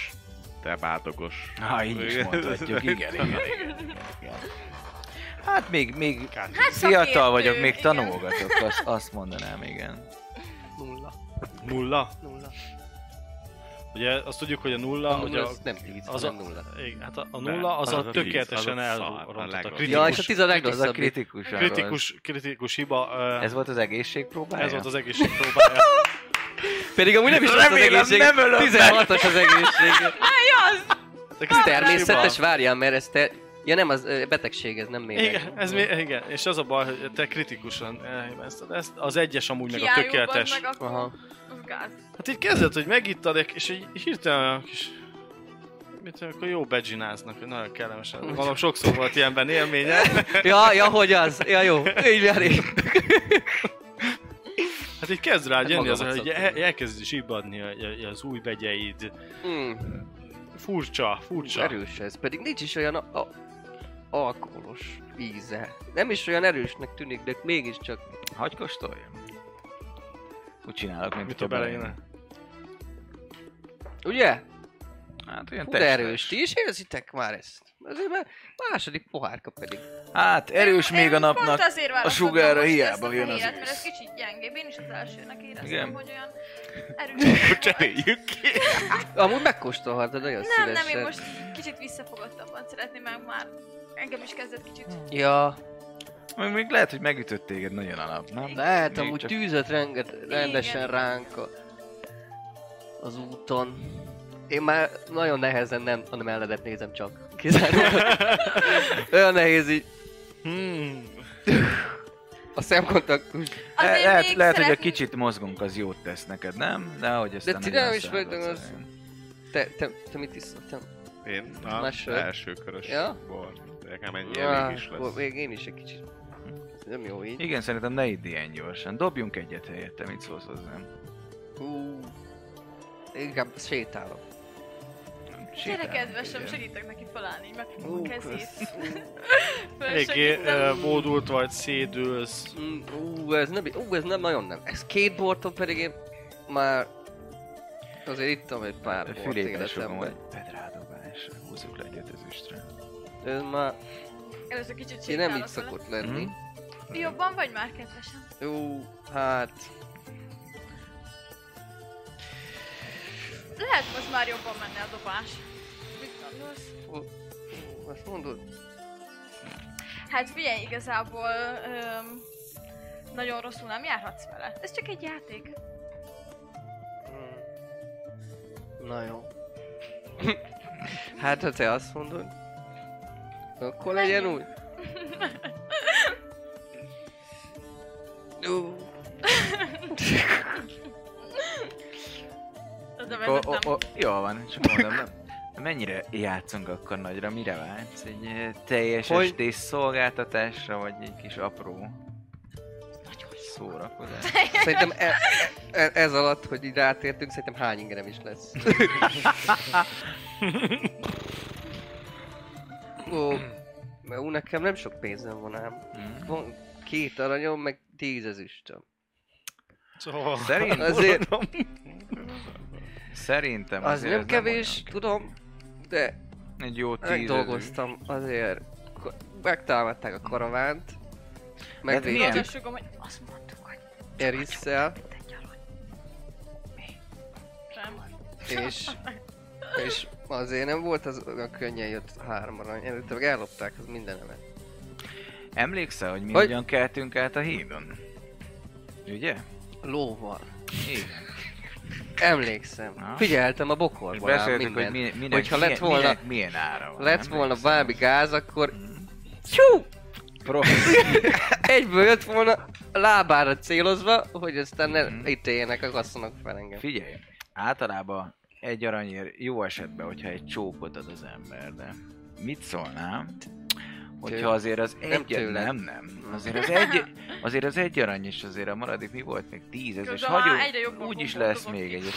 F: te bádogos.
B: Ha, így is mondhatjuk, igen, igen, igen. igen. Hát még, még
E: Hát
B: fiatal
E: szakértő,
B: vagyok, még
E: igen.
B: tanulgatok, azt, azt mondanám, igen.
C: Nulla,
D: Nulla.
C: nulla.
D: Ugye azt tudjuk, hogy a nulla,
C: A
D: hogy
C: nulla
D: a...
C: az nem tíz,
D: az
C: az
D: a-
C: nem nulla.
D: Igen, hát a, a
F: Nem,
D: nulla az,
F: az
D: a
F: a tíz,
D: tökéletesen
F: az a szar, a
D: elrontott. A
F: legrosszabb.
D: kritikus,
C: Ja, és a tíz a
B: Az a
C: legrosszabb.
B: kritikus.
D: kritikus, kritikus hiba. ö,
B: Ez volt az egészség
D: ez
B: próbája?
D: volt az egészségpróbája.
C: Pedig amúgy nem is az az
B: Remélem,
C: egészség.
B: nem ölöm meg.
C: 16-os az egészség.
D: De
C: Ez
D: kritikus
C: természetes,
D: hiba.
C: várjál, mert ez te... Ja nem, az ö, betegség, ez nem méreg.
D: Igen, ez mi, igen, és az a baj, hogy te kritikusan elhibáztad ezt, az egyes amúgy meg a
E: Kiájúban
D: tökéletes.
E: Meg akkor
C: Aha.
E: Az gáz.
D: Hát így kezdett, hogy megittad, és így hirtelen olyan kis... Mit tudom, akkor jó bedzsináznak, hogy nagyon kellemesen. Gondolom sokszor volt ilyenben élménye.
C: Ja, ja, hogy az? Ja, jó. Így van, így.
D: Hát így kezd rád
C: Hát
D: jönni, az,
C: magamat
D: hogy el, elkezd zsibbadni a- a- az új begyeid.
C: Mm,
D: Furcsa, furcsa.
C: erős ez, pedig nincs is olyan a, a, alkoholos íze. Nem is olyan erősnek tűnik, de mégiscsak
B: Hagy kóstoljam. Úgy csinálok, mint
D: Mit a belejön?
C: Ugye?
B: Hát olyan
C: Hú, de
B: testes.
C: erős. Ti is érzitek már ezt? Azért már második pohárka pedig.
B: Hát erős
E: Én-
B: még a
E: én
B: napnak.
E: Pont azért választottam
B: sugárra
E: most
B: hiába
E: ezt a
B: jön az
E: fehéret,
B: ősz.
E: Mert ez kicsit gyengébb. Én is az elsőnek éreztem,
B: Igen.
E: hogy olyan erős.
F: Cseréljük ki!
C: Amúgy megkóstolhatod nagyon
E: nem,
C: szívesen.
E: nem, én most kicsit visszafogottabban szeretném, mert már engem is kezdett kicsit.
D: Hmm.
C: Ja,
B: Még, még lehet, hogy megütött téged nagyon a nap, nem?
C: lehet,
B: Még
C: hát amúgy
B: csak-
C: tűzött renget, rendesen
E: Igen.
C: ránk a, az úton. Én már nagyon nehezen nem, hanem melledet nézem csak. Kizárólag. Olyan nehéz így
D: Hmm.
C: a szemkontaktus.
E: Azért
B: Le- lehet,
E: még
B: lehet hogy a
E: szeretném-
B: kicsit mozgunk, az jót tesz neked, nem? De hogy aztán...
C: ti
B: nagyon
C: nem is
B: száraz
C: vagytok az-
B: legyen.
C: Te, te, te mit iszol? Te,
F: Én a
C: Más sör.
F: első körös
C: Ja?
F: bor. Nekem ennyi
C: Á,
F: elég is
C: hol-
F: lesz.
C: Ah, Még én is egy kicsit. Ez nem jó így.
B: Igen, szerintem ne idd ilyen gyorsan. Dobjunk egyet helyette, mit szólsz hozzám.
C: Hú. Inkább sétálok.
E: Gyere
B: Sétálunk
E: kedvesem,
B: egyet.
E: segítek neki felállni, meg
C: Ú,
E: a kezét.
C: kösz.
D: Eléggé
E: Fölsegítem.
D: ö, bódult vagy, szédülsz.
C: Mm, ú, ez nem, ú, ez nem nagyon nem. Ez két borton pedig én már azért ittam egy pár bort
B: Fülébe sugom,
C: életemben.
B: hogy pedrádobás. Húzzuk le egyet ezüstre.
C: Ez már,
E: Először kicsit
C: én nem így
E: sétálok vele.
C: szokott lenni.
B: Mhm.
E: Jobban vagy már, kedvesem?
C: Jó, hát,
E: Lehet most már jobban menne a dobás. Mit gondolsz?
C: ó, azt mondod,
E: Hát figyelj, igazából öm, nagyon rosszul nem járhatsz vele. Ez csak egy játék.
C: Mm. Na jó. hát, ha te azt mondod, akkor legyen úgy. Ú,
E: Oda
B: Ó, ó,
E: vezettem.
B: ó, jól van, csak mondom, nem. Mennyire játszunk akkor nagyra? Mire vágysz? Egy ö, teljes
C: Hogy?
B: hogy? estés szolgáltatásra, vagy egy kis apró szórakozás?
C: Szerintem e, e, ez alatt, hogy így rátértünk, szerintem hány ingerem is lesz. Ó, mert ú, nekem nem sok pénzem van ám.
B: Hmm.
C: Van két aranyom, meg tíz ezüstöm.
D: Szóval...
B: Szerint,
C: Azért,
B: szerintem
C: az
B: azért
C: nem
B: ez
C: kevés,
B: olyan.
C: tudom, de
B: Egy jó tíz
C: Megdolgoztam azért. Ko- Megtámadták a karavánt.
B: Hát milyen?
E: Oda
C: Megvédtük
E: sugom, hogy azt mondtuk, hogy
C: Erisszel,
E: te gyarod. Mi? Nem.
C: és, és azért nem volt az olyan könnyen jött három arany. Előtte meg ellopták az mindenemet.
B: Emlékszel, hogy mi
C: Hogy?
B: hogyan keltünk át a hídon? Ugye?
C: Lóval.
B: Igen.
C: Emlékszem.
B: Na.
C: Figyeltem a
B: És
C: bokorban ám
B: beszéltük, hogy
C: mindent.
B: mi, minek,
C: Hogyha lett
B: milyen,
C: volna-
B: minek, milyen ára van.
C: Lett
B: nem?
C: volna bármi gáz, akkor... Hú!
B: Profi.
C: Egyből jött volna a lábára célozva, hogy aztán
B: Mhm.
C: ne ítéljenek a gasszonok fel engem.
B: Figyelj, általában egy aranyért jó esetben, hogyha egy csókot ad az ember, de mit szólnám,
C: Tőle.
B: hogyha azért az
C: Nem
B: egy...
C: tőle.
B: nem, nem. Azért az egy, azért az egy arany is azért a maradék mi volt még? Tízes, és hagyjuk, úgy is lesz még egy.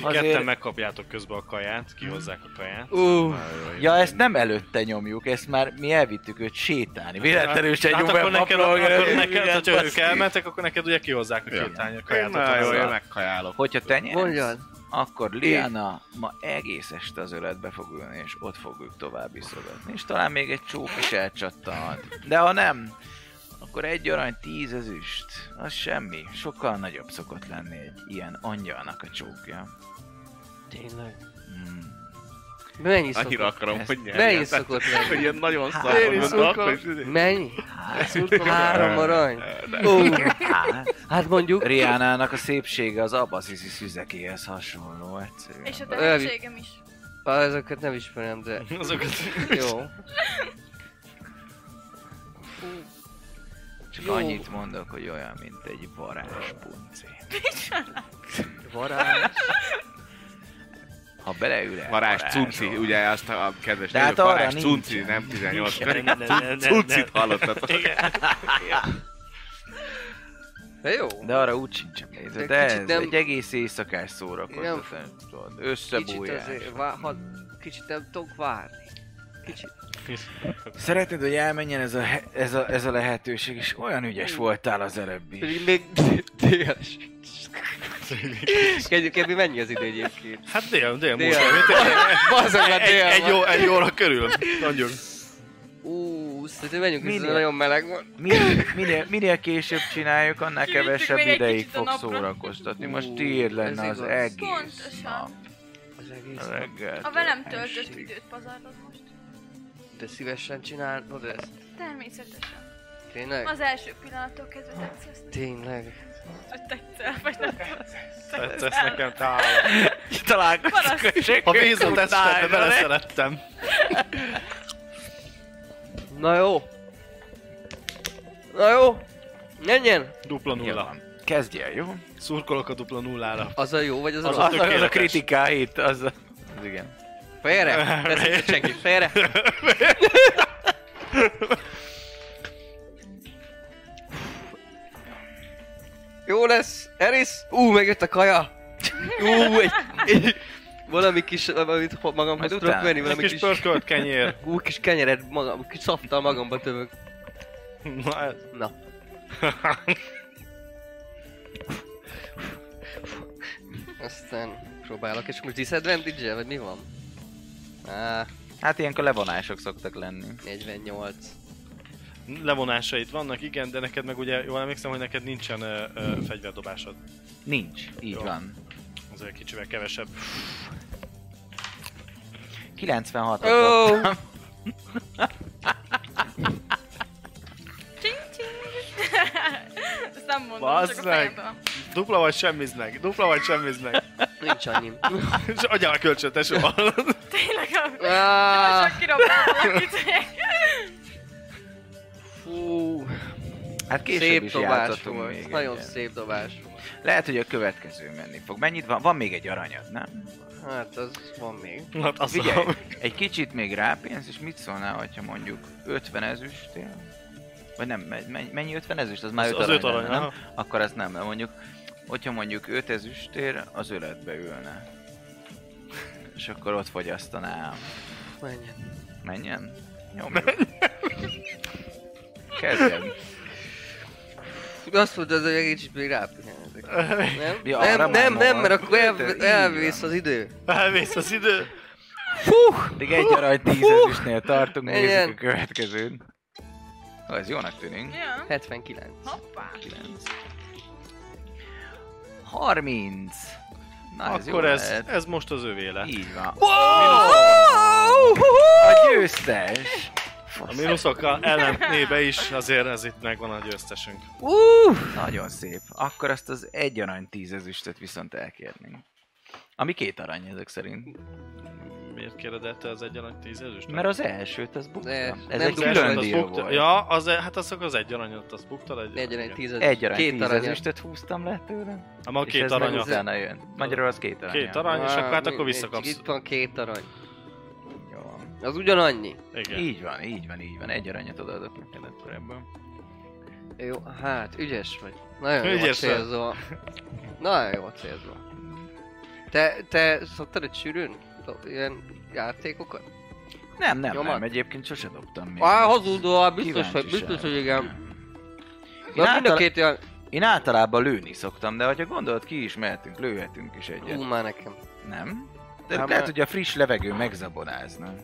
D: Ketten
B: Azért,
D: megkapjátok közben a kaját, kihozzák a kaját.
C: Ú,
B: ja, ezt nem előtte nyomjuk, ezt már mi elvittük őt sétálni. Véletlenül se
D: hát
B: nyomjuk
D: akkor neked, akkor neked,
B: hát
D: hogyha ők elmentek, akkor neked ugye kihozzák a
F: Ja.
D: két tányér
F: Én
D: kaját.
F: már jól,
D: azzal.
F: én megkajálok.
B: Hogyha te nyersz,
C: Mondjad.
B: akkor Liana ma egész este az öletbe fog ülni, és ott fogjuk tovább iszogatni. És talán még egy csók is elcsattanhat. De ha nem, akkor egy arany tíz ezüst. Az semmi. Sokkal nagyobb szokott lenni egy ilyen angyalnak a csókja.
C: Tényleg.
B: Mm.
C: Mennyi
F: Annyira
C: szokott?
F: akarom,
B: Ezt-
F: hogy nyerjen.
C: Ne is
F: Tehát,
C: szokott
F: Hogy
C: lenni.
F: ilyen nagyon
B: Hát,
F: szarban
B: én is
F: gondolok,
C: szokott.
F: és izé-
C: Mennyi? Három arany.
F: De-
C: Ó,
B: Hát,
C: hát mondjuk...
B: Riánának a szépsége az abaszizi szüzekéhez hasonló egyszerűen.
E: És a
C: Elvi-
E: tehetségem is.
C: Ah, ezeket nem ismerem, de
D: Azokat
C: jó.
B: Csak
C: Jó.
B: annyit mondok, hogy olyan, mint egy varázspunci.
C: Varázs.
B: Ha beleül el
F: Varázs cunci,
B: varázsol.
F: ugye azt a kedves
B: De
F: nézők,
B: hát arra
F: varázs
B: nincs.
F: cunci, nem 18.
D: Ne, ne, ne, ne, ne.
F: Cuncit hát hallottatok.
C: De jó.
B: De arra úgy sincsen nézve.
C: De
B: De
C: kicsit
B: ez nem...
C: nem-
B: egy egész éjszakás
C: Nem.
B: szórakozat. tudod,
C: Kicsit
B: Összebújás.
C: azért, vá- ha, kicsit nem tudok várni. Kicsit.
B: Szeretnéd, hogy elmenjen ez a, he- ez, a, ez a lehetőség, és olyan ügyes voltál az előbb is.
C: Pedig még dél Egyébként mi mennyi az idő egyébként?
D: Hát dél, dél,
C: Dél.
D: most nem, mint
C: Bazzag, már
F: Egy,
C: dél
F: egy,
C: van.
F: ó, egy óra körül. Nagyon.
C: Ú, szerintem menjünk vissza,
B: Minél?
C: nagyon meleg van.
B: Minél, minél, minél később csináljuk, annál
E: Kivittük
B: kevesebb
E: még egy
B: ideig
E: kicsit a
B: fog
E: napra.
B: szórakoztatni. Most
C: Ú,
B: tiéd
C: ez
B: lenne az
C: igaz.
B: egész nap.
E: Pontosan.
C: Az egész.
B: Reggel.
E: A velem
C: Tessék.
E: töltött időt pazarlod most.
C: De szívesen csinálod ezt?
E: Természetesen.
C: Tényleg?
E: Az első pillanattól kezdve tetszesz.
C: Tényleg.
E: Hogy tetszel, vagy nem tetszel.
D: tetszesz nekem tálalom.
B: Találkozunk
E: Paraszt.
B: a
D: Ha
B: sekkők
D: vízot esztetbe,
B: után, ne?
D: beleszerettem.
C: Na jó. Na jó. Menjen.
D: Dupla
B: Jó
D: nulla.
B: van. Kezdj el, jó?
D: Szurkolok a dupla nullára.
C: Az a jó, vagy az a
D: Az
C: rossz?
D: a-
B: Az, az a
D: tökéletes.
B: kritikáit, az a... Az igen.
C: Félre? Teszem senki félre? Jó lesz, Eris! Ú, megjött a kaja! Ú, egy, egy valami kis, amit ho- magamhoz
B: Majd
C: tudok
B: utána.
C: venni,
D: Egy
C: valami
D: kis
C: kis,
D: pörkölt kenyér.
C: ú, kis kenyeret, magam, kis szaftal magamba tövök.
D: Na, ez-
C: Na. Aztán próbálok, és most disadvantage vagy mi van? Á,
B: Hát ilyenkor levonások szoktak lenni.
C: 48.
D: levonásait vannak, igen, de neked meg ugye, jól emlékszem, hogy neked nincsen ö, ö, fegyverdobásod.
B: Nincs, így
D: Jó.
B: van.
D: Azért kicsivel kevesebb.
B: 96
C: Ó!
B: oh.
E: Csing, csing. Ezt nem mondom, csak a
D: Bazzeg.
E: fejemben van.
D: Dupla vagy semmiz meg, dupla vagy semmiz meg.
C: Nincs annyi.
D: És adjál a kölcsön, tesó.
E: Tényleg, nem.
C: Á,
E: csak kirobbál valakit.
C: Fú,
B: Hát később
C: szép
B: is
C: dobás
B: játszottunk
C: volt.
B: még
C: Nagyon
B: egyet.
C: szép dobás volt.
B: Lehet, hogy a következő menni fog. Mennyit van? Van még egy aranyad, nem?
C: Hát az van még.
D: Hát azt
B: Figyelj,
D: mondom.
B: egy kicsit még rápénz, és mit szólnál, hogyha mondjuk 50 ezüstél? Vagy nem, me- me- mennyi 50 ezüst? Az már
D: Az,
B: 5
D: az öt arany,
B: lenne, nem?
D: aha.
B: Akkor az nem, de mondjuk, hogyha mondjuk 5 ezüstér, az öletbe ülne. És akkor ott fogyasztaná.
C: Menjen.
B: Menjen? Nyomjuk. Kezdjem.
C: Fú, Azt mondod, hogy egy kicsit még rápihenhetek. Nem?
B: Ja, arra
C: nem,
B: már
C: nem, nem,
B: ma
C: mert
B: van.
C: akkor el,
B: Így
C: elvész
B: van.
C: az idő.
D: Elvész az idő.
B: Még egy arany tízezüstnél tartunk,
C: Menjen.
B: nézzük a következőn. Ó, ez jónak tűnik.
E: Ja.
C: 79.
E: Hoppá.
B: 9. 30. Na, ez
D: Akkor
B: jó
D: ez,
B: lehet.
D: ez most az övé lett.
B: Így van.
C: Wow!
B: A győztes!
D: A mínuszokkal ellentébe is azért ez itt megvan a győztesünk.
B: Uh, nagyon szép. Akkor azt az egy arany tíz ezüstöt viszont elkérnénk. Ami két arany ezek szerint.
D: Miért kéred el te az egy arany tíz ezüst?
B: Mert az elsőt, az bukta.
C: Ne,
B: Ez
C: nem
B: egy
C: tudom,
B: külön
D: az
B: díj
D: bukta-
B: volt.
D: Ja, az, hát az az egy aranyot, az buktad egy
C: Egy arany,
D: aranyat.
C: tíz,
B: Egy arany
C: két
B: tíz
C: arany.
B: ezüstöt húztam le tőlem.
D: Ám a
B: és
D: két
B: ez meg
D: aranyat.
B: utána jön. Magyarul az két arany.
D: Két arany, és
C: Á,
D: akkor hát
C: mi-
D: akkor
C: mi-
D: visszakapsz.
C: Itt van két arany.
B: Jó van.
C: Az ugyanannyi.
D: Igen.
B: Így van, így van, így van. Egy aranyat odaadok neked akkor ebből.
C: Jó, hát ügyes vagy. Nagyon jól
D: Ügyes vagy.
C: célzol. Nagyon jól célzol. Te, te szoktad egy sűrűn? Do- Ilyen játékokat?
B: Nem, nem,
C: Nyomat?
B: nem. Egyébként sose dobtam még.
C: Á, hazudó, biztos, hogy,
B: Kíváncsiság.
C: biztos, hogy igen.
B: Én,
C: Na, mind a
B: általa...
C: két olyan...
B: Én általában lőni szoktam, de ha gondolod, ki is mehetünk, lőhetünk is egyet.
C: Ú, már nekem.
B: Nem? De
D: Hát,
B: lehet,
D: mert-
B: hogy a friss levegő megzabonázna.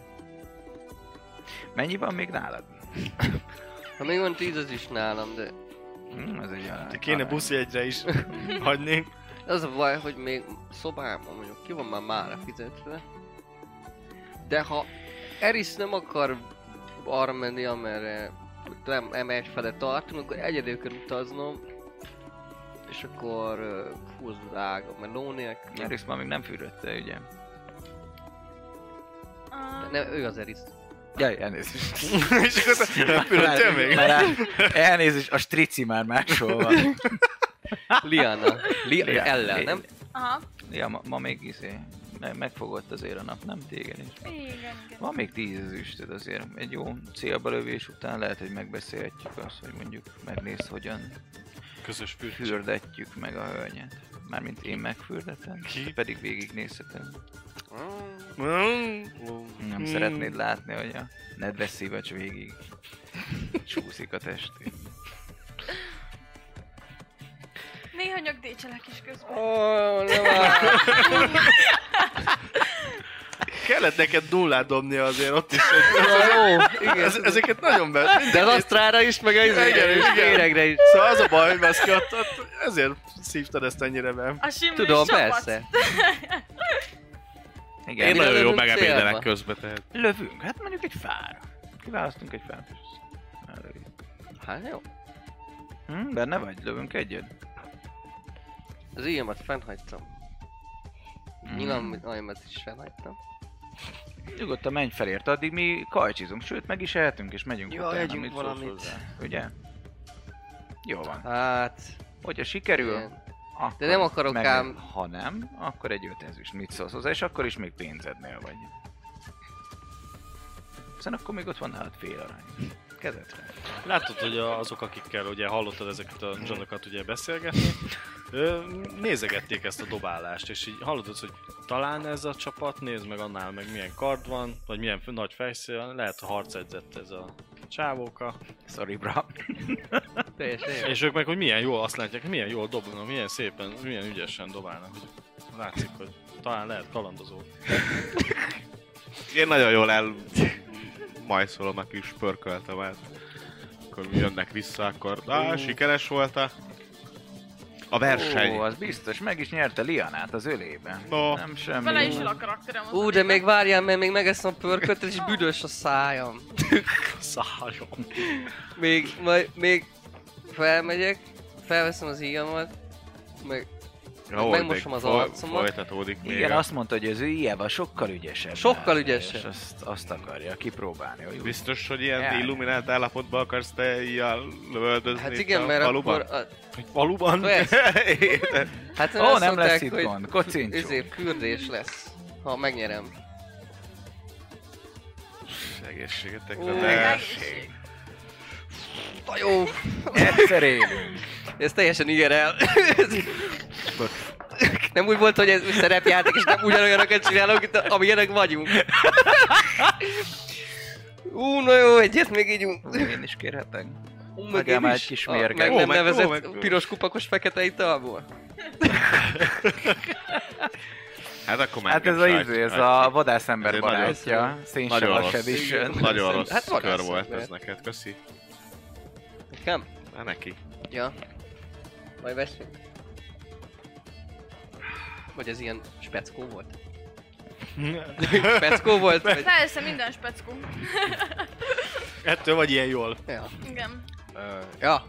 B: Mennyi van még nálad?
C: Ha még van tíz, az is nálam, de...
B: Hm, az egy arany.
D: Kéne
B: arany.
D: buszi egyre is hagyni.
C: Az a baj, hogy még szobában mondjuk ki van már mára fizetve. De ha Eris nem akar arra menni, amerre nem M1 fele tartunk, akkor egyedül kell utaznom. És akkor ö, húz drága, mert ló nélkül.
B: Eris ma még nem fürödte, ugye?
E: Ah,
C: Ne, ő az Eris.
B: Jaj, elnézést.
F: És akkor te fülöttél még?
B: Már- Elnézést, a strici már máshol van.
C: Liana. Li-
B: Liana.
C: ellen, nem?
E: Aha,
B: Ja, ma, ma még izé, me- megfogott azért a nap, nem téged is.
E: igen, igen.
B: Van még tíz ezüstöd azért. Egy jó célbelövés után lehet, hogy megbeszélhetjük azt, hogy mondjuk megnéz, hogyan
D: Közös fűt.
B: fürdetjük meg a hölgyet. Mármint én megfürdetem,
D: Ki?
B: te pedig végignézhetem.
C: Mm.
B: Nem
D: Mm.
B: szeretnéd látni, hogy a nedves szívacs végig csúszik a testét.
E: Néha nyögdécselek is közben.
C: Ó, nem áll.
D: Mm. Kellett neked nullát dobni azért ott is. Hogy
C: Na, jó, igen.
D: ez, ezeket nagyon be...
C: De az asztrára is, meg az
D: Igen,
C: igen,
D: igen.
C: éregre is.
D: Szóval az a baj, hogy baszki, ott, ott ezért szívtad ezt ennyire be.
E: A simlis
C: Tudom,
E: sokat.
C: persze.
B: Igen,
F: Én
C: Én
F: nagyon jó
C: lövöm
F: megebédelek
C: célba.
F: közben, tehát.
B: lövünk, hát mondjuk egy fára. Kiválasztunk egy fát. és lövjük.
C: Hát jó.
B: Hm, benne vagy? Lövünk egyet?
C: Az íjamat fennhagytam.
B: Mm.
C: Nyilam ajmat is fennhagytam.
B: Nyugodtan menj felért, addig mi kajcsizunk, sőt meg is ehetünk és megyünk
C: Jaj,
B: utána,
C: együnk
B: mit szólsz
C: valamit.
B: hozzá, ugye? Jó van.
C: Hát...
B: Hogyha sikerül,
C: igen.
B: akkor
C: De nem akarok
B: meg-
C: ám-
B: Ha nem, akkor egy öt ezüst. Mit szólsz hozzá, és akkor is még pénzednél vagy. Hiszen akkor még ott van nálad fél arány. Kezed fel.
D: Látod, hogy a- azok, akikkel ugye hallottad ezeket a zsandokat ugye beszélgetni, ö, nézegették ezt a dobálást, és így hallottad, hogy talán ez a csapat, nézd meg annál, meg milyen kard van, vagy milyen f- nagy fejszél, van, lehet, hogy harcedzett ez a csávóka.
B: Sorry, bra.
C: Teljesen jó.
D: És ők meg, hogy milyen jól, azt látják, milyen jól dobnak, milyen szépen, milyen ügyesen dobálnak. hogy Látszik, hogy talán lehet kalandozó.
F: Én nagyon jól el majszolom a kis pörköltömet. Akkor mi jönnek vissza, akkor na, sikeres volt a, a verseny.
B: Ó, az biztos, meg is nyerte Lianát az ölébe.
F: No.
B: Nem semmi.
E: Vele is ül a karakterem. az
C: Ú, de
E: elég.
C: még várjál, mert még megeszem a pörkölt, és büdös a szájam.
D: Szájom.
C: Még, majd, még felmegyek, felveszem az íjamat, meg
F: Jó,
C: megmosom az
F: még foly-
C: arcomat.
F: Folytatódik még
B: Igen,
F: a-
B: azt mondta, hogy az ő Ieva sokkal ügyesebb.
C: Sokkal
B: nála,
C: ügyesebb.
B: És azt, azt akarja kipróbálni, hogy úgy.
F: Biztos, hogy ilyen
B: Jaj.
F: illuminált állapotba akarsz te ilyen lövöldözni
C: hát
F: itt
C: igen,
F: a
C: mert
F: faluban?
C: akkor... A,
D: Valóban?
C: persze, hát
B: Ó,
C: azt
B: nem lesz
C: mondták,
B: itt
C: hogy
B: gond, kocincsunk.
C: Ezért fürdés lesz, ha megnyerem.
F: Egészségetekre,
C: Ú,
F: de...
E: Egészség.
C: Na jó,
B: Egyszer élünk.
C: ez teljesen IRL. nem úgy volt, hogy ez szerepjáték, és nem ugyanolyanokat csinálok, mint amilyenek vagyunk. Ú, na jó, egyet még így ú.
B: Ú, Én is kérhetek.
C: Ú, meg
B: Hagyjál
C: én
B: már
C: is.
B: egy kis
C: A-
B: mérget.
C: Meg
F: Ó,
C: nem
F: meg- ó,
C: nevezett
F: meg-
C: piros kupakos fekete italból.
F: Hát akkor már
B: Hát ez a
F: engem
B: izé, ez
F: sajt-
B: a vadászember
F: Ez egy nagyon
B: barátja.
F: Nagyon
B: Szénsavas
F: rossz,
B: edition.
F: nagyon rossz
C: Hát van
F: kör
C: az,
F: volt
C: mert-
F: ez neked, köszi.
C: Nekem?
F: Na neki.
C: Ja. Majd veszünk. Vagy ez ilyen speckó volt? speckó volt? Vagy...
E: Persze, minden speckó.
D: Ettől vagy ilyen jól.
C: Ja.
E: Igen.
C: Ö, ja.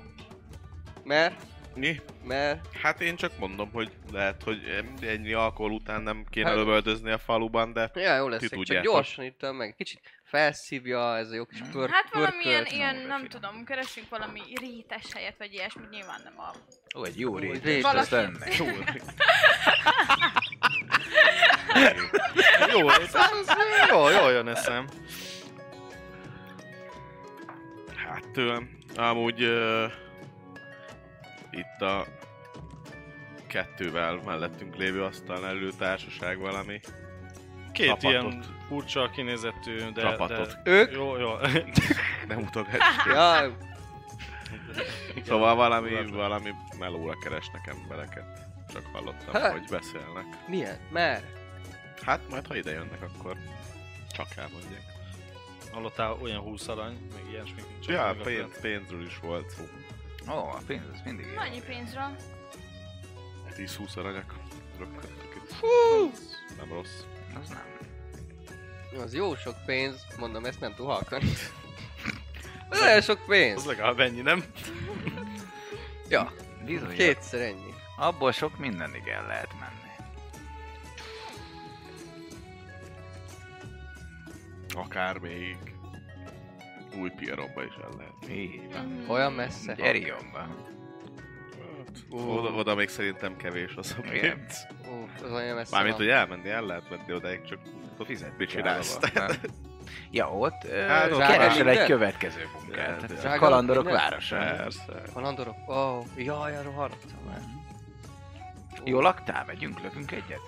C: Mert,
F: Mi?
C: mert...
F: Hát én csak mondom, hogy lehet, hogy ennyi alkohol után nem kéne
C: Hát-
F: lövöldözni a faluban, de
C: Ja, jó lesz, csak
F: tudjátok.
C: gyorsan itt meg. Kicsit felszívja ez a jó kis pör,
E: Hát valamilyen
C: pörkölt.
E: ilyen,
F: nem
E: nem
F: finom.
E: tudom, keresünk valami rétes helyet, vagy ilyesmit, nyilván nem a...
B: Ó, egy jó
C: Egy
B: rét.
C: rétes.
B: Azt
E: Valaki-
B: ennek.
F: túl.
D: Jó, ez, ez jól, jól jön eszem.
F: Hát, ö, amúgy ö, itt a kettővel mellettünk lévő asztalnál ülő társaság valami.
D: Két
F: Csapatot.
D: ilyen furcsa kinézetű, de...
F: Csapatot.
D: de...
C: Ők?
D: Jó, jó.
F: Nem utogat.
C: Ja,
F: Szóval valami,
D: tudatlan.
F: valami melóra keresnek embereket. Csak hallottam,
C: Hát.
F: hogy beszélnek.
C: milyen? Mert?
F: Hát majd, ha ide jönnek, akkor csak elmondják.
D: Hallottál olyan 20 arany, meg ilyesmi. csak
F: Ja,
D: meg
F: pénz, pénzről is volt szó.
B: Ó, a pénz az mindig jó.
E: Annyi pénzről.
F: 10-20 aranyak. Rögtönök itt. Nem rossz.
B: Az nem.
C: Az jó sok pénz, mondom, ezt nem túl halkan. Az olyan sok pénz.
D: Az legalább ennyi, nem?
C: Ja,
B: Bizony.
C: kétszer ennyi.
B: Abból sok mindenig el lehet menni.
F: Akár még új piaromba is el lehet.
B: Így van.
E: Mhm.
C: Olyan messze.
B: Gyerionba.
F: Hát,
C: Ó.
F: Oda, oda még szerintem kevés az a
B: Igen.
F: pénz.
C: Ó, az olyan messze
F: Mármint,
C: van.
F: hogy elmenni el lehet menni odáig, csak ott
B: Fizet.
F: mit csinálsz?
B: Ja, ott ö,
F: Hát ott
B: keresel
C: minden?
B: egy következő munkát.
F: Ja,
B: A
C: drága
B: kalandorok
C: minden?
B: városa.
F: Persze.
C: Kalandorok? Ó, oh, jaj, arra hallottam már.
B: Jól laktál? Megyünk, lövünk egyet?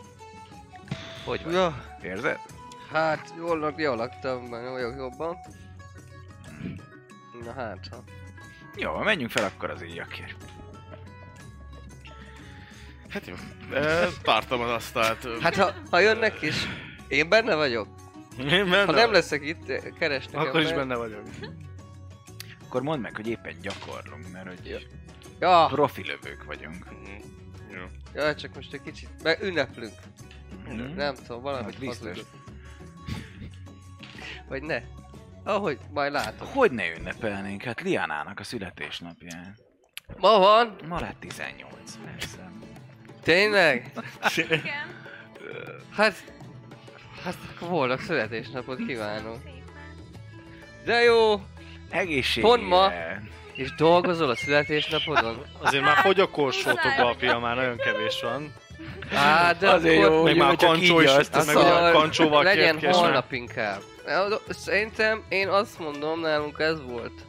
B: Hogy vagy?
C: Ja,
B: Érzed?
C: hát jól, lak- jól laktam, benne vagyok jobban. Na hát, ha.
B: Jó, menjünk fel akkor az íjakért.
F: Hát jó. Ö, Tartom az asztalt.
C: Hát ha, ha jönnek is, én benne vagyok.
D: Én
C: Ha
D: benne
C: nem leszek itt, keresnek
D: Akkor is
C: embert.
D: benne vagyok.
B: Akkor mondd meg, hogy éppen gyakorlunk, mert
C: Ja.
B: hogy
C: Ja,
B: profi lövők vagyunk.
F: Mhm. Jó.
C: ja, csak most egy kicsit, mert ünneplünk.
B: Mhm.
C: Nem tudom, valamit
B: Hát biztos.
C: hazudok. Vagy ne. Ahogy majd látom.
B: Mhm. Hogy ne ünnepelnénk? Hát Lianának a születésnapján.
C: Ma van?
B: Ma lett 18, persze.
C: Tényleg?
E: Igen.
C: Hát... Hát akkor boldog születésnapot kívánok. De jó!
B: Egészségére.
C: Pont ma. És dolgozol a születésnapodon?
D: Azért már fogy a korsótokba a fia, már nagyon kevés van.
C: Á, de
B: Azért
C: akkor...
B: jó,
D: meg
B: hogy
D: már a
B: csak így
D: kancsó is,
B: jössz,
D: meg
C: Szóval
D: ugye a kancsóval
C: legyen
D: kért késne.
C: holnap inkább. Szerintem én azt mondom, nálunk ez volt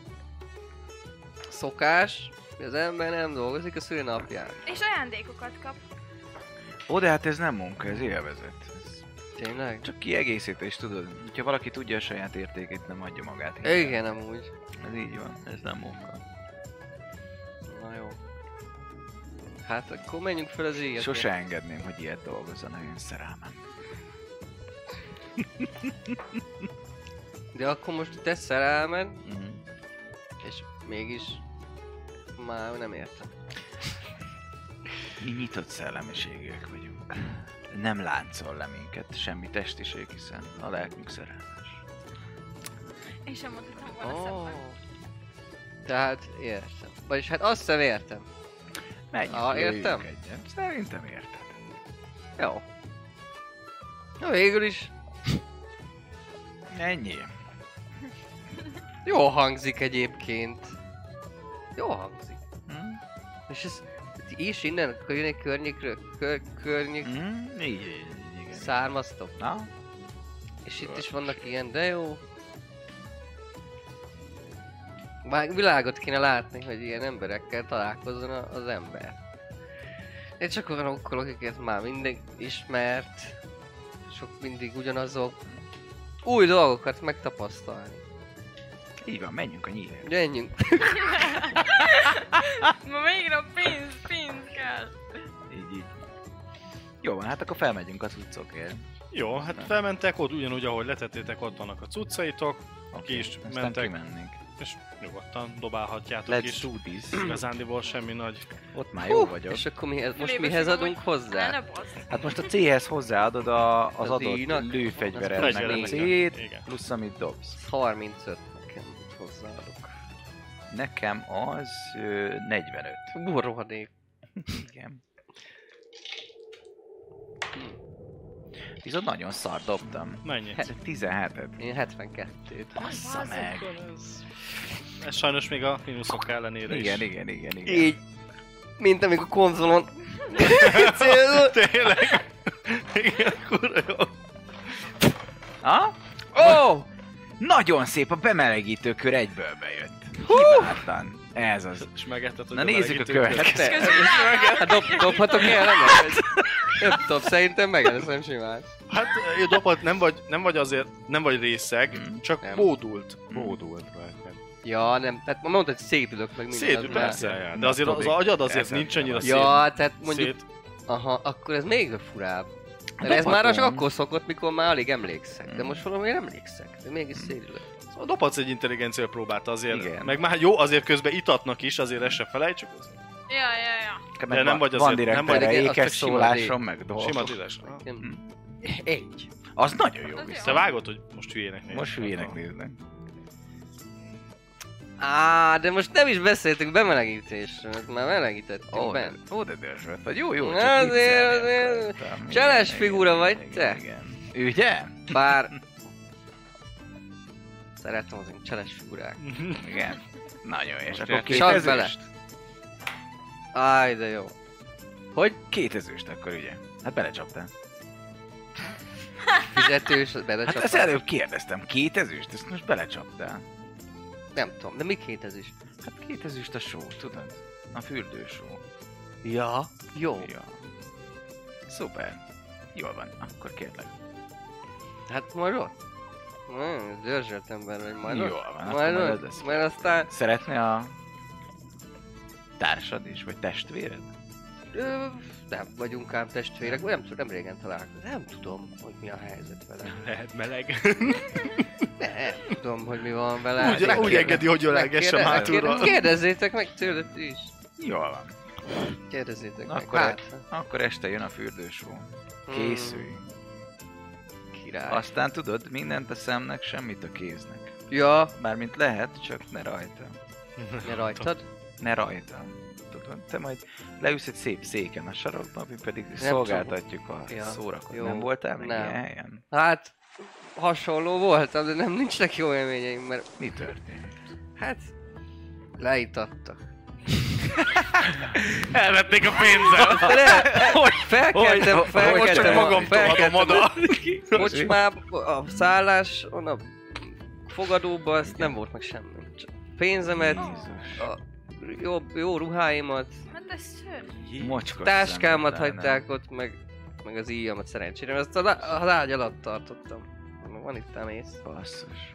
C: szokás, hogy az ember nem dolgozik a szülinapján.
E: És ajándékokat kap.
B: Ó, de hát ez nem munka, ez élvezet. Ez
C: Tényleg?
B: csak kiegészítés, tudod? Ha valaki tudja a saját értékét, nem adja magát.
C: Igen, amúgy.
B: Ez így van, ez nem munka.
C: Na jó. Hát akkor menjünk fel az égetni.
B: Sose engedném, hogy ilyet dolgozzanak én szerelmem.
C: De akkor most te szerelmed,
B: Mhm.
C: és mégis már nem értem.
B: Mi nyitott szellemiségűek vagyunk. Nem láncol le minket semmi testiség, hiszen a lelkünk szerelmes.
E: Én sem mondhatom volna
C: Ó.
E: szebben.
C: Tehát értem. Vagyis hát azt sem értem.
B: Menjünk,
C: Á,
B: lőjünk
C: értem.
B: Egyet. Szerintem érted.
C: Jó. Na végül is
B: Ennyi.
C: jó hangzik egyébként. Jó hangzik.
B: Hm?
C: És ez is innen környék környékről, kör, környék
B: Hm? Így, így, igen.
C: származtok.
B: Na,
C: És itt is vannak
B: Öh,
C: ilyen, de jó. Már világot kéne látni, hogy ilyen emberekkel találkozzon a- az ember. Én csak olyanokkal, akiket már mindig ismert, sok mindig ugyanazok. Új dolgokat megtapasztalni.
B: így van, menjünk a nyílért.
C: Gyengünk.
E: Ma még a pénz, pénz kell.
B: Így, így. Jó van, hát akkor felmegyünk a cuccokért.
D: Jó, hát felmentek ott ugyanúgy, ahogy letettétek, ott vannak a cuccaitok,
B: Oké,
D: is
B: aztán
D: mentek.
B: kimennénk.
D: és nyugodtan dobálhatjátok
B: Let's
D: is.
B: do this.
D: Igazándiból semmi nagy.
B: Ott már jó
C: Hú,
B: vagyok.
C: És akkor mihez, most
E: Fülében
C: mihez
E: sima
C: adunk
E: vagy.
C: hozzá?
E: Ne, ne bozd.
B: Hát most a C-hez hozzáadod a, az
C: Az
B: adott
C: díjnak?
B: lőfegyverednek
D: Fegyveremnek.
B: a C-t,
D: Igen.
B: plusz amit dobsz.
C: Ez 35 nekem. hozzáadok.
B: Nekem az ö, 45.
C: Ú, rohadék.
B: Igen. Viszont nagyon szar dobtam.
D: Mennyi?
B: He- 17-et.
C: Én 72-t.
B: Bassza meg!
D: Ez, ez sajnos még a mínuszok ellenére
B: Igen,
D: is.
B: igen, igen, igen.
C: Így. Mint amikor konzolon... Célul.
D: Hát, Tényleg?
F: Igen, kurva jó.
B: Ha? Ó! Oh! Nagyon szép, a bemelegítő kör egyből bejött. Hibátlan. Ez az.
D: És megetted, hogy
B: Na nézzük
D: melegítő-
B: a következőt.
C: Te-
E: Közben rá-
C: Hát dob, dobhatok el, nem? Nem tudom, szerintem megelőzöm simán.
D: Hát, ő dobhat, nem vagy, nem vagy azért, nem vagy
B: Mm.
D: részeg, csak
C: Nem.
D: bódult.
F: Bódult rajtam.
C: Ja, nem, tehát ma mondtad, hogy szétülök meg minden.
D: Szédül,
C: az
D: persze.
F: Ja, ja,
D: De azért az
F: Tobi,
D: agyad azért
F: ezen
D: nincs
F: nem
D: annyira
F: vagy.
C: már-
D: szét.
C: Ja, tehát mondjuk,
D: szét.
C: aha, akkor ez még furább. Mert ez
B: Dobhatom.
C: már csak akkor szokott, mikor már alig emlékszek. De most valamiért emlékszek, de mégis szédülök.
D: Szóval Dobhatsz egy intelligencia próbát azért.
B: Igen.
D: Meg már jó, azért közben itatnak is, azért ezt se felejtsük. az-
E: Ja, ja, ja.
B: Meg
D: De nem
B: van-
D: vagy
B: Van
D: azért-
B: direkt
D: nem
B: nem
D: vagy-
B: vagy erre
C: Igen, az
B: ékes
C: csak sima
B: szólásom, meg
D: Sima
B: dolgok.
D: tízes. Ah.
C: Nem. Egy.
B: Az nagyon jó
E: Az jó.
B: viszont.
D: Te vágod, hogy most hülyének néz.
B: Most hülyének néznek.
C: Á, de most nem is beszéltünk bemelegítésről, mert már melegítettünk
B: Ó,
C: oh,
B: de-
C: bent.
B: Ó, de dörzsölt vagy. Jó, jó. csak
C: Azért,
B: viccelni
C: azért.
B: akartam. Igen,
C: Cseles
B: igen,
C: figura
B: igen,
C: vagy
B: igen,
C: te.
B: igen. Ugye?
C: Bár... Szeretem az én cseles figurák.
B: Igen. Nagyon jó. És
F: Most
B: akkor
F: érted?
C: Csak
B: kétezőst.
C: bele. Áj, de jó.
B: Hogy? Kétezőst akkor ugye. Hát belecsaptál.
C: Fizetős, belecsapás.
B: Hát ezt előbb kérdeztem. Kétezőst? Ezt most belecsaptál.
C: Nem tudom, de mi kétezős?
B: Hát kétezőst a só, tudod? A fürdősó.
C: Ja. Jó.
B: Ja. Szuper. Jól van, akkor kérlek.
C: Hát majd ott. Hmm, Dörzsölt ember vagy majd
B: Jól
C: ott.
B: van, akkor
C: Majd
B: majd az
C: ott.
B: lesz.
C: Majd aztán...
B: Szeretné a társad is, vagy testvéred?
C: Ö, nem vagyunk ám testvérek, vagy nem tudom, nem régen találkoztam. Nem tudom, hogy mi a helyzet vele.
D: Lehet meleg.
C: Nem tudom, hogy mi van vele.
D: Úgy-
C: Én
D: úgy
C: kérde-
D: engedi, hogy ölelgessem
C: megkérde-
D: hátulról.
C: megkérde- Kérdezzétek meg tőled ti is.
B: Jól van.
C: Kérdezzétek
B: Na,
C: meg.
B: akkor
C: Hát,
B: Akkor este jön a fürdősó.
C: hmm,
B: Készülj.
C: Király.
B: Aztán tudod, mindent a szemnek, semmit a kéznek.
C: Ja,
B: Mármint lehet, csak ne rajta.
C: ne rajtad.
B: Ne rajta. Tudod, te majd leülsz egy szép széken a sarokba, mi pedig
C: tudom.
B: szolgáltatjuk a
C: Ja.
B: ja. szórakot.
C: Jó.
B: Nem voltál még
C: Nem.
B: ilyen helyen?
C: Hát, hasonló voltam, de nem nincsnek jó élményeim, mert
B: Mi történt?
C: hát, leitattak.
F: Elvették a pénzem.
C: De, hogy felkeltem,
B: hogy-
D: Most csak
C: felkeltem,
D: magamtól adom
C: felkeltem,
D: oda.
C: kocsmába, a szállás, a fogadóba, azt nem volt meg semmi. Csak pénzemet, a jó, jó ruháimat,
E: Hát ez szörnyű.
B: Mocskos
C: táskámat
B: szemed,
C: hagyták ott, meg, meg az íjamat szerencsére, mert azt a, lá- a lágy alatt tartottam. Mondom, Van itt ám ész.
B: nem. Basszus.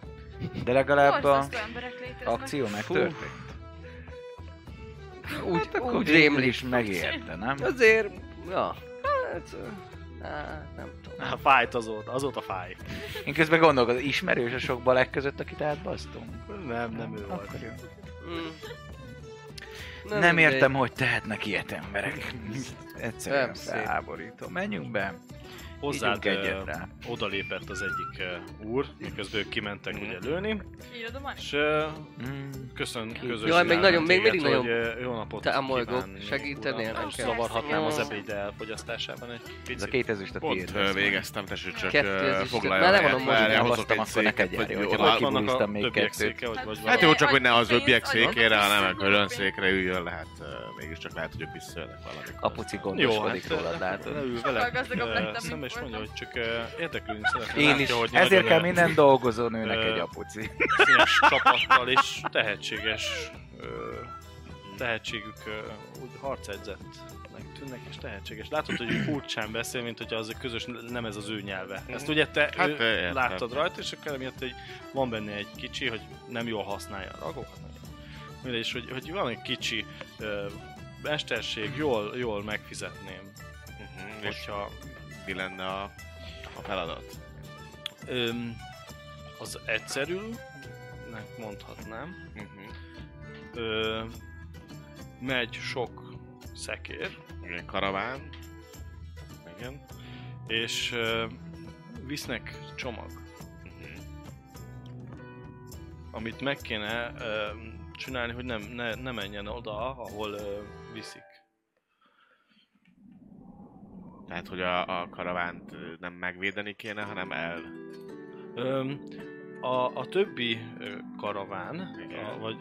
B: De legalább a
E: Borzasztó emberek léteznek.
B: akció megtörtént.
C: Úgy,
B: Hát akkor
C: úgy
B: végül
C: rémlik.
B: is megérte, nem?
C: Azért, ja. Hát, á, nem tudom.
D: Fájt azóta, azóta fáj.
B: Én közben gondolkodom, ismerős a sok balek között, akit átbasztunk?
D: Nem, nem ő volt.
B: Akkor jó.
C: Mm.
B: Nem,
C: Hmm.
B: nem értem, hogy tehetnek ilyet emberek. Egyszerűen
C: Nem szép.
B: felháborító. Menjünk be,
D: Hozzád
B: ígyunk
D: ö,
B: egyet rá.
D: odalépett az egyik ö, úr, miközben ők kimentek
F: Mhm.
D: ugye lőni,
E: Írod a money?
D: és ö,
B: Mm.
D: köszön közös
C: Jaj, még nagyon- még mindig
D: téged, hogy,
C: nagyon
D: ö, jó napot
C: támolgok,
D: kívánni,
C: segítenél
D: uram. Nem
E: nekem?
D: zavarhatnám az
E: Jó.
D: ebéd elfogyasztásában egy
B: Ez a
D: picit.
B: 2000 a
F: Pont
B: tiéd.
F: ö, végeztem, tessék csak
C: Kettő, ez
F: ö,
C: is-
F: foglalja
C: már
F: a
C: le van a
F: helyet,
C: mozgóban,
F: várjál, hozok
B: basztam,
F: egy
B: akkor ne
F: széket,
B: kegyelj,
F: vagy
B: hogyha
F: oda-
D: Ott
B: valaki-
D: vannak a
B: kibuliztam még
D: többiek
B: kettőt.
D: széke, hogy vagy
E: Hát
F: Hát
D: valami.
F: jó, csak hogy ne az
E: Pénz,
F: öbbiek
E: anyag,
F: székére, hanem
E: pénz.
F: a külön székre üljön, lehet ö, mégiscsak lehet, hogy ők visszajönnek valamikor.
B: Apuci
D: Jó,
B: gondoskodik
D: hát ne
B: rólad, látod.
D: ül
E: Sokkal
D: vele
E: gazdagabb lettem,
D: ö,
E: mint
D: szembe, és mondja,
E: voltam.
D: hogy csak ö, érdeklődni szeretném.
B: Én
D: Látja,
B: is.
D: hogy
B: Ezért
D: nagyon,
B: kell
D: ö,
B: minden dolgozó nőnek
D: Ö,
B: egy apuci.
D: színes csapattal és tehetséges ö, tehetségük ö, úgy harcedzettnek tűnnek és tehetséges. Látod, hogy ő furcsán beszél, mint hogyha az a közös, nem ez az ő nyelve. Ezt ugye te
F: Hát,
D: hát,
F: ö, értem.
D: láttad rajta, és akkor emiatt egy, van benne egy kicsi, hogy nem jól használja a ragokat. Mindegy, és hogy, hogy van egy kicsi ö, mesterség, jól, jól megfizetném,
F: Mhm, És
D: hogyha
F: mi lenne a, a feladat?
D: öm, az egyszerűnek mondhatnám,
F: Mhm.
D: ö, megy sok szekér,
F: Igen, karaván. Igen.
D: és ö, visznek csomag.
F: Mhm.
D: amit meg kéne ö, csinálni, hogy nem, ne, ne menjen oda, ahol ö, viszik.
F: Tehát, hogy a, a karavánt ö, nem megvédeni kéne, hanem el.
D: Ö, a, a többi ö, karaván,
F: Igen.
D: a, vagy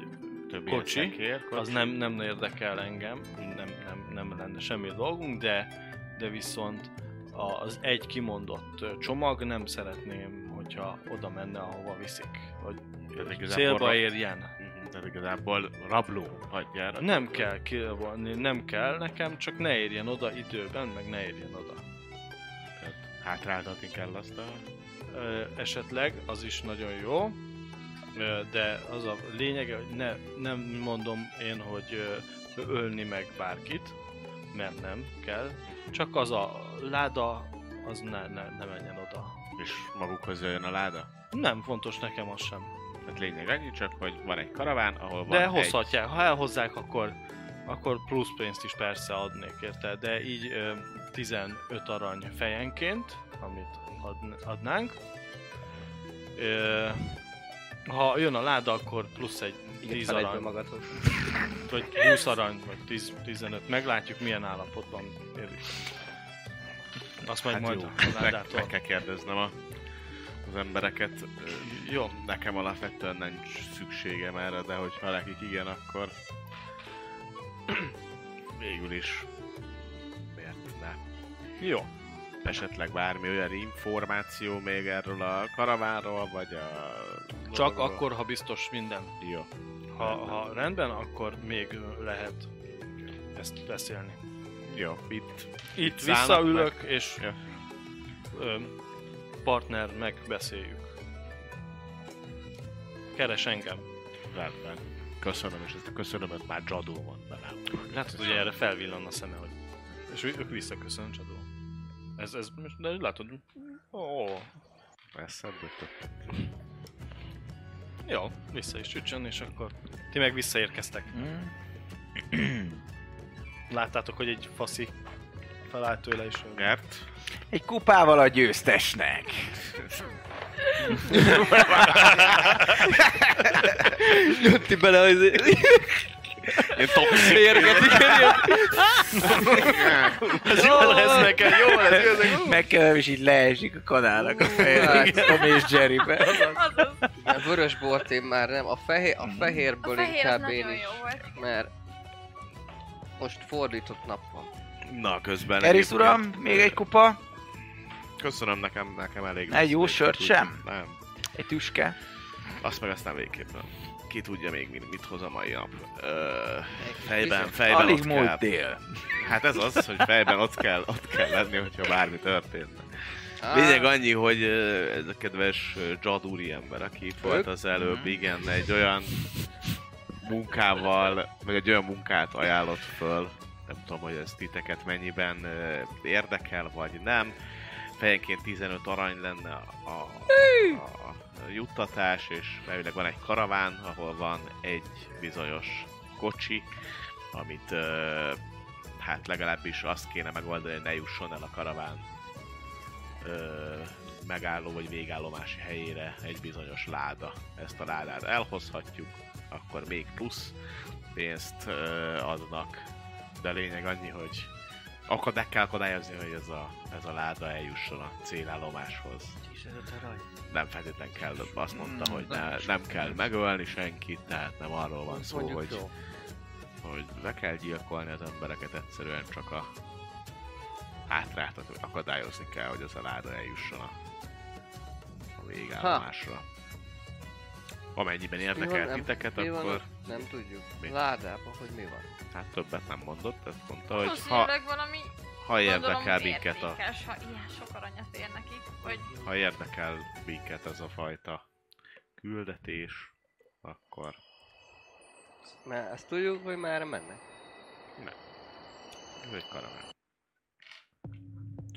F: Többi
D: Kocsi,
F: eszekér, kocsi.
D: az nem, nem érdekel engem, nem, nem, nem lenne semmi dolgunk, de, de viszont a- az egy kimondott ö, csomag nem szeretném, hogyha oda menne, ahova viszik, hogy
F: Tehát igazából
D: célba
F: rab-
D: érjen.
F: Mhm, Tehát igazából rabló hagyjára.
D: Nem kell kilvonni, nem kell nekem, csak ne érjen oda időben, meg ne érjen oda.
F: Tehát Hátráltatni kell azt a...
D: Ö, esetleg, az is nagyon jó, ö, de az a lényege, hogy ne, nem mondom én, hogy ö, ölni meg bárkit, mert nem kell, csak az a láda, az ne, ne, ne menjen oda.
F: És magukhoz jöjjön a láda?
D: Nem fontos nekem az sem.
F: Tehát lényeg annyi csak, hogy van egy karaván, ahol van
D: De
F: egy...
D: hozhatják, ha elhozzák, akkor, akkor plusz pénzt is persze adnék érte, de így ö, 15 arany fejenként, amit ad, adnánk. Ö, ha jön a láda, akkor plusz egy 10
C: Igen,
D: arany,
C: magadhoz.
D: vagy 20 arany, vagy 10, 15, meglátjuk milyen állapotban érjük. Azt majd
F: Hát
D: majd
F: jó,
D: a
F: meg,
D: ládától.
F: meg kell kérdeznem a, az embereket. Ö,
D: Jó,
F: Nekem alapvetően nincs szükségem erre, de hogyha nekik igen, akkor végül is miért ne?
D: jó.
F: Esetleg bármi olyan információ még erről a karavánról, vagy a...
D: Csak
F: dologról?
D: akkor, ha biztos minden
F: Jó.
D: Ha, ha rendben, akkor még lehet ezt beszélni.
F: Jó, itt
D: Itt
F: Szállnak
D: visszaülök, és
F: Ja.
D: ö, partner megbeszéljük. Keres engem.
F: rendben. Köszönöm, és ezt a köszönömet már Jadó van bele.
D: Látod, hogy erre felvillan a szeme, hogy... És ő- ők visszaköszön, Csadó. Ez, ez, de látod, ó,
F: Eszembe jutott.
D: jó, vissza is csücsön, és akkor ti meg visszaérkeztek.
B: Mm.
D: Láttátok, hogy egy faszi felállt tőle, és
F: Nyert.
B: Egy kupával a győztesnek.
C: Jönti bele az...
F: Én toxik.
C: Érgetik,
D: ez jó lesz neked, jó lesz, jó lesz.
B: Megkeverem, és így leesik a kanálnak a
C: hát.
B: fejre. Tom és Jerrybe.
E: Azaz,
C: A vörös bort én már nem, a, fehér,
F: Mhm.
C: a
E: a
C: fehérből
E: fehér az
C: inkább én
E: nagyon
C: is,
E: jó volt.
C: mert most fordított nap van.
F: Na, közben...
B: Eris
F: egyébként-
B: uram, még egy kupa,
F: Köszönöm, nekem, nekem elég.
B: Egy jó
F: lesz.
B: sört
F: Úgy-
B: sem?
F: Nem.
B: egy tüske.
F: Azt meg aztán végképpen. Ki tudja még, mit, mit hoz a mai nap. Ö, fejben,
C: Viszont-
F: fejben
B: Alig
F: ott kell.
B: múlt dél.
F: Hát ez az, hogy fejben ott kell, ott kell lenni, hogyha bármi történne.
C: Á,
F: Lényeg annyi, hogy ö, ez a kedves ö, Jad úri ember, aki itt volt
C: Ők?
F: az előbb, igen, egy olyan munkával, vagy egy olyan munkát ajánlott föl, nem tudom, hogy ez titeket mennyiben ö, érdekel, vagy nem. Fejenként 15 arany lenne a, a, a juttatás, és elvileg van egy karaván, ahol van egy bizonyos kocsi, amit ö, hát legalábbis azt kéne megoldani, hogy ne jusson el a karaván ö, megálló vagy végállomási helyére egy bizonyos láda. Ezt a ládát elhozhatjuk, akkor még plusz pénzt ö, adnak. De lényeg annyi, hogy akkor meg kell akadályozni, hogy ez a, ez a láda eljusson a célállomáshoz. Nem feltétlen kell, azt
C: Hmm.
F: mondta, hogy ne, nem kell megölni senkit, tehát nem arról van szó,
C: mondjuk
F: hogy,
C: jó.
F: hogy le kell gyilkolni az embereket, egyszerűen csak a hátráltat, hogy akadályozni kell, hogy az a láda eljusson a, a végállomásra. Amennyiben
C: Mi
F: érdekel
C: van, em-
F: titeket,
C: mi van
F: akkor
C: ott? Nem tudjuk.
F: Mi?
C: Ládában, hogy mi van.
F: hát többet nem mondott, ezt mondta, hogy ha,
E: Valószínűleg valami
F: ha
E: gondolom,
F: érdekel
E: hogy
F: minket a,
E: értékes, ha ilyen sok aranyat ér nekik, vagy
F: ha érdekel minket ez a fajta küldetés, akkor
C: Mert azt tudjuk, hogy már mennek.
F: ez egy karaván.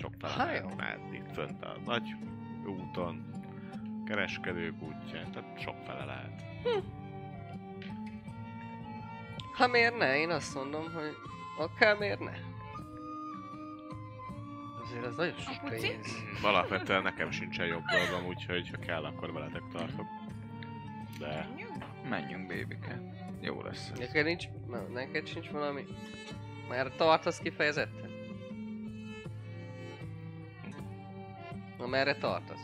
F: Sok
C: Ha,
F: talán
C: jó.
F: már itt fönt a nagy úton, kereskedők útján, tehát sok fele lehet.
C: Ha miért ne? Én azt mondom, hogy akár miért ne. Azért az nagyon sok
E: A puci?
C: pénz.
F: Mm, Alapvetően nekem sincsen jobb dolgom, úgyhogy ha kell, akkor veletek tartok.
D: de
B: Menjünk, bébike. Jó lesz. ez.
C: Neked nincs, na, neked sincs valami? Már tartasz kifejezetten? Na merre tartasz?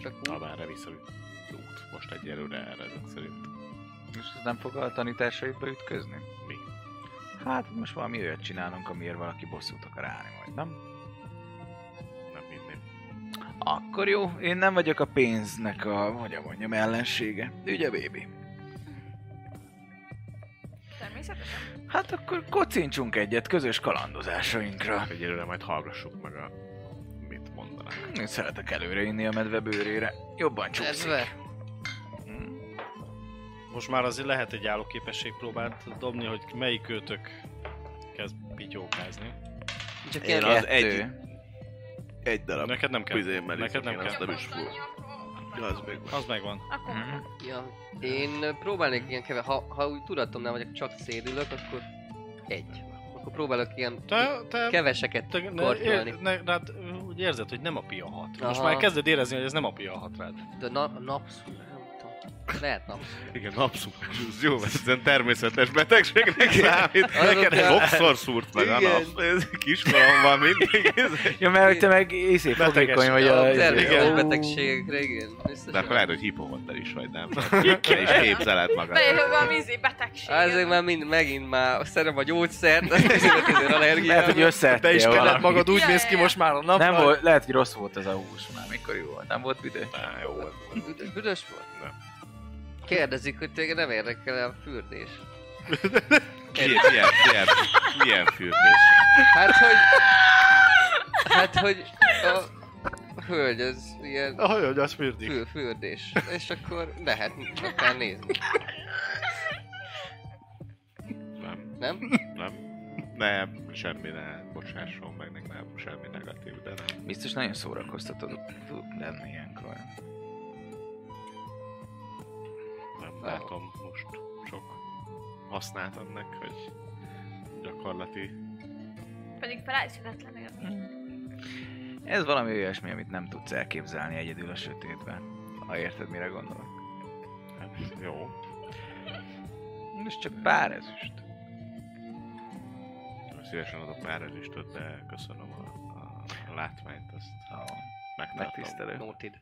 C: Csak úgy.
F: Amerre visszaüt az út. Most egyelőre erre ezek szerint.
B: És ez nem fog a tanításaidba ütközni?
F: Mi?
B: Hát most valami olyat csinálunk, amiért valaki bosszút akar állni majd, nem?
F: Nem minden.
B: Akkor jó, én nem vagyok a pénznek a, hogy mondjam, ellensége. Ügye, bébi.
E: Természetesen.
B: Hát akkor kocincsunk egyet közös kalandozásainkra.
F: Egyelőre majd hallgassuk meg a mit mondanak.
B: Én szeretek előre inni a medve bőrére. Jobban csúszik.
C: Medve?
B: Hm,
D: most már azért lehet egy állóképességpróbát dobni, hogy melyik kötök kezd pityókázni.
C: Csak
F: Én
C: ilyen
F: az
B: kettő.
F: egy- Egy darab.
D: Neked nem kell.
F: Bizémmel
D: Neked nem kell.
F: azt nem is fog. Az még van.
D: Az megvan.
E: Akkor
B: Mhm.
C: Ja, én ö, próbálnék ilyen keve, ha, ha úgy tudatomnál vagyok, csak szédülök, akkor egy. Akkor próbálok ilyen
D: Te, te,
C: keveseket
D: te ne,
C: kortyolni.
D: ér, ne, rád, ö, úgy érzed, hogy nem a pia hat. Most
C: Aha.
D: már kezded érezni, hogy ez nem a pia hat rád.
C: De na, napszúr, nem tudom. Lehet napszúr.
F: Igen, napszúrás, ez jó, mert ezen természetes betegségnek számít. Neked
C: kell.
F: sokszor szúrt meg a nap. Ez Kiskoromban mindig. ez-
B: Ja, mert hogy te meg észé
D: Beteges.
B: fogékony vagy
C: A
B: a... Izé,
C: termékes
B: Ó,
C: betegségekre, igen. biztos.
F: De akkor lehet, hogy hipohonter is vagy, nem? Te is képzeled magad.
E: Bejön valami izé betegség.
C: Á, Ezek már mind, megint már szerem a gyógyszert, az 15 ezer
B: Lehet, hogy
C: allergiám.
B: összeettél valamit.
E: úgy Ja, néz ki ja, ja. most
D: már a nap.
B: Nem volt, lehet, hogy rossz volt az a hús már, mikor jó volt. Nem volt büdös.
F: Á, jó volt.
C: Büdös- Büdös volt?
F: Nem.
C: Kérdezik, hogy téged nem érdekel a fürdés.
F: Milyen, milyen, milyen, milyen fürdés?
C: Hát, hogy... Hát, hogy a hölgy az ilyen
D: A hölgy azt fürdik.
C: fül, fürdés. És akkor lehet akár nézni,
F: Nem,
C: nem?
F: nem. Nem, semmi ne, bocsásson meg, meg nem, semmi negatív, de nem.
B: Biztos nagyon szórakoztató tud lenni ilyenkor.
F: nem látom most sok hasznát ennek, hogy gyakorlati
E: Pedig felejthetetlen érni.
B: Ez valami olyasmi, amit nem tudsz elképzelni egyedül a sötétben. Ha érted, mire gondolok.
F: Hát, jó.
B: És csak pár ezüst.
F: Szívesen adok pár ezüstöt, de köszönöm a, a, a látványt, azt
B: Ó,
F: megtartom.
B: megtisztelő.
C: Noted.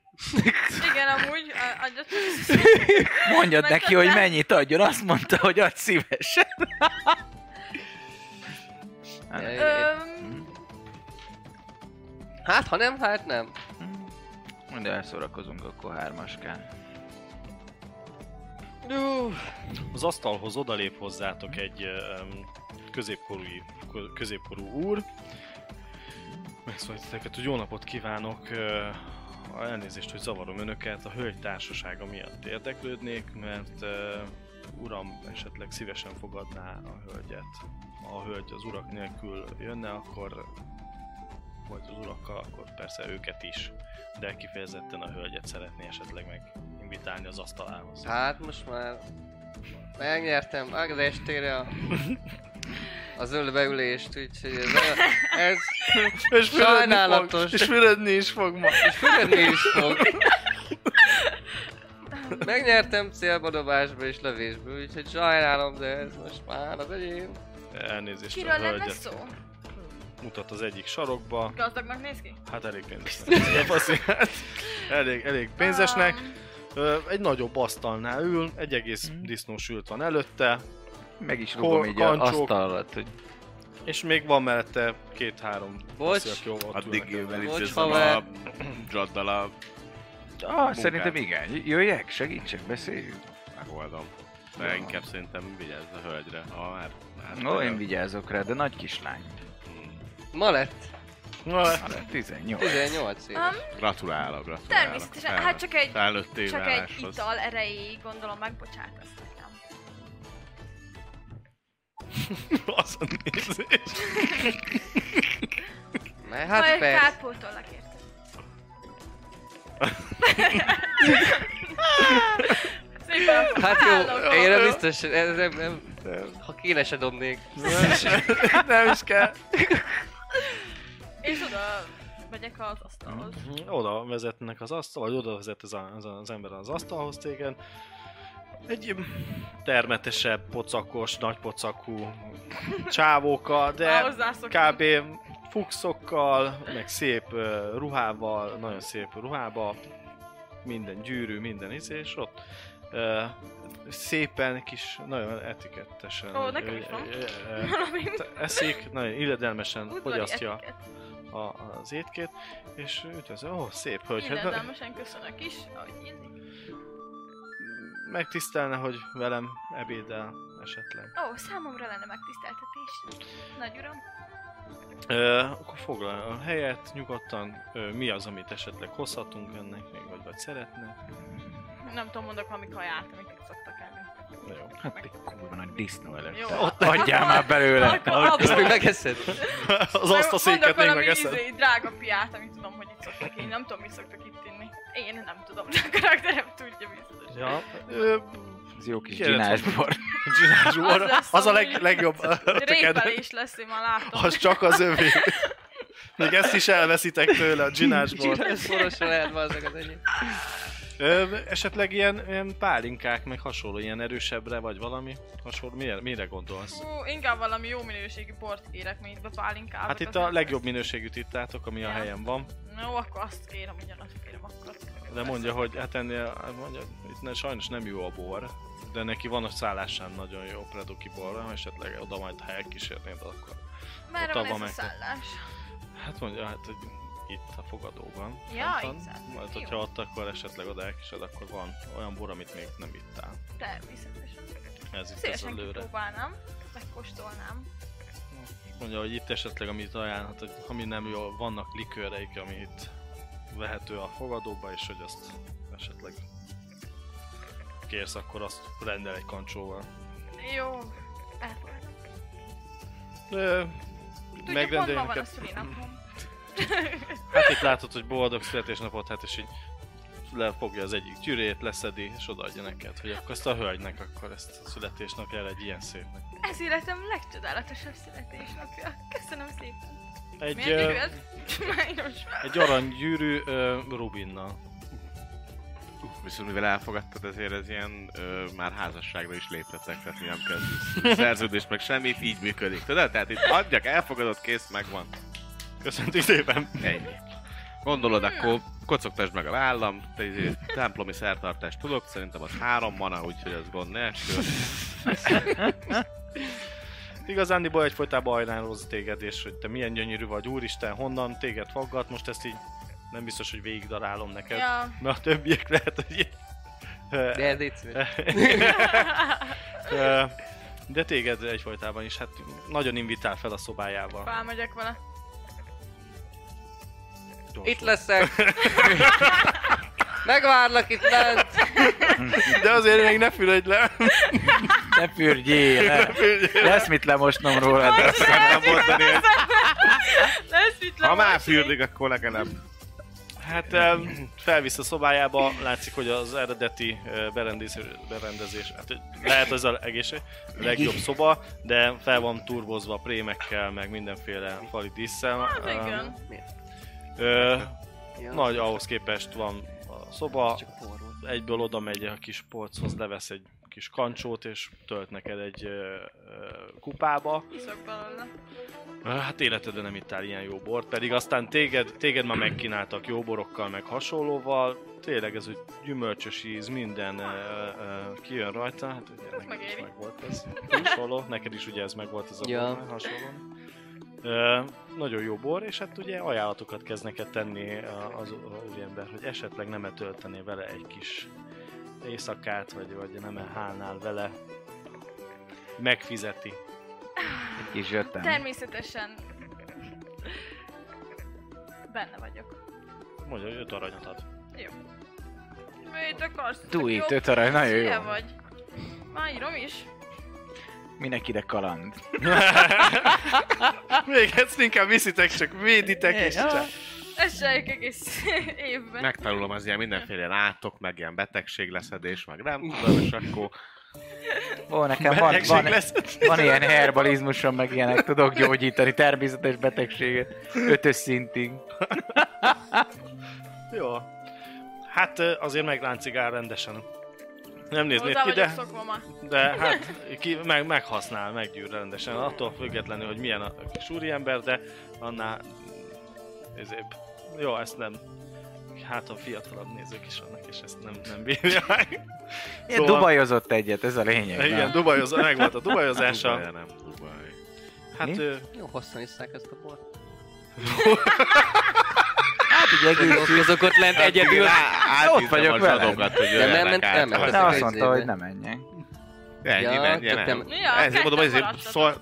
E: Igen, amúgy, a- adjat.
B: Mondjad neki, hogy
E: Megköszönöm.
B: mennyit adjon. Azt mondta, hogy ad szívesen.
C: Ö,
E: Öm,
C: Hát, ha nem, hát nem.
B: Mind elszórakozunk akkor hármaskán.
D: Az asztalhoz odalép hozzátok egy um, középkorú, kö- középkorú úr. Megszólítja titeket, hogy jó napot kívánok. ö, Elnézést, hogy zavarom önöket. A hölgy társasága miatt érdeklődnék, mert ö, uram esetleg szívesen fogadná a hölgyet. Ha a hölgy az urak nélkül jönne, akkor vagy az urakkal, akkor persze őket is. De kifejezetten a hölgyet szeretné esetleg meg invitálni az asztalához.
C: Hát, most már megnyertem Agda estére a az ölbeülést, úgyhogy ez, ez
D: És fürödni
C: Sajnálatos.
D: Fog, és fürödni is fog ma.
C: fülödni is fog. Megnyertem célba dobásba és lövésből, úgyhogy sajnálom, de ez most már az enyém.
D: Elnézést
E: Kiről
D: a
E: lenne
D: hölgyet.
E: szó?
D: Mutat az egyik sarokba.
E: Gazdagnak néz ki?
D: Hát elég pénzesnek. Igen, faszi, hát elég, elég pénzesnek.
E: Öm,
D: Ö, Egy nagyobb asztalnál ül, egy egész
B: Mhm.
D: disznósült van előtte,
B: Meg is
D: Hol
B: rúgom így a
D: kancsók?
B: asztal alatt, hogy
D: és még van mellette két-három
C: Bocs.
D: faszi, aki ott ül
F: Addig
D: nekem.
F: velincézem a
C: haver.
F: zsaddal a...
B: Ah, szerintem igen. Jöjjek, segítsek, beszéljünk.
F: megoldom. De inkább szerintem vigyázz a hölgyre, ha már... már
B: Ó, én vigyázok rá, de nagy kislány.
C: Ma lett
D: Na,
B: Már 18.
C: 18 év.
F: Gratulálok, gratulálok.
E: Természetesen, hát csak egy,
F: Felnőtté
E: csak egy
F: váláshoz.
E: ital erejéig gondolom megbocsátasz nekem.
D: az a nézés.
C: Mert
E: Majd
C: hát persze.
E: kárpótollak érte. Szépen
C: Hát jó,
E: állok.
C: én nem biztos, ez nem, nem, ha kéne se dobnék.
D: Nem is kell.
E: És oda megyek az asztalhoz.
D: Mhm. Oda vezetnek az asztal, vagy oda vezet az, a- az, a- az ember az asztalhoz téged. Egy termetesebb, pocakos, nagy pocakú csávókkal,
E: Már
D: de
E: hozzászoktam.
D: kb. fuxokkal, meg szép ö, ruhával, nagyon szép ruhába, minden gyűrű, minden izé, és ott ö, szépen kis, nagyon etikettesen
E: Ó, nekem is
D: ö,
E: van.
D: ö, ö,
E: Valami
D: te- eszik, nagyon illedelmesen
E: udvari
D: fogyasztja
E: etiket.
D: a, az étkét, és üdvözlöm, ó, szép hölgy, hát me-
E: Illedelmesen köszönök is, ahogy illik.
D: megtisztelne, hogy velem ebédel esetleg.
E: Ó, számomra lenne megtiszteltetés. Nagy uram.
D: Ö, akkor foglalja a helyet, nyugodtan, ö, mi az, amit esetleg hozhatunk önnek, még vagy, vagy szeretne.
E: Nem tudom, mondok valami kaját, amit itt szoktak enni.
D: Jó.
B: Hát egy kurva nagy disznó előtt.
E: Jó.
B: Ott adjál már belőle!
E: Akkor abba-
C: Ezt még megeszed?
D: Az
E: Meg-
D: azt a széket
E: mondok
D: még
E: valami
D: megeszed.
E: Izé, drága piát, amit tudom, hogy itt szoktak inni. Nem tudom, mi szoktak itt inni. Én nem tudom, de a karakterem tudja biztos.
D: Ja, ö,
B: Ez jó kis
D: Kérlek,
B: ginás bor.
D: Ginás úr,
E: Az lesz,
D: az a
E: ami-
D: leg, legjobb
E: Répelés
D: ötöked.
E: is lesz, én már látom.
D: Az csak az övé. Még ezt is elveszitek tőle a ginásból.
C: Ez forrosra lehet bazdmeg az enyém.
D: Ö, esetleg ilyen, ilyen pálinkák, meg hasonló, ilyen erősebbre, vagy valami hasonló, mire, mire gondolsz?
E: Hú, inkább valami jó minőségű bort kérek, mint itt a pálinkával.
D: Hát itt a legjobb minőségűt ittátok, ami a
E: Ja.
D: helyen van,
E: Jó, akkor azt kérem, ugyanazt kérem akkor.
D: de mondja, hogy hát ennél, hát mondja, itt ne, sajnos nem jó a bor, de neki van a szállásán nagyon jó predoki borra, ha esetleg oda majd ha elkísérnéd, akkor...
E: Merre
D: ott
E: van
D: abban
E: ez a
D: meg-
E: szállás?
D: Hát mondja, hát hogy itt a fogadóban.
E: Ja,
D: fent
E: itt
D: van.
E: szállt.
D: Majd,
E: Jó.
D: hogyha ott, akkor esetleg oda elkíséred, akkor van olyan bor, amit még nem ittál.
E: Természetesen.
D: Ez itt az
E: Szívesen
D: előre.
E: kipróbálnám, megkóstolnám.
D: Mondja, hogy itt esetleg, amit ajánlhat, hogy ami nem jó, vannak likőreik, ami itt vehető a fogadóba, és hogy azt esetleg kérsz, akkor azt rendel egy kancsóval.
E: Jó, elfogadom.
D: Ö,
E: Tudjuk, hol
D: megrendelj
E: van a
D: neked.
E: szülinapom.
D: Hát itt látod, hogy boldog születésnapot, hát és így lefogja az egyik gyűrét, leszedi, és odaadja neked, hogy akkor ezt a hölgynek akkor ezt a születésnapjára egy ilyen szépnek.
E: Ez életem legcsodálatosabb születésnapja. Köszönöm szépen.
D: Egy,
E: Milyen
D: ö,
E: gyűrű ez? Sajnos.
D: egy aranygyűrű ö, rubinnal.
F: Viszont mivel elfogadtad, ezért ez ilyen ö, már házasságra is léptetek, tehát mi nem kell szerződés, meg semmit, így működik, tudod? Tehát itt adjak, elfogadod, kész, megvan.
D: Köszöntük szépen!
F: Ennyi. Gondolod, akkor kocogtasd meg a vállam, te izé, templomi szertartást tudok, szerintem az három mana, úgyhogy az gond nélkül.
D: Igazándiból egyfolytában ajánlóz téged, és hogy te milyen gyönyörű vagy, úristen, honnan téged faggat, most ezt így nem biztos, hogy végigdarálom neked, ja.
E: Ja.
D: mert a többiek lehet, hogy így-
C: De ez így szíves.
D: Ö, De téged egyfolytában is, hát nagyon invitál fel a szobájába.
E: Felmegyek vele.
C: Itt leszek. Megvárlak itt lent.
D: De azért még ne fülödj le!
B: Ne fürdjél! Ne. Lesz mit lemosnom róla, de...
F: Szeretném mondani, hogy
E: Lesz itt
F: ha már
E: lemosi.
F: fürdik, akkor legalább.
D: Hát ö, felvisz a szobájába, látszik, hogy az eredeti ö, berendezés, berendezés hát ö, lehet az a egész legjobb szoba, de fel van turbozva prémekkel, meg mindenféle fali díszsel.
E: Hát
F: Ah.
E: igen.
D: Ö,
C: Ja,
D: nagy ahhoz képest van a szoba,
C: Csak a porról.
D: egyből oda megy a kis polchoz, levesz egy kis kancsót, és tölt neked egy ö, ö, kupába.
E: Iszok belőle.
D: Ö, Hát életedben nem ittál ilyen jó bort, pedig aztán téged, téged már megkínáltak jó borokkal, meg hasonlóval. Tényleg ez, hogy gyümölcsös íz, minden ö, ö, kijön rajta. Hát ugye neked
E: megéri.
D: is megvolt ez. Hasonló, neked is ugye ez megvolt ez a
C: Ja.
D: bor, már hasonló. Ö, nagyon jó bor, és hát ugye ajánlatokat kezd neked tenni a- az ú- úriember, hogy esetleg nem-e töltené vele egy kis éjszakát, vagy, vagy nem-e hálnál vele. Megfizeti.
B: Kis jöttem.
E: Természetesen benne vagyok.
D: Mondja, hogy öt aranyat ad.
E: Mit akarsz?
B: Do it,
E: Jobb-
B: öt arany, nagyon
E: Hülye
B: jó.
E: vagy. Már írom is.
B: Minek ide kaland?
D: Még ezt inkább viszitek, csak véditek és csak.
E: Ez se egy egész évben.
F: Megtanulom az ilyen mindenféle rátok, meg ilyen betegség leszedés, meg nem tudom, és akkor
B: Ó, nekem van, van,
D: lesz.
B: van ilyen herbalizmusom, meg ilyenek tudok gyógyítani természetes betegséget. Ötös szintig.
D: Jó. Hát ö, azért megláncigál rendesen. Nem néz
E: Hozzá
D: ki,
E: vagyok
D: de,
E: szokva ma.
D: de hát ki, meg, meghasznál, meggyűr rendesen. Attól függetlenül, hogy milyen a kis úriember, de annál ezért. Jó, ezt nem hát a fiatalabb nézők is vannak, és ezt nem, nem bírják.
B: Ilyen dubajozott egyet, ez a lényeg.
D: Igen,
B: Igen.
D: dubajoz, meg volt a dubajozása.
F: Dubaja, nem Dubaj.
D: Hát
B: Mi?
D: ő,
C: Jó, hosszan iszták ezt a bort.
B: Hát így egész Hát,
C: Azok ott lent egyedül.
F: Ott
B: vagyok
F: a
B: veled.
F: zsadokat, hogy
C: nem ment-
F: jöjjenek
C: nem ment.
B: De
F: át. Hát
B: azt mondta, hogy nem menjek.
F: Ennyi,
C: Ja,
F: ennyi,
C: tök
F: nem.
C: nem-
E: Ja,
F: Ezért mondom,
E: ketten
F: ezért
E: maradtatok.
F: szar...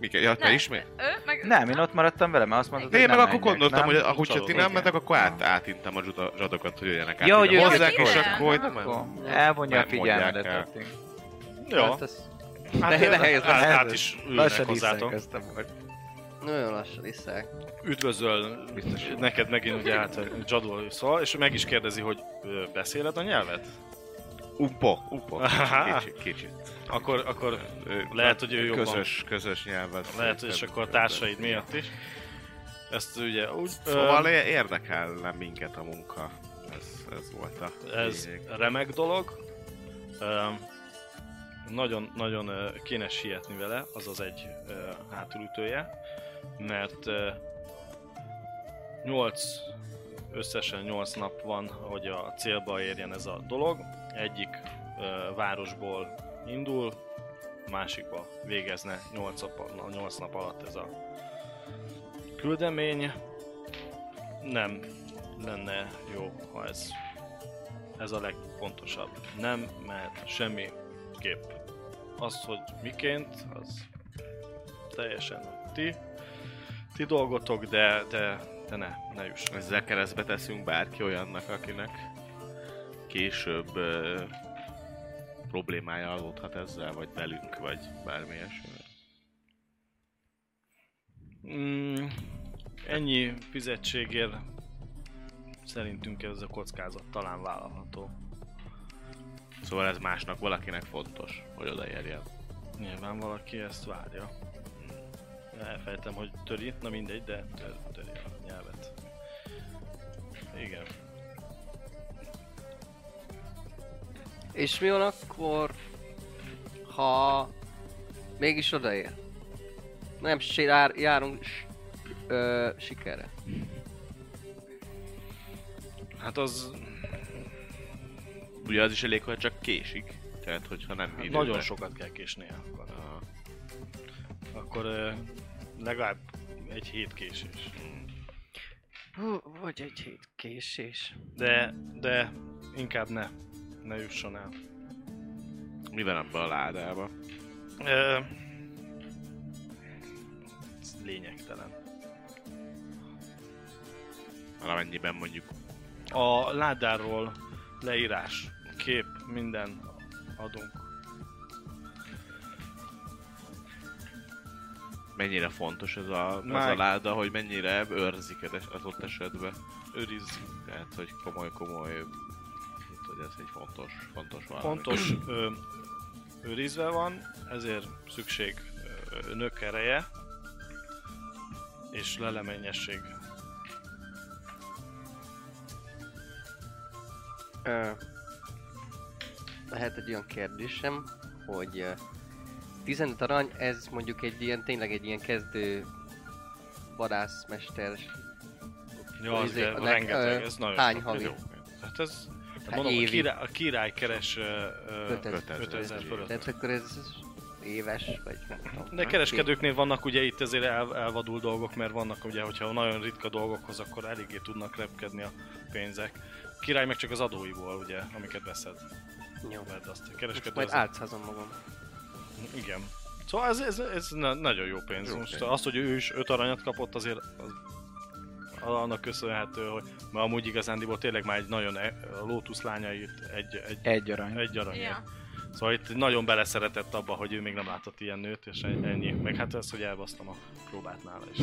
F: Mike, ja, te
E: Nem.
F: ismét?
E: Ő, meg...
B: Nem, én ott maradtam vele, mert azt mondtad,
F: De
B: hogy
F: én
B: nem
F: meg akkor
B: menjek,
F: gondoltam,
B: nem?
F: hogy a- hogyha ti nem
B: Igen.
F: mentek, akkor át, átintem a zsuda- zsadokat, hogy jöjjenek át.
B: Ja, hogy
F: ide
B: ők
F: hozzák,
B: jöjjenek
F: és
E: ide.
F: akkor...
B: Akkor elvonja a
F: Nem mondják
B: figyelmedet.
F: el.
B: addig.
D: jó,
C: Hát az
D: hát
C: nehéz- nehéz
D: át,
C: lesz.
D: át is ülnek
B: Lassan
D: hozzátok.
B: iszek ezt a bort.
C: nagyon lassan iszták.
D: Üdvözöl
B: Biztos.
D: neked megint ugye hát Jadul szól, és meg is kérdezi, hogy ö, beszéled a nyelvet?
F: Umpo, umpo.
D: Aha.
F: Kicsit, kicsit.
D: Akkor, akkor
F: Ö,
D: Lehet, hogy ő jobban.
F: Közös, közös nyelvet.
D: lehet, és akkor a társaid miatt is. Ezt ugye úgy... ö,
F: Szóval é- érdekelne minket a munka. Ez, ez volt a
D: ez
F: lényeg.
D: remek dolog. Nagyon-nagyon kéne sietni vele, az az egy ö, hátulütője, mert ö, nyolc összesen 8 nap van, hogy a célba érjen ez a dolog. Egyik ö, városból indul, másikba végezne 8 nap, 8 nap alatt ez a küldemény. Nem lenne jó, ha ez ez a legfontosabb. Nem mehet semmi kép. Az, hogy miként, az teljesen ti, ti dolgotok, de, de, de ne, ne juss.
F: Ezzel keresztbe teszünk bárki olyannak, akinek később ö, problémája adódhat ezzel, vagy velünk, vagy bármi ilyesmi.
D: Mm, ennyi fizetségért szerintünk ez a kockázat talán vállalható.
F: Szóval ez másnak valakinek fontos, hogy odaérjen.
D: Nyilván valaki ezt várja. Elfejtem, hogy töri, na mindegy, de tör- töri a nyelvet. Igen.
C: És mi van akkor, ha mégis odaér? Nem s- jár, járunk s, ö, sikerre.
D: Hát az
F: Ugye az is elég, hogy csak késik. Tehát, hogyha nem
D: Hát
F: időben.
D: nagyon sokat kell késnie akkor.
F: Aha.
D: Akkor ö, legalább egy hét késés.
F: Hmm.
C: Hú, vagy egy hét késés.
D: De, de inkább ne. Ne jusson el.
F: Mi van ebben a ládába?
D: Ö, ez lényegtelen.
F: Valamennyiben mondjuk
D: A ládáról leírás, kép, minden adunk.
F: mennyire fontos ez a, ez
D: Mike.
F: a láda, hogy mennyire őrzik ez- az ott esetben.
D: Őriz.
F: Tehát, hogy komoly-komoly, mint hogy ez egy fontos, fontos valami.
D: Pontos ö, őrizve van, ezért szükség ö, nök ereje és leleményesség.
C: Ö, lehet egy olyan kérdésem, hogy ö, 15 arany, ez mondjuk egy ilyen, tényleg egy ilyen kezdő vadászmester.
D: Ja, az
C: Izé,
D: de
C: a leg-
D: rengeteg,
C: ö,
D: ez nagyon
C: hány
D: sok,
C: havi?
D: ez jó. Hát ez,
C: Hát
D: mondom, a
C: évi.
D: király, a király keres ö, ö,
C: Ötezer.
F: ötezer.
D: 5000 fölött.
C: Tehát akkor ez éves, vagy nem tudom.
D: De kereskedőknél vannak ugye itt azért el, elvadul dolgok, mert vannak ugye, hogyha nagyon ritka dolgokhoz, akkor eléggé tudnak repkedni a pénzek. A király meg csak az adóiból, ugye, amiket veszed.
C: Jó.
D: Vedd azt a
C: Most
D: hát kereskedő.
C: majd
D: az-
C: álcázom magam.
D: Igen. Szóval ez, ez, ez na, nagyon jó pénz.
F: Jó
D: Most
F: pénz.
D: az, hogy ő is 5 aranyat kapott, azért az, annak köszönhető, hogy mert amúgy igazándiból tényleg már egy nagyon e, a Lotus lánya itt egy, egy,
B: Egy arany.
D: egy aranyért.
E: Ja.
D: Szóval itt nagyon beleszeretett abba, hogy ő még nem látott ilyen nőt, és ennyi Meg hát ezt, hogy elbasztam a próbát nála is.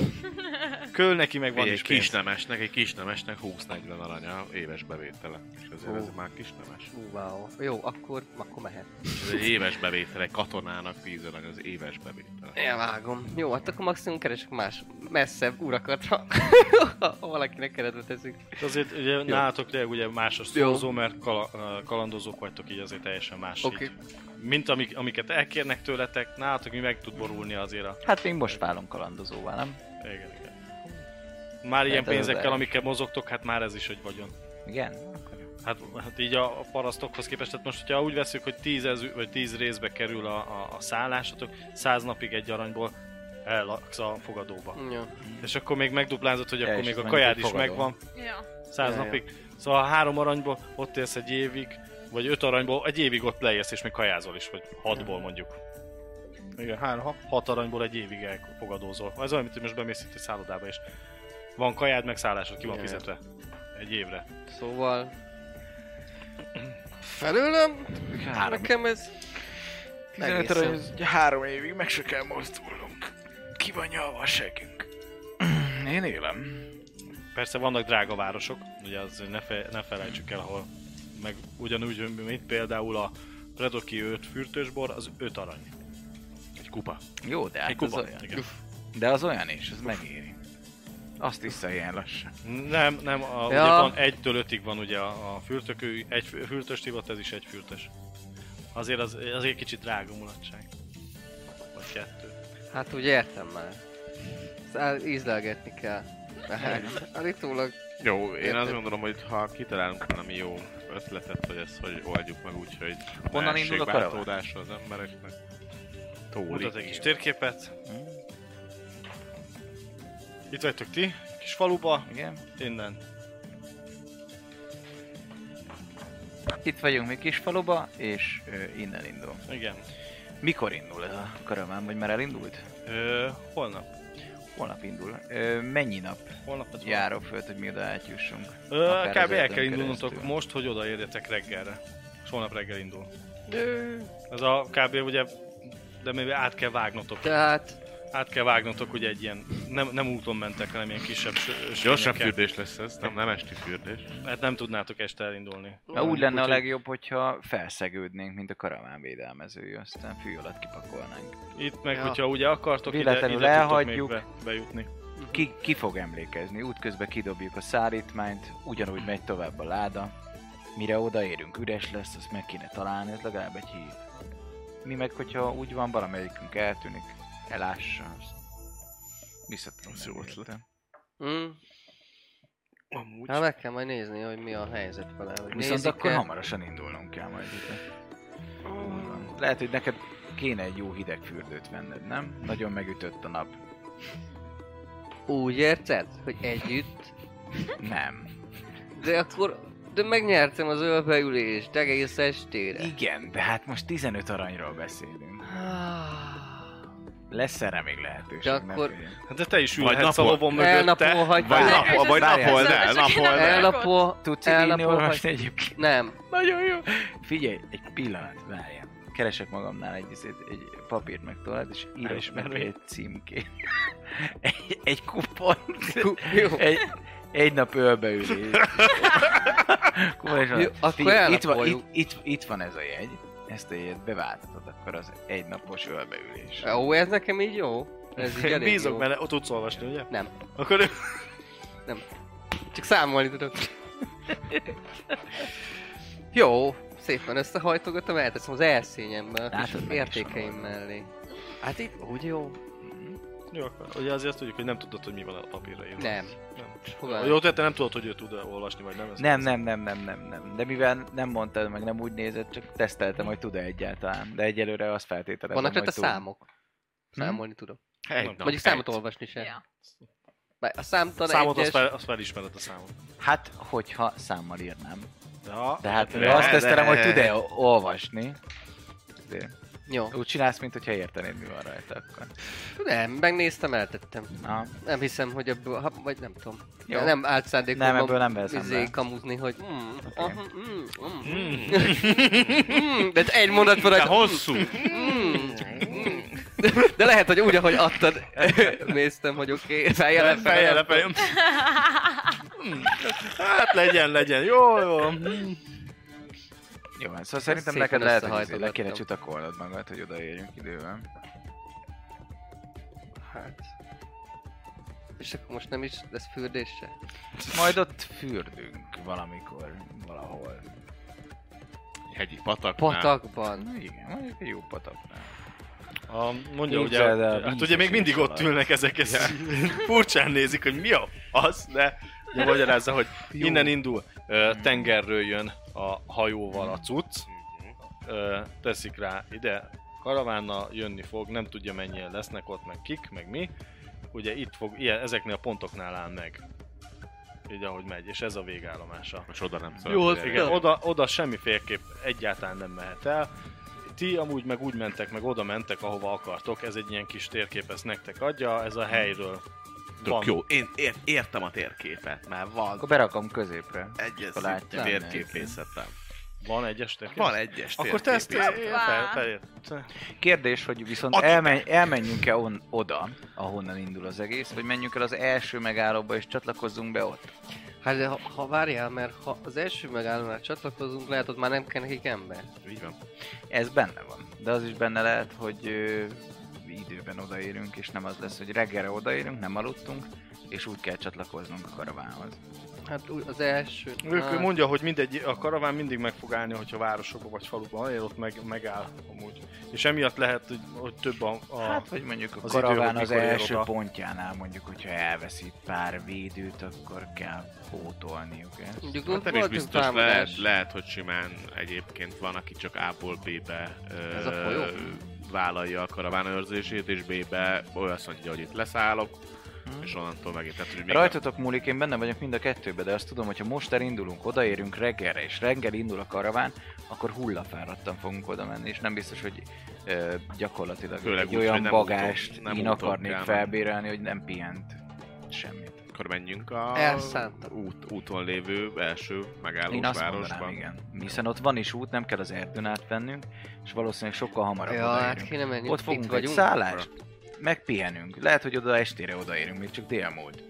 D: Köl neki meg van
F: Egy,
D: is
F: egy
D: pénz.
F: kisnemesnek, egy kisnemesnek 20-40 aranya éves bevétele. És azért
C: Ó.
F: ez már kisnemes.
C: Wow. Jó, akkor, akkor mehet.
F: Ez egy éves bevétel, egy katonának 10 arany az éves bevétele.
C: Elvágom. Jó, hát akkor maximum keresek más messzebb urakat, ha, ha valakinek keretbe teszünk.
D: Azért ugye nálatok de ugye más a szózó, mert kala, ö, kalandozók vagytok így azért teljesen más.
C: Oké.
D: így. Mint amik, amiket elkérnek tőletek, nálatok mi meg tud borulni azért a...
B: Hát még most válunk kalandozóvá, nem?
D: Igen, igen. Már ilyen
B: Hát ez az
D: pénzekkel,
B: első.
D: amikkel mozogtok, hát már ez is egy vagyon.
B: Igen?
D: Hát, hát így a, a parasztokhoz képest, tehát most, hogyha úgy veszük, hogy 10, ezü, vagy 10 részbe kerül a, a, a szállásatok, 100 napig egy aranyból ellaksz a fogadóba.
C: Jó.
D: És akkor még megduplázott, hogy
B: Hmm. Ja,
D: akkor
B: és
D: még a
B: mondjuk
D: kajád
B: egy
D: is
B: fogadó.
D: megvan,
E: Ja.
D: 100
C: Ja, ja.
D: napig. Szóval a három aranyból ott élsz egy évig, vagy öt aranyból, egy évig ott leélsz, és még kajázol is, vagy hatból mondjuk. Igen, három, ha- hat aranyból egy évig elfogadózol. Ez olyan, mint hogy most bemész itt egy szállodába, és van kajád, meg szállásod, ki van
C: Ja, ja.
D: fizetve. Egy évre.
C: Szóval... Felőlem?
B: Három.
C: Nekem ez...
B: 15
C: Egészen.
B: arany, az három évig meg se kell mozdulnunk. Ki van nyalva a segünk? Én élem.
D: Persze vannak drága városok, ugye az ne, fe, ne felejtsük el, ahol meg ugyanúgy, mint például a Predoki 5 fürtősbor, az 5 arany.
F: Egy kupa.
B: Jó, de
D: Egy
B: hát az
D: kupa.
B: olyan.
D: Igen.
B: De az olyan is, az megéri. Azt is ilyen lassan.
D: Nem, nem, a, ja. ugye
C: Ja.
D: van 1-től 5-ig van ugye a, a fürtökű, egy fü- fürtöst hívott, ez is egy fürtös. Azért az, az egy kicsit drága mulatság. Vagy kettő.
C: Hát úgy értem már. Száll, ízlelgetni kell. Hát, állítólag...
F: Jó, én azt
C: Érted?
F: gondolom, hogy ha kitalálunk valami jó ötletet, hogy ezt hogy oldjuk meg úgy, hogy
B: Honnan
F: ne
B: indul a
F: essék
B: karaván?
F: váltódása az embereknek. Tóli.
D: Mutat egy kis térképet. Itt vagytok ti, kis faluba,
B: Igen?
D: innen.
B: Itt vagyunk mi kisfaluba, és ö, innen indul.
D: Igen.
B: Mikor indul ez a karaván, vagy már elindult?
D: Ö, holnap.
B: Holnap indul. Ö, mennyi nap
D: Holnap az
B: járó föl, hogy mi oda átjussunk?
D: Ö,
B: Akár
D: kb.
B: az
D: el
B: ötön
D: kell indulnotok
B: keresztül.
D: most, hogy odaérjetek reggelre. És holnap reggel indul. Ez a kb. ugye, de még át kell vágnotok.
C: Tehát...
D: Át kell vágnotok ugye egy ilyen, nem, nem úton mentek, hanem ilyen kisebb s-
F: Gyorsabb
D: sörnyekkel.
F: fürdés lesz ez, nem, nem esti fürdés.
D: Hát nem tudnátok este elindulni.
B: Na, úgy lenne a
D: Úgyhogy-
B: legjobb, hogyha felszegődnénk, mint a karaván védelmezői, aztán fű alatt kipakolnánk.
D: Itt meg,
C: Ja.
D: hogyha ugye akartok, ide, ide
B: Véletlenül
D: tudtok
B: elhagyjuk.
D: még be, bejutni.
F: Mhm.
B: Ki, ki fog emlékezni? Útközben kidobjuk a szállítmányt, ugyanúgy megy tovább a láda. Mire odaérünk, üres lesz, azt meg kéne találni, ez legalább egy hív. Mi meg, hogyha úgy van, valamelyikünk eltűnik, elássa azt. Visszatudunk.
F: Az jó
B: menni
F: ötlet.
B: érte.
C: Mm,
F: Amúgy.
C: hát meg kell majd nézni, hogy mi a helyzet vele. Hogy
B: Viszont akkor
C: nézik-e?
B: hamarosan indulnunk kell majd ide. Úgy van. Lehet, hogy neked kéne egy jó hideg fürdőt venned, nem? Nagyon megütött a nap.
C: Úgy érted, hogy együtt?
B: Nem.
C: De akkor... De megnyertem az ölbeülést egész estére.
B: Igen, de hát most 15 aranyról beszélünk.
C: Ah.
B: Lesz erre még lehetőség,
C: De
B: ne
C: akkor-
B: féljen.
D: Hát de te is
F: Vagy
D: ülhetsz a
F: napol-
D: lovon mögötte.
F: Vagy
C: Elnapolhatjuk.
F: nappal, vagy
B: Várjál,
E: ez
F: nappal, de,
E: az-
F: nappol, de.
C: Elnapol...
B: Tudsz írni olvasni
C: Elnapolhatjuk.
B: egyébként?
C: Nem.
B: Nagyon jó. Figyelj, egy pillanat, várjál. Keresek magamnál egy, egy, egy papírt meg tovább, és írok
D: Elismerő.
B: meg egy címkét. Egy, egy kupon.
C: Ku- Jó.
B: Egy, egy nap ölbeülés.
C: Jó, akkor
B: itt, van, itt,
C: elnapoljuk.
B: itt, itt van ez a jegy. Ezt a jegyet beváltatod, akkor az egy napos ölbeülés.
C: Ó, ez nekem így jó. Ez így elég
D: Bízok
C: jó.
D: benne, ott tudsz olvasni, ugye?
C: Nem.
D: Akkor ő...
C: Csak számolni tudok. jó. Szépen összehajtogatom, elteszem az elszényemmel, a kis
B: Látod, meg is
C: értékeim
B: van.
C: mellé. Hát itt úgy jó.
D: Jó, akkor ugye azért tudjuk, hogy nem tudod, hogy mi van a papírra írva.
C: Nem.
D: nem.
C: Fogalmam.
D: Jó, tehát te nem tudod, hogy ő tud olvasni, vagy nem. ezt-
B: Nem, nem, nem, nem, nem, nem. De mivel nem mondtad, meg nem úgy nézett, csak teszteltem, hogy tud-e egyáltalán. De egyelőre azt feltételezem,
C: Vannak
B: hogy
C: rajta
B: tud.
C: számok.
D: Hm?
C: Számolni tudom.
F: Egy
D: Mondjuk
C: Mondjuk
F: egy.
C: számot olvasni sem.
E: ja.
C: Bár A számtalan
D: hát. Számot azt,
C: egyes...
D: fel, azt felismered a számot.
B: Hát, hogyha számmal írnám.
D: De, ha,
B: De hát
F: De-
B: de, azt tesztelem, hogy
F: de-
B: tud-e o- olvasni. De
C: Jó.
B: úgy csinálsz, mint hogyha értenéd, mi van rajta akkor.
C: Nem, megnéztem, eltettem.
B: Na,
C: Nem hiszem, hogy ebből, ha, vagy nem tudom.
B: Jó.
C: Jó. Nem állt szándékom
B: Nem,
C: ma
B: ebből nem veszem
C: izé
B: le.
C: kamuzni, hogy mm,
B: Oké.
C: aha, mm,
D: Hmm.
C: mm, mm, de egy mondat van
F: De
D: Hm,
C: rajta.
F: hosszú.
C: Mm, mm. De lehet, hogy úgy, ahogy adtad, néztem, hogy oké, okay, fejjel
D: Fejjel
C: fejjel
D: lefelé. Hm. Hát legyen, legyen. Jó, jó.
B: Jó, van, szóval szerintem
C: Szépen
B: neked lehet, hogy izé- le
C: összehajtogattam.
B: kéne csutakolnod magad, hogy odaérjünk időben.
C: Hát. És akkor most nem is lesz fürdése?
B: Majd ott fürdünk valamikor, valahol.
F: Hegyi pataknál.
C: Patakban.
B: Na igen, mondjuk egy jó pataknál.
D: A, mondja
B: Képzeld
D: ugye,
B: el,
D: hát
B: vízes
D: ugye még mindig
B: kicsoda.
D: ott ülnek ezek, és furcsán nézik, hogy mi a az, de ugye magyarázza, hogy innen indul, ö, tengerről jön a hajóval a cucc, ö, teszik rá ide, karavánnal jönni fog, nem tudja mennyien lesznek ott, meg kik, meg mi, ugye itt fog, ilyen, ezeknél a pontoknál áll meg, így ahogy megy, és ez a végállomása.
F: Most oda nem
D: Jó,
F: szólok.
D: igen, oda, oda semmiféleképp egyáltalán nem mehet el. Ti amúgy meg úgy mentek, meg oda mentek, ahova akartok. Ez egy ilyen kis térkép, ezt nektek adja, ez a helyről.
F: Tök jó, én ér, értem a térképet, már van.
B: Akkor berakom középre.
F: Egyes
B: Akkor látja.
F: szintű térképészetem.
D: Van egyes térkép?
F: Van egyes
D: Akkor te ezt
F: térképészet.
D: fel, fel, fel, fel.
B: Kérdés, hogy viszont
F: Adj
B: elmen, elmenjünk-e on, oda, ahonnan indul az egész, vagy menjünk el az első megállóba és csatlakozzunk be ott?
C: Hát de ha, ha várjál, mert ha az első megállomásra csatlakozunk, lehet, ott már nem kell nekik ember.
F: Így van.
B: Ez benne van. De az is benne lehet, hogy ö, időben odaérünk, és nem az lesz, hogy reggelre odaérünk, nem aludtunk, és úgy kell csatlakoznunk a karavánhoz.
C: Hát úgy az első...
D: Ők mondja, hogy mindegy, a karaván mindig meg fog állni, hogyha városokban vagy faluban él, ott meg, megáll amúgy. És emiatt lehet, hogy, hogy több a, a...
B: Hát, vagy mondjuk a
D: az
B: az
D: idő,
B: karaván
D: hogy
B: az
D: mikor ér
B: első
D: oda.
B: pontjánál mondjuk, hogyha elveszít pár védőt, akkor kell pótolniuk ezt.
C: Mondjuk
F: Hát
C: ott
F: nem is
C: voltunk
F: biztos,
C: támadás.
F: lehet, lehet, hogy simán egyébként van, aki csak A-ból B-be
C: Ez a folyó?
F: ö, vállalja a karavánőrzését, és B-be olyan azt mondja, hogy itt leszállok,
D: Hm.
B: Mhm.
F: és onnantól megint. Tehát, hogy még
B: Rajtatok múlik, én benne vagyok mind a kettőbe, de azt tudom, hogy ha most elindulunk, odaérünk reggelre, és reggel indul a karaván, akkor hullafáradtan fogunk oda menni, és nem biztos, hogy ö, gyakorlatilag
F: Főleg
B: egy
F: úgy, hogy
B: olyan
F: nem
B: bagást
F: úton- nem
B: én
F: úton
B: akarnék
F: kell menni.
B: felbérelni, hogy nem pihent semmit.
F: akkor menjünk a
C: Elszántam.
F: út, úton lévő első
B: Én
F: megállós
B: azt mondanám,
F: városban.
B: igen. Hiszen ott van is út, nem kell az erdőn átvennünk, és valószínűleg sokkal hamarabb
C: Ja,
B: odaérünk.
C: hát kéne menni.
B: Ott fogunk egy szállást, megpihenünk. Lehet, hogy oda estére odaérünk, még csak délmúlt.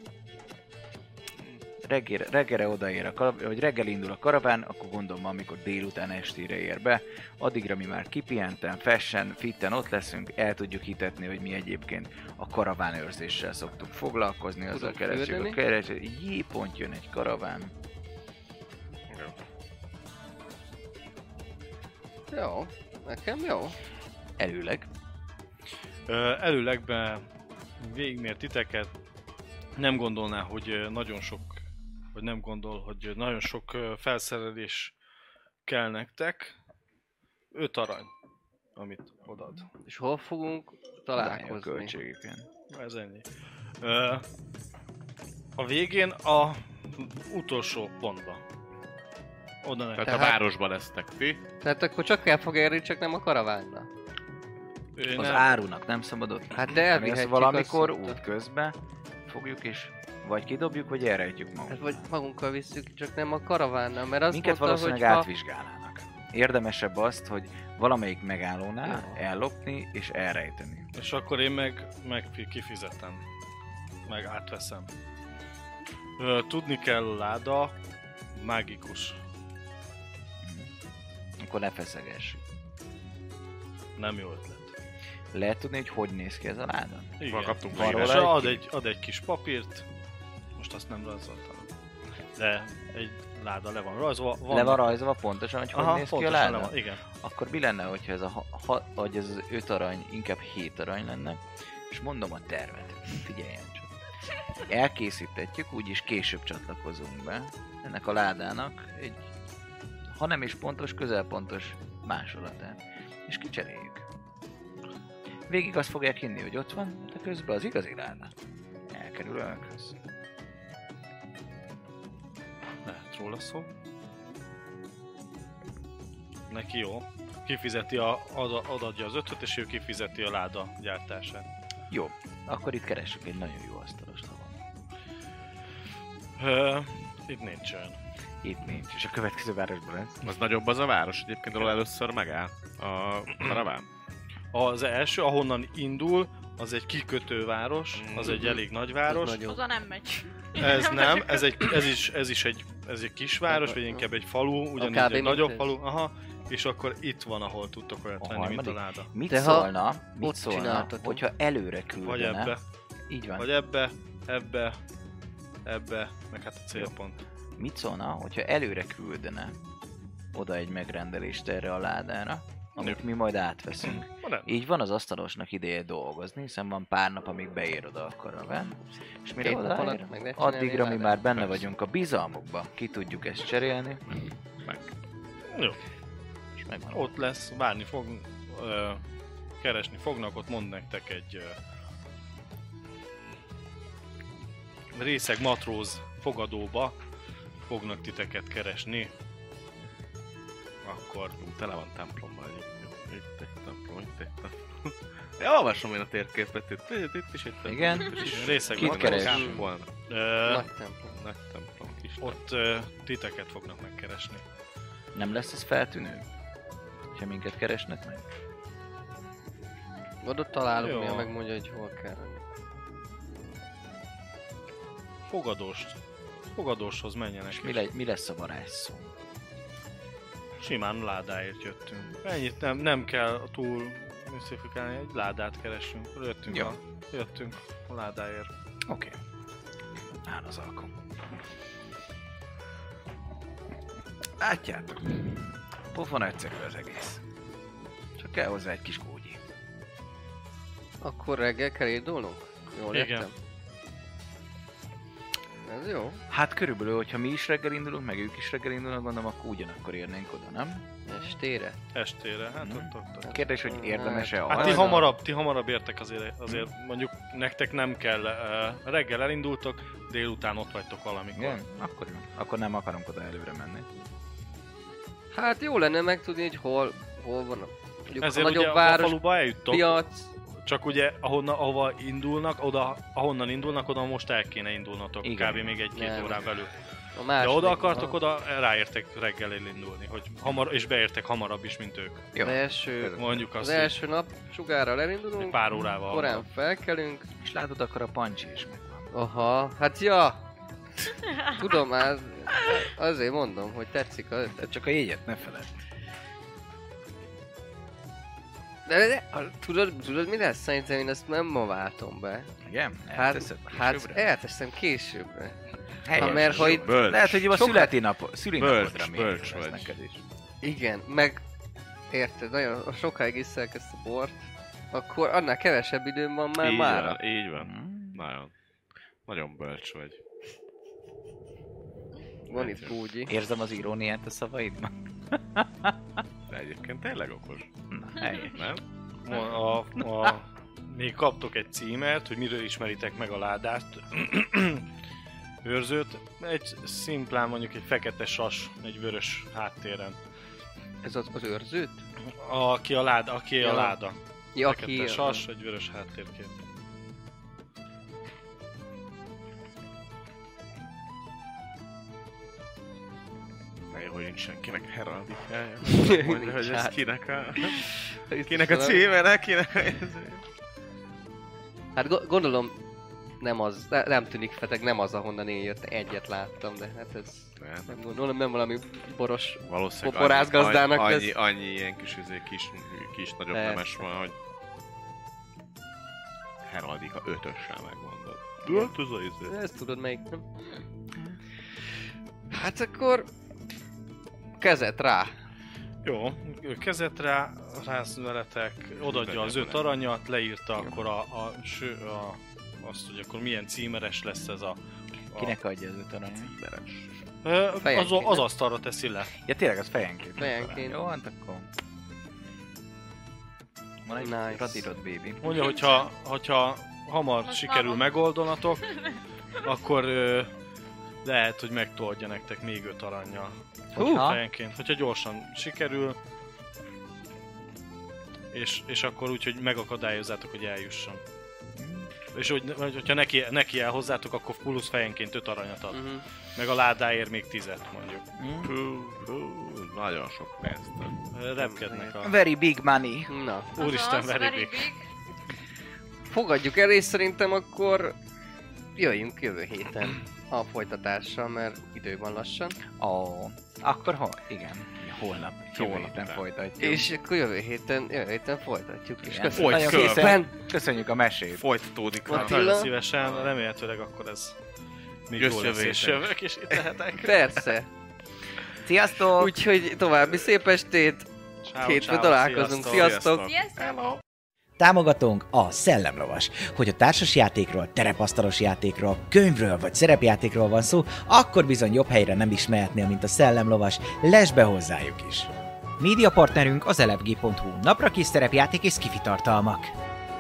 B: Reggel, reggelre odaér a karav, vagy reggel indul a karaván, akkor gondolom, amikor délután estére ér be, addigra mi már kipihenten, fessen, fitten ott leszünk, el tudjuk hitetni, hogy mi egyébként a karavánőrzéssel szoktuk foglalkozni, azzal
C: Tudunk
B: keresjük a
C: küldeni?
B: kereső. Jé, pont jön egy karaván.
C: Jó, nekem jó.
B: Előleg.
D: Ö, Előlegben végigmért titeket, nem gondolná, hogy ö, nagyon sok, vagy nem gondol, hogy ö, nagyon sok ö, felszerelés kell nektek. Öt arany, amit odad.
C: És hol fogunk
B: Drága
C: találkozni?
B: költségükön.
D: Ez ennyi. Ö, A végén a utolsó pontba. Oda nektek.
F: Tehát a
C: Tehát-
F: városban lesztek ti.
C: Tehát akkor csak el fog érni, csak nem a karavánna.
D: Ő
B: Az
D: nem-
B: árunak nem szabad ott
C: Hát
B: lenni.
C: de
B: Mert
C: elvihetjük,
B: ezt valamikor
C: azt mondta.
B: út közben fogjuk és vagy kidobjuk, vagy elrejtjük magunkat.
C: Hát vagy magunkkal visszük, csak nem a karavánna, mert azt mondta, hogy
B: Minket valószínűleg
C: ha...
B: átvizsgálnának. Érdemesebb azt, hogy valamelyik megállónál
C: Jó.
B: ellopni és elrejteni.
D: És akkor én meg, meg fi- kifizetem. Meg átveszem. Ö, tudni kell a láda, mágikus.
B: Akkor ne feszegessük.
D: Nem jó ötlet.
B: Lehet tudni, hogy hogy néz ki ez a láda?
F: Van,
D: Igen.
F: kaptunk
B: Van
F: egy
D: És
B: róla
D: ad
B: egy
D: egy, ad egy kis papírt. Most azt nem rajzoltam. De egy láda le van rajzolva. Van
B: Le van rajzolva pontosan, hogy hogy néz ki a
D: pontosan le
B: láda?
D: van. Igen.
B: Akkor mi lenne, hogyha ez, a ha, ha, vagy ez az öt arany inkább hét arany lenne? És mondom a tervet. Figyeljen csak. Elkészítetjük, úgyis később csatlakozunk be ennek a ládának egy, ha nem is pontos, közelpontos másolatát. És kicseréljük. Végig azt fogják hinni, hogy ott van, de közben az igazi láda. Elkerül önökhöz.
D: Lehet róla szó. Neki jó. Kifizeti, a, ad, adja az ötöt, és ő kifizeti a láda gyártását.
B: Jó, akkor itt keressük egy nagyon jó asztalost, ha van.
D: Ö, itt nincs olyan.
B: Itt nincs, és a következő városban lesz.
F: Az nagyobb az a város egyébként, ahol először megáll a karaván.
D: Az első, ahonnan indul, az egy kikötőváros, az egy elég nagy város.
C: Az nagyon-
E: Oda nem megy.
D: Ez nem,
E: megyek.
D: ez, egy, ez, is, ez is egy, ez egy kisváros, vagy inkább egy falu,
C: kb.
D: ugyanígy egy
C: mint
D: nagyobb
C: ez.
D: falu, aha, és akkor itt van, ahol tudtok
B: A
D: olyat venni, mint a
B: harmadik?
D: láda.
B: Mit
C: De ha
B: szólna, mit
C: ott
B: szólna
C: csináltatunk.
B: hogyha előre
D: Vagy
B: küldene?
D: ebbe,
B: Így van.
D: vagy e- ebbe, ebbe, ebbe, meg hát a célpont.
B: Mit szólna, hogyha előre küldene oda egy megrendelést erre a ládára, amit mi majd átveszünk.
D: Van nem?
B: Így van az asztalosnak ideje dolgozni, hiszen van pár nap, amíg beér oda a karaven. És mire
C: Két nap
B: odaér?
C: alatt meg lehet csinálni
B: Addigra mi
C: egy
B: már benne
D: Persze.
B: vagyunk a bizalmukba, ki tudjuk ezt cserélni,
D: Jó,
B: és megvan.
D: ott lesz, várni fog, ö, keresni fognak, ott mond nektek egy ö, részeg matróz fogadóba fognak titeket keresni.
F: Akkor ú, tele van templommal egyébként. Itt egy templom, itt egy templom. Ja, olvasom én a térképet, itt, itt, itt is egy templom.
B: Igen.
F: itt is egy
D: Részeg
B: Kit
F: templom.
B: keres?
F: Kápolna.
D: Ö,
C: Nagy templom.
F: Nagy templom, kis templom.
D: ott ö, titeket fognak megkeresni.
B: Nem lesz ez feltűnő? Ha minket keresnek meg?
C: Oda találunk,
D: Jó.
C: mi megmondja, hogy hol kell lenni.
D: Fogadóst. Fogadóshoz menjenek.
B: És mi, le, mi lesz a varázsszó?
D: Simán ládáért jöttünk. Ennyit nem, nem kell túl misztifikálni, egy ládát keresünk. Jöttünk,
B: Jó.
D: a, jöttünk a ládáért.
B: Oké. Okay. Áll az alkom. Látjátok? Pofon egyszerű az egész. Csak kell hozzá egy kis kógyi.
C: Akkor reggel kell indulnunk? Jól
D: Igen.
C: értem? Ez jó.
B: Hát körülbelül, hogyha mi is reggel indulunk, meg ők is reggel indulnak, gondolom, akkor ugyanakkor érnénk oda, nem?
C: Estére.
D: Estére, hát
B: Mhm.
D: ott, ott, ott.
B: Kérdés, hogy érdemes-e
D: Hát
B: az?
D: ti
C: Hajnal.
D: hamarabb, ti hamarabb értek azért, azért mondjuk nektek nem kell, uh, reggel elindultok, délután ott vagytok valamikor.
B: Igen? Akkor jó. Akkor nem akarunk oda előre menni.
C: Hát jó lenne megtudni, hogy hol, hol van a, mondjuk
D: Ezért
C: a
D: ugye
C: nagyobb
D: a
C: város,
D: faluba eljuttok,
C: piac.
D: csak ugye ahonnan, ahova indulnak, oda, ahonnan indulnak, oda most el kéne indulnotok,
B: Igen.
D: kb. még egy-két
C: Nem.
D: órán belül.
C: A második.
D: De oda akartok,
C: van.
D: oda ráértek reggel indulni, hogy hamar, és beértek hamarabb is, mint ők.
B: Jó.
C: Az első,
D: Hát Mondjuk
C: az
D: azt, hogy
C: első nap sugára elindulunk,
D: egy pár órával.
C: korán felkelünk.
B: És látod, akkor a pancsi is megvan.
C: Aha, hát ja! Tudom, az, azért mondom, hogy tetszik a ötlet.
B: Tehát csak a jegyet ne feled.
C: De, de, de a, tudod, tudod mi lesz? Szerintem én ezt nem ma váltom be.
B: Igen?
C: Hát,
B: Elteszed
C: hát
B: későbbre?
C: elteszem későbbre.
B: Helyes.
C: ha mert ha itt-
F: Bölcs.
B: Lehet, hogy a
C: Sokat-
B: születénap, szülinapodra
F: Bölcs,
B: még jó
F: bölcs
B: lesz
F: vagy.
B: neked is.
C: Igen, meg érted, nagyon sokáig iszek ezt a bort, akkor annál kevesebb időm van már
F: Így
C: mára.
F: van, így van.
B: Mm.
F: Nagyon. Nagyon bölcs vagy.
C: Van itt Gógyi.
B: Érzem az iróniát a szavaidban.
F: De egyébként tényleg okos,
B: Na, helyes.
F: nem?
D: A, a, a, még kaptok egy címert, hogy miről ismeritek meg a ládát, őrzőt. Egy szimplán mondjuk egy fekete sas, egy vörös háttéren.
C: Ez az, az őrzőt?
D: Aki a láda, aki a
C: Ja,
D: láda.
C: Ja,
D: fekete
C: ki?
D: sas, egy vörös háttérkép.
F: Na jó, hogy nincs senkinek heraldikája.
C: Nincs
F: Mondja, hogy
C: hát.
F: ez
C: Szóval-
F: kinek a,
C: Itt
F: kinek a
C: van.
F: címere, kinek a...
C: Hát go- gondolom nem az, ne- nem tűnik feteg, nem az, ahonnan én jöttem, egyet láttam, de hát ez
F: Nem.
C: nem gondolom, nem valami boros.
F: Valószínűleg
C: Borászgazdának
F: annyi, annyi,
C: lesz.
F: annyi, ilyen kis, izé, kis, kis nagyobb
C: Persze.
F: nemes van, hogy heraldika ötössel megmondod.
C: Igen.
F: Hát ez a izé.
C: Ezt tudod melyik, nem? Hát akkor kezet rá.
D: Jó, ő kezet rá, rász veletek, odaadja az öt aranyat, leírta akkor a, a, ső, a, azt, hogy akkor milyen címeres lesz ez a... a
B: Kinek adja az öt aranyat?
D: Ö, az,
C: Fejenként.
D: az asztalra teszi le.
B: Ja tényleg, az fejenként.
C: Fejenként.
B: Jó, hát akkor... Van egy
C: Nice.
B: nice. radírod, baby.
D: Mondja, hogyha, hogyha hamar
E: Most
D: sikerül
E: már van.
D: megoldanatok, akkor ö, lehet, hogy megtoldja nektek még öt aranyjal
B: Hogyha-
D: fejenként. Hogyha gyorsan sikerül, és, és akkor úgy, hogy megakadályozzátok, hogy eljusson.
B: Mm.
D: És hogy, hogy- hogyha neki, neki el hozzátok, akkor plusz fejenként 5 aranyat ad.
C: Uh-huh.
D: Meg a ládáért még 10-et mondjuk.
C: Mm.
F: Pú, pú, nagyon sok pénzt.
D: Ö, Repkednek a...
B: Very big money.
C: Na,
D: Úristen,
E: Azaz,
D: very big.
C: fogadjuk el, és szerintem akkor jöjjünk jövő héten a folytatással, mert idő van lassan.
B: Ó, oh. akkor hol? Igen, holnap. Jövő
F: Holnap.
B: héten folytatjuk.
C: És akkor jövő héten, jövő héten folytatjuk. És
B: Igen.
C: köszönöm
F: Folyt
B: Nagyon
F: föl.
B: szépen. Köszönjük a mesét.
F: Folytatódik a...
C: Attila?
D: Nagyon szívesen, remélhetőleg akkor ez még jó lesz,
F: Összejövő
D: és
F: héten.
D: jövök, és itt lehetek.
C: Persze.
B: Sziasztok!
C: Úgyhogy további szép estét,
D: Ciao,
C: hétfő
D: ciao,
C: találkozunk.
D: sziasztok.
C: Sziasztok!
E: Sziasztok!
A: Támogatónk a Szellemlovas. Hogy a társasjátékról, terepasztalos játékról, könyvről vagy szerepjátékról van szó, akkor bizony jobb helyre nem is mehetnél, mint a Szellemlovas. Lesz be hozzájuk is! Média partnerünk az elefg.hu, napra kis szerepjáték és kifitartalmak.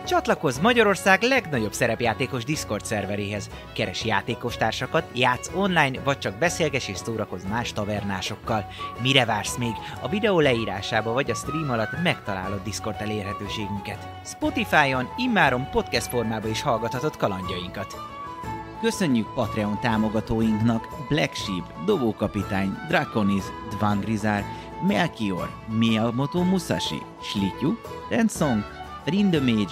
A: Csatlakozz Magyarország legnagyobb szerepjátékos Discord szerveréhez. Keres játékostársakat, játsz online, vagy csak beszélges és szórakozz más tavernásokkal. Mire vársz még? A videó leírásába vagy a stream alatt megtalálod Discord elérhetőségünket. Spotify-on immáron podcast formába is hallgathatod kalandjainkat. Köszönjük Patreon támogatóinknak Black Sheep, Dovókapitány, Draconis, Dvangrizár, Melchior, Miyamoto Musashi, Slityu, Rensong, Rindomage,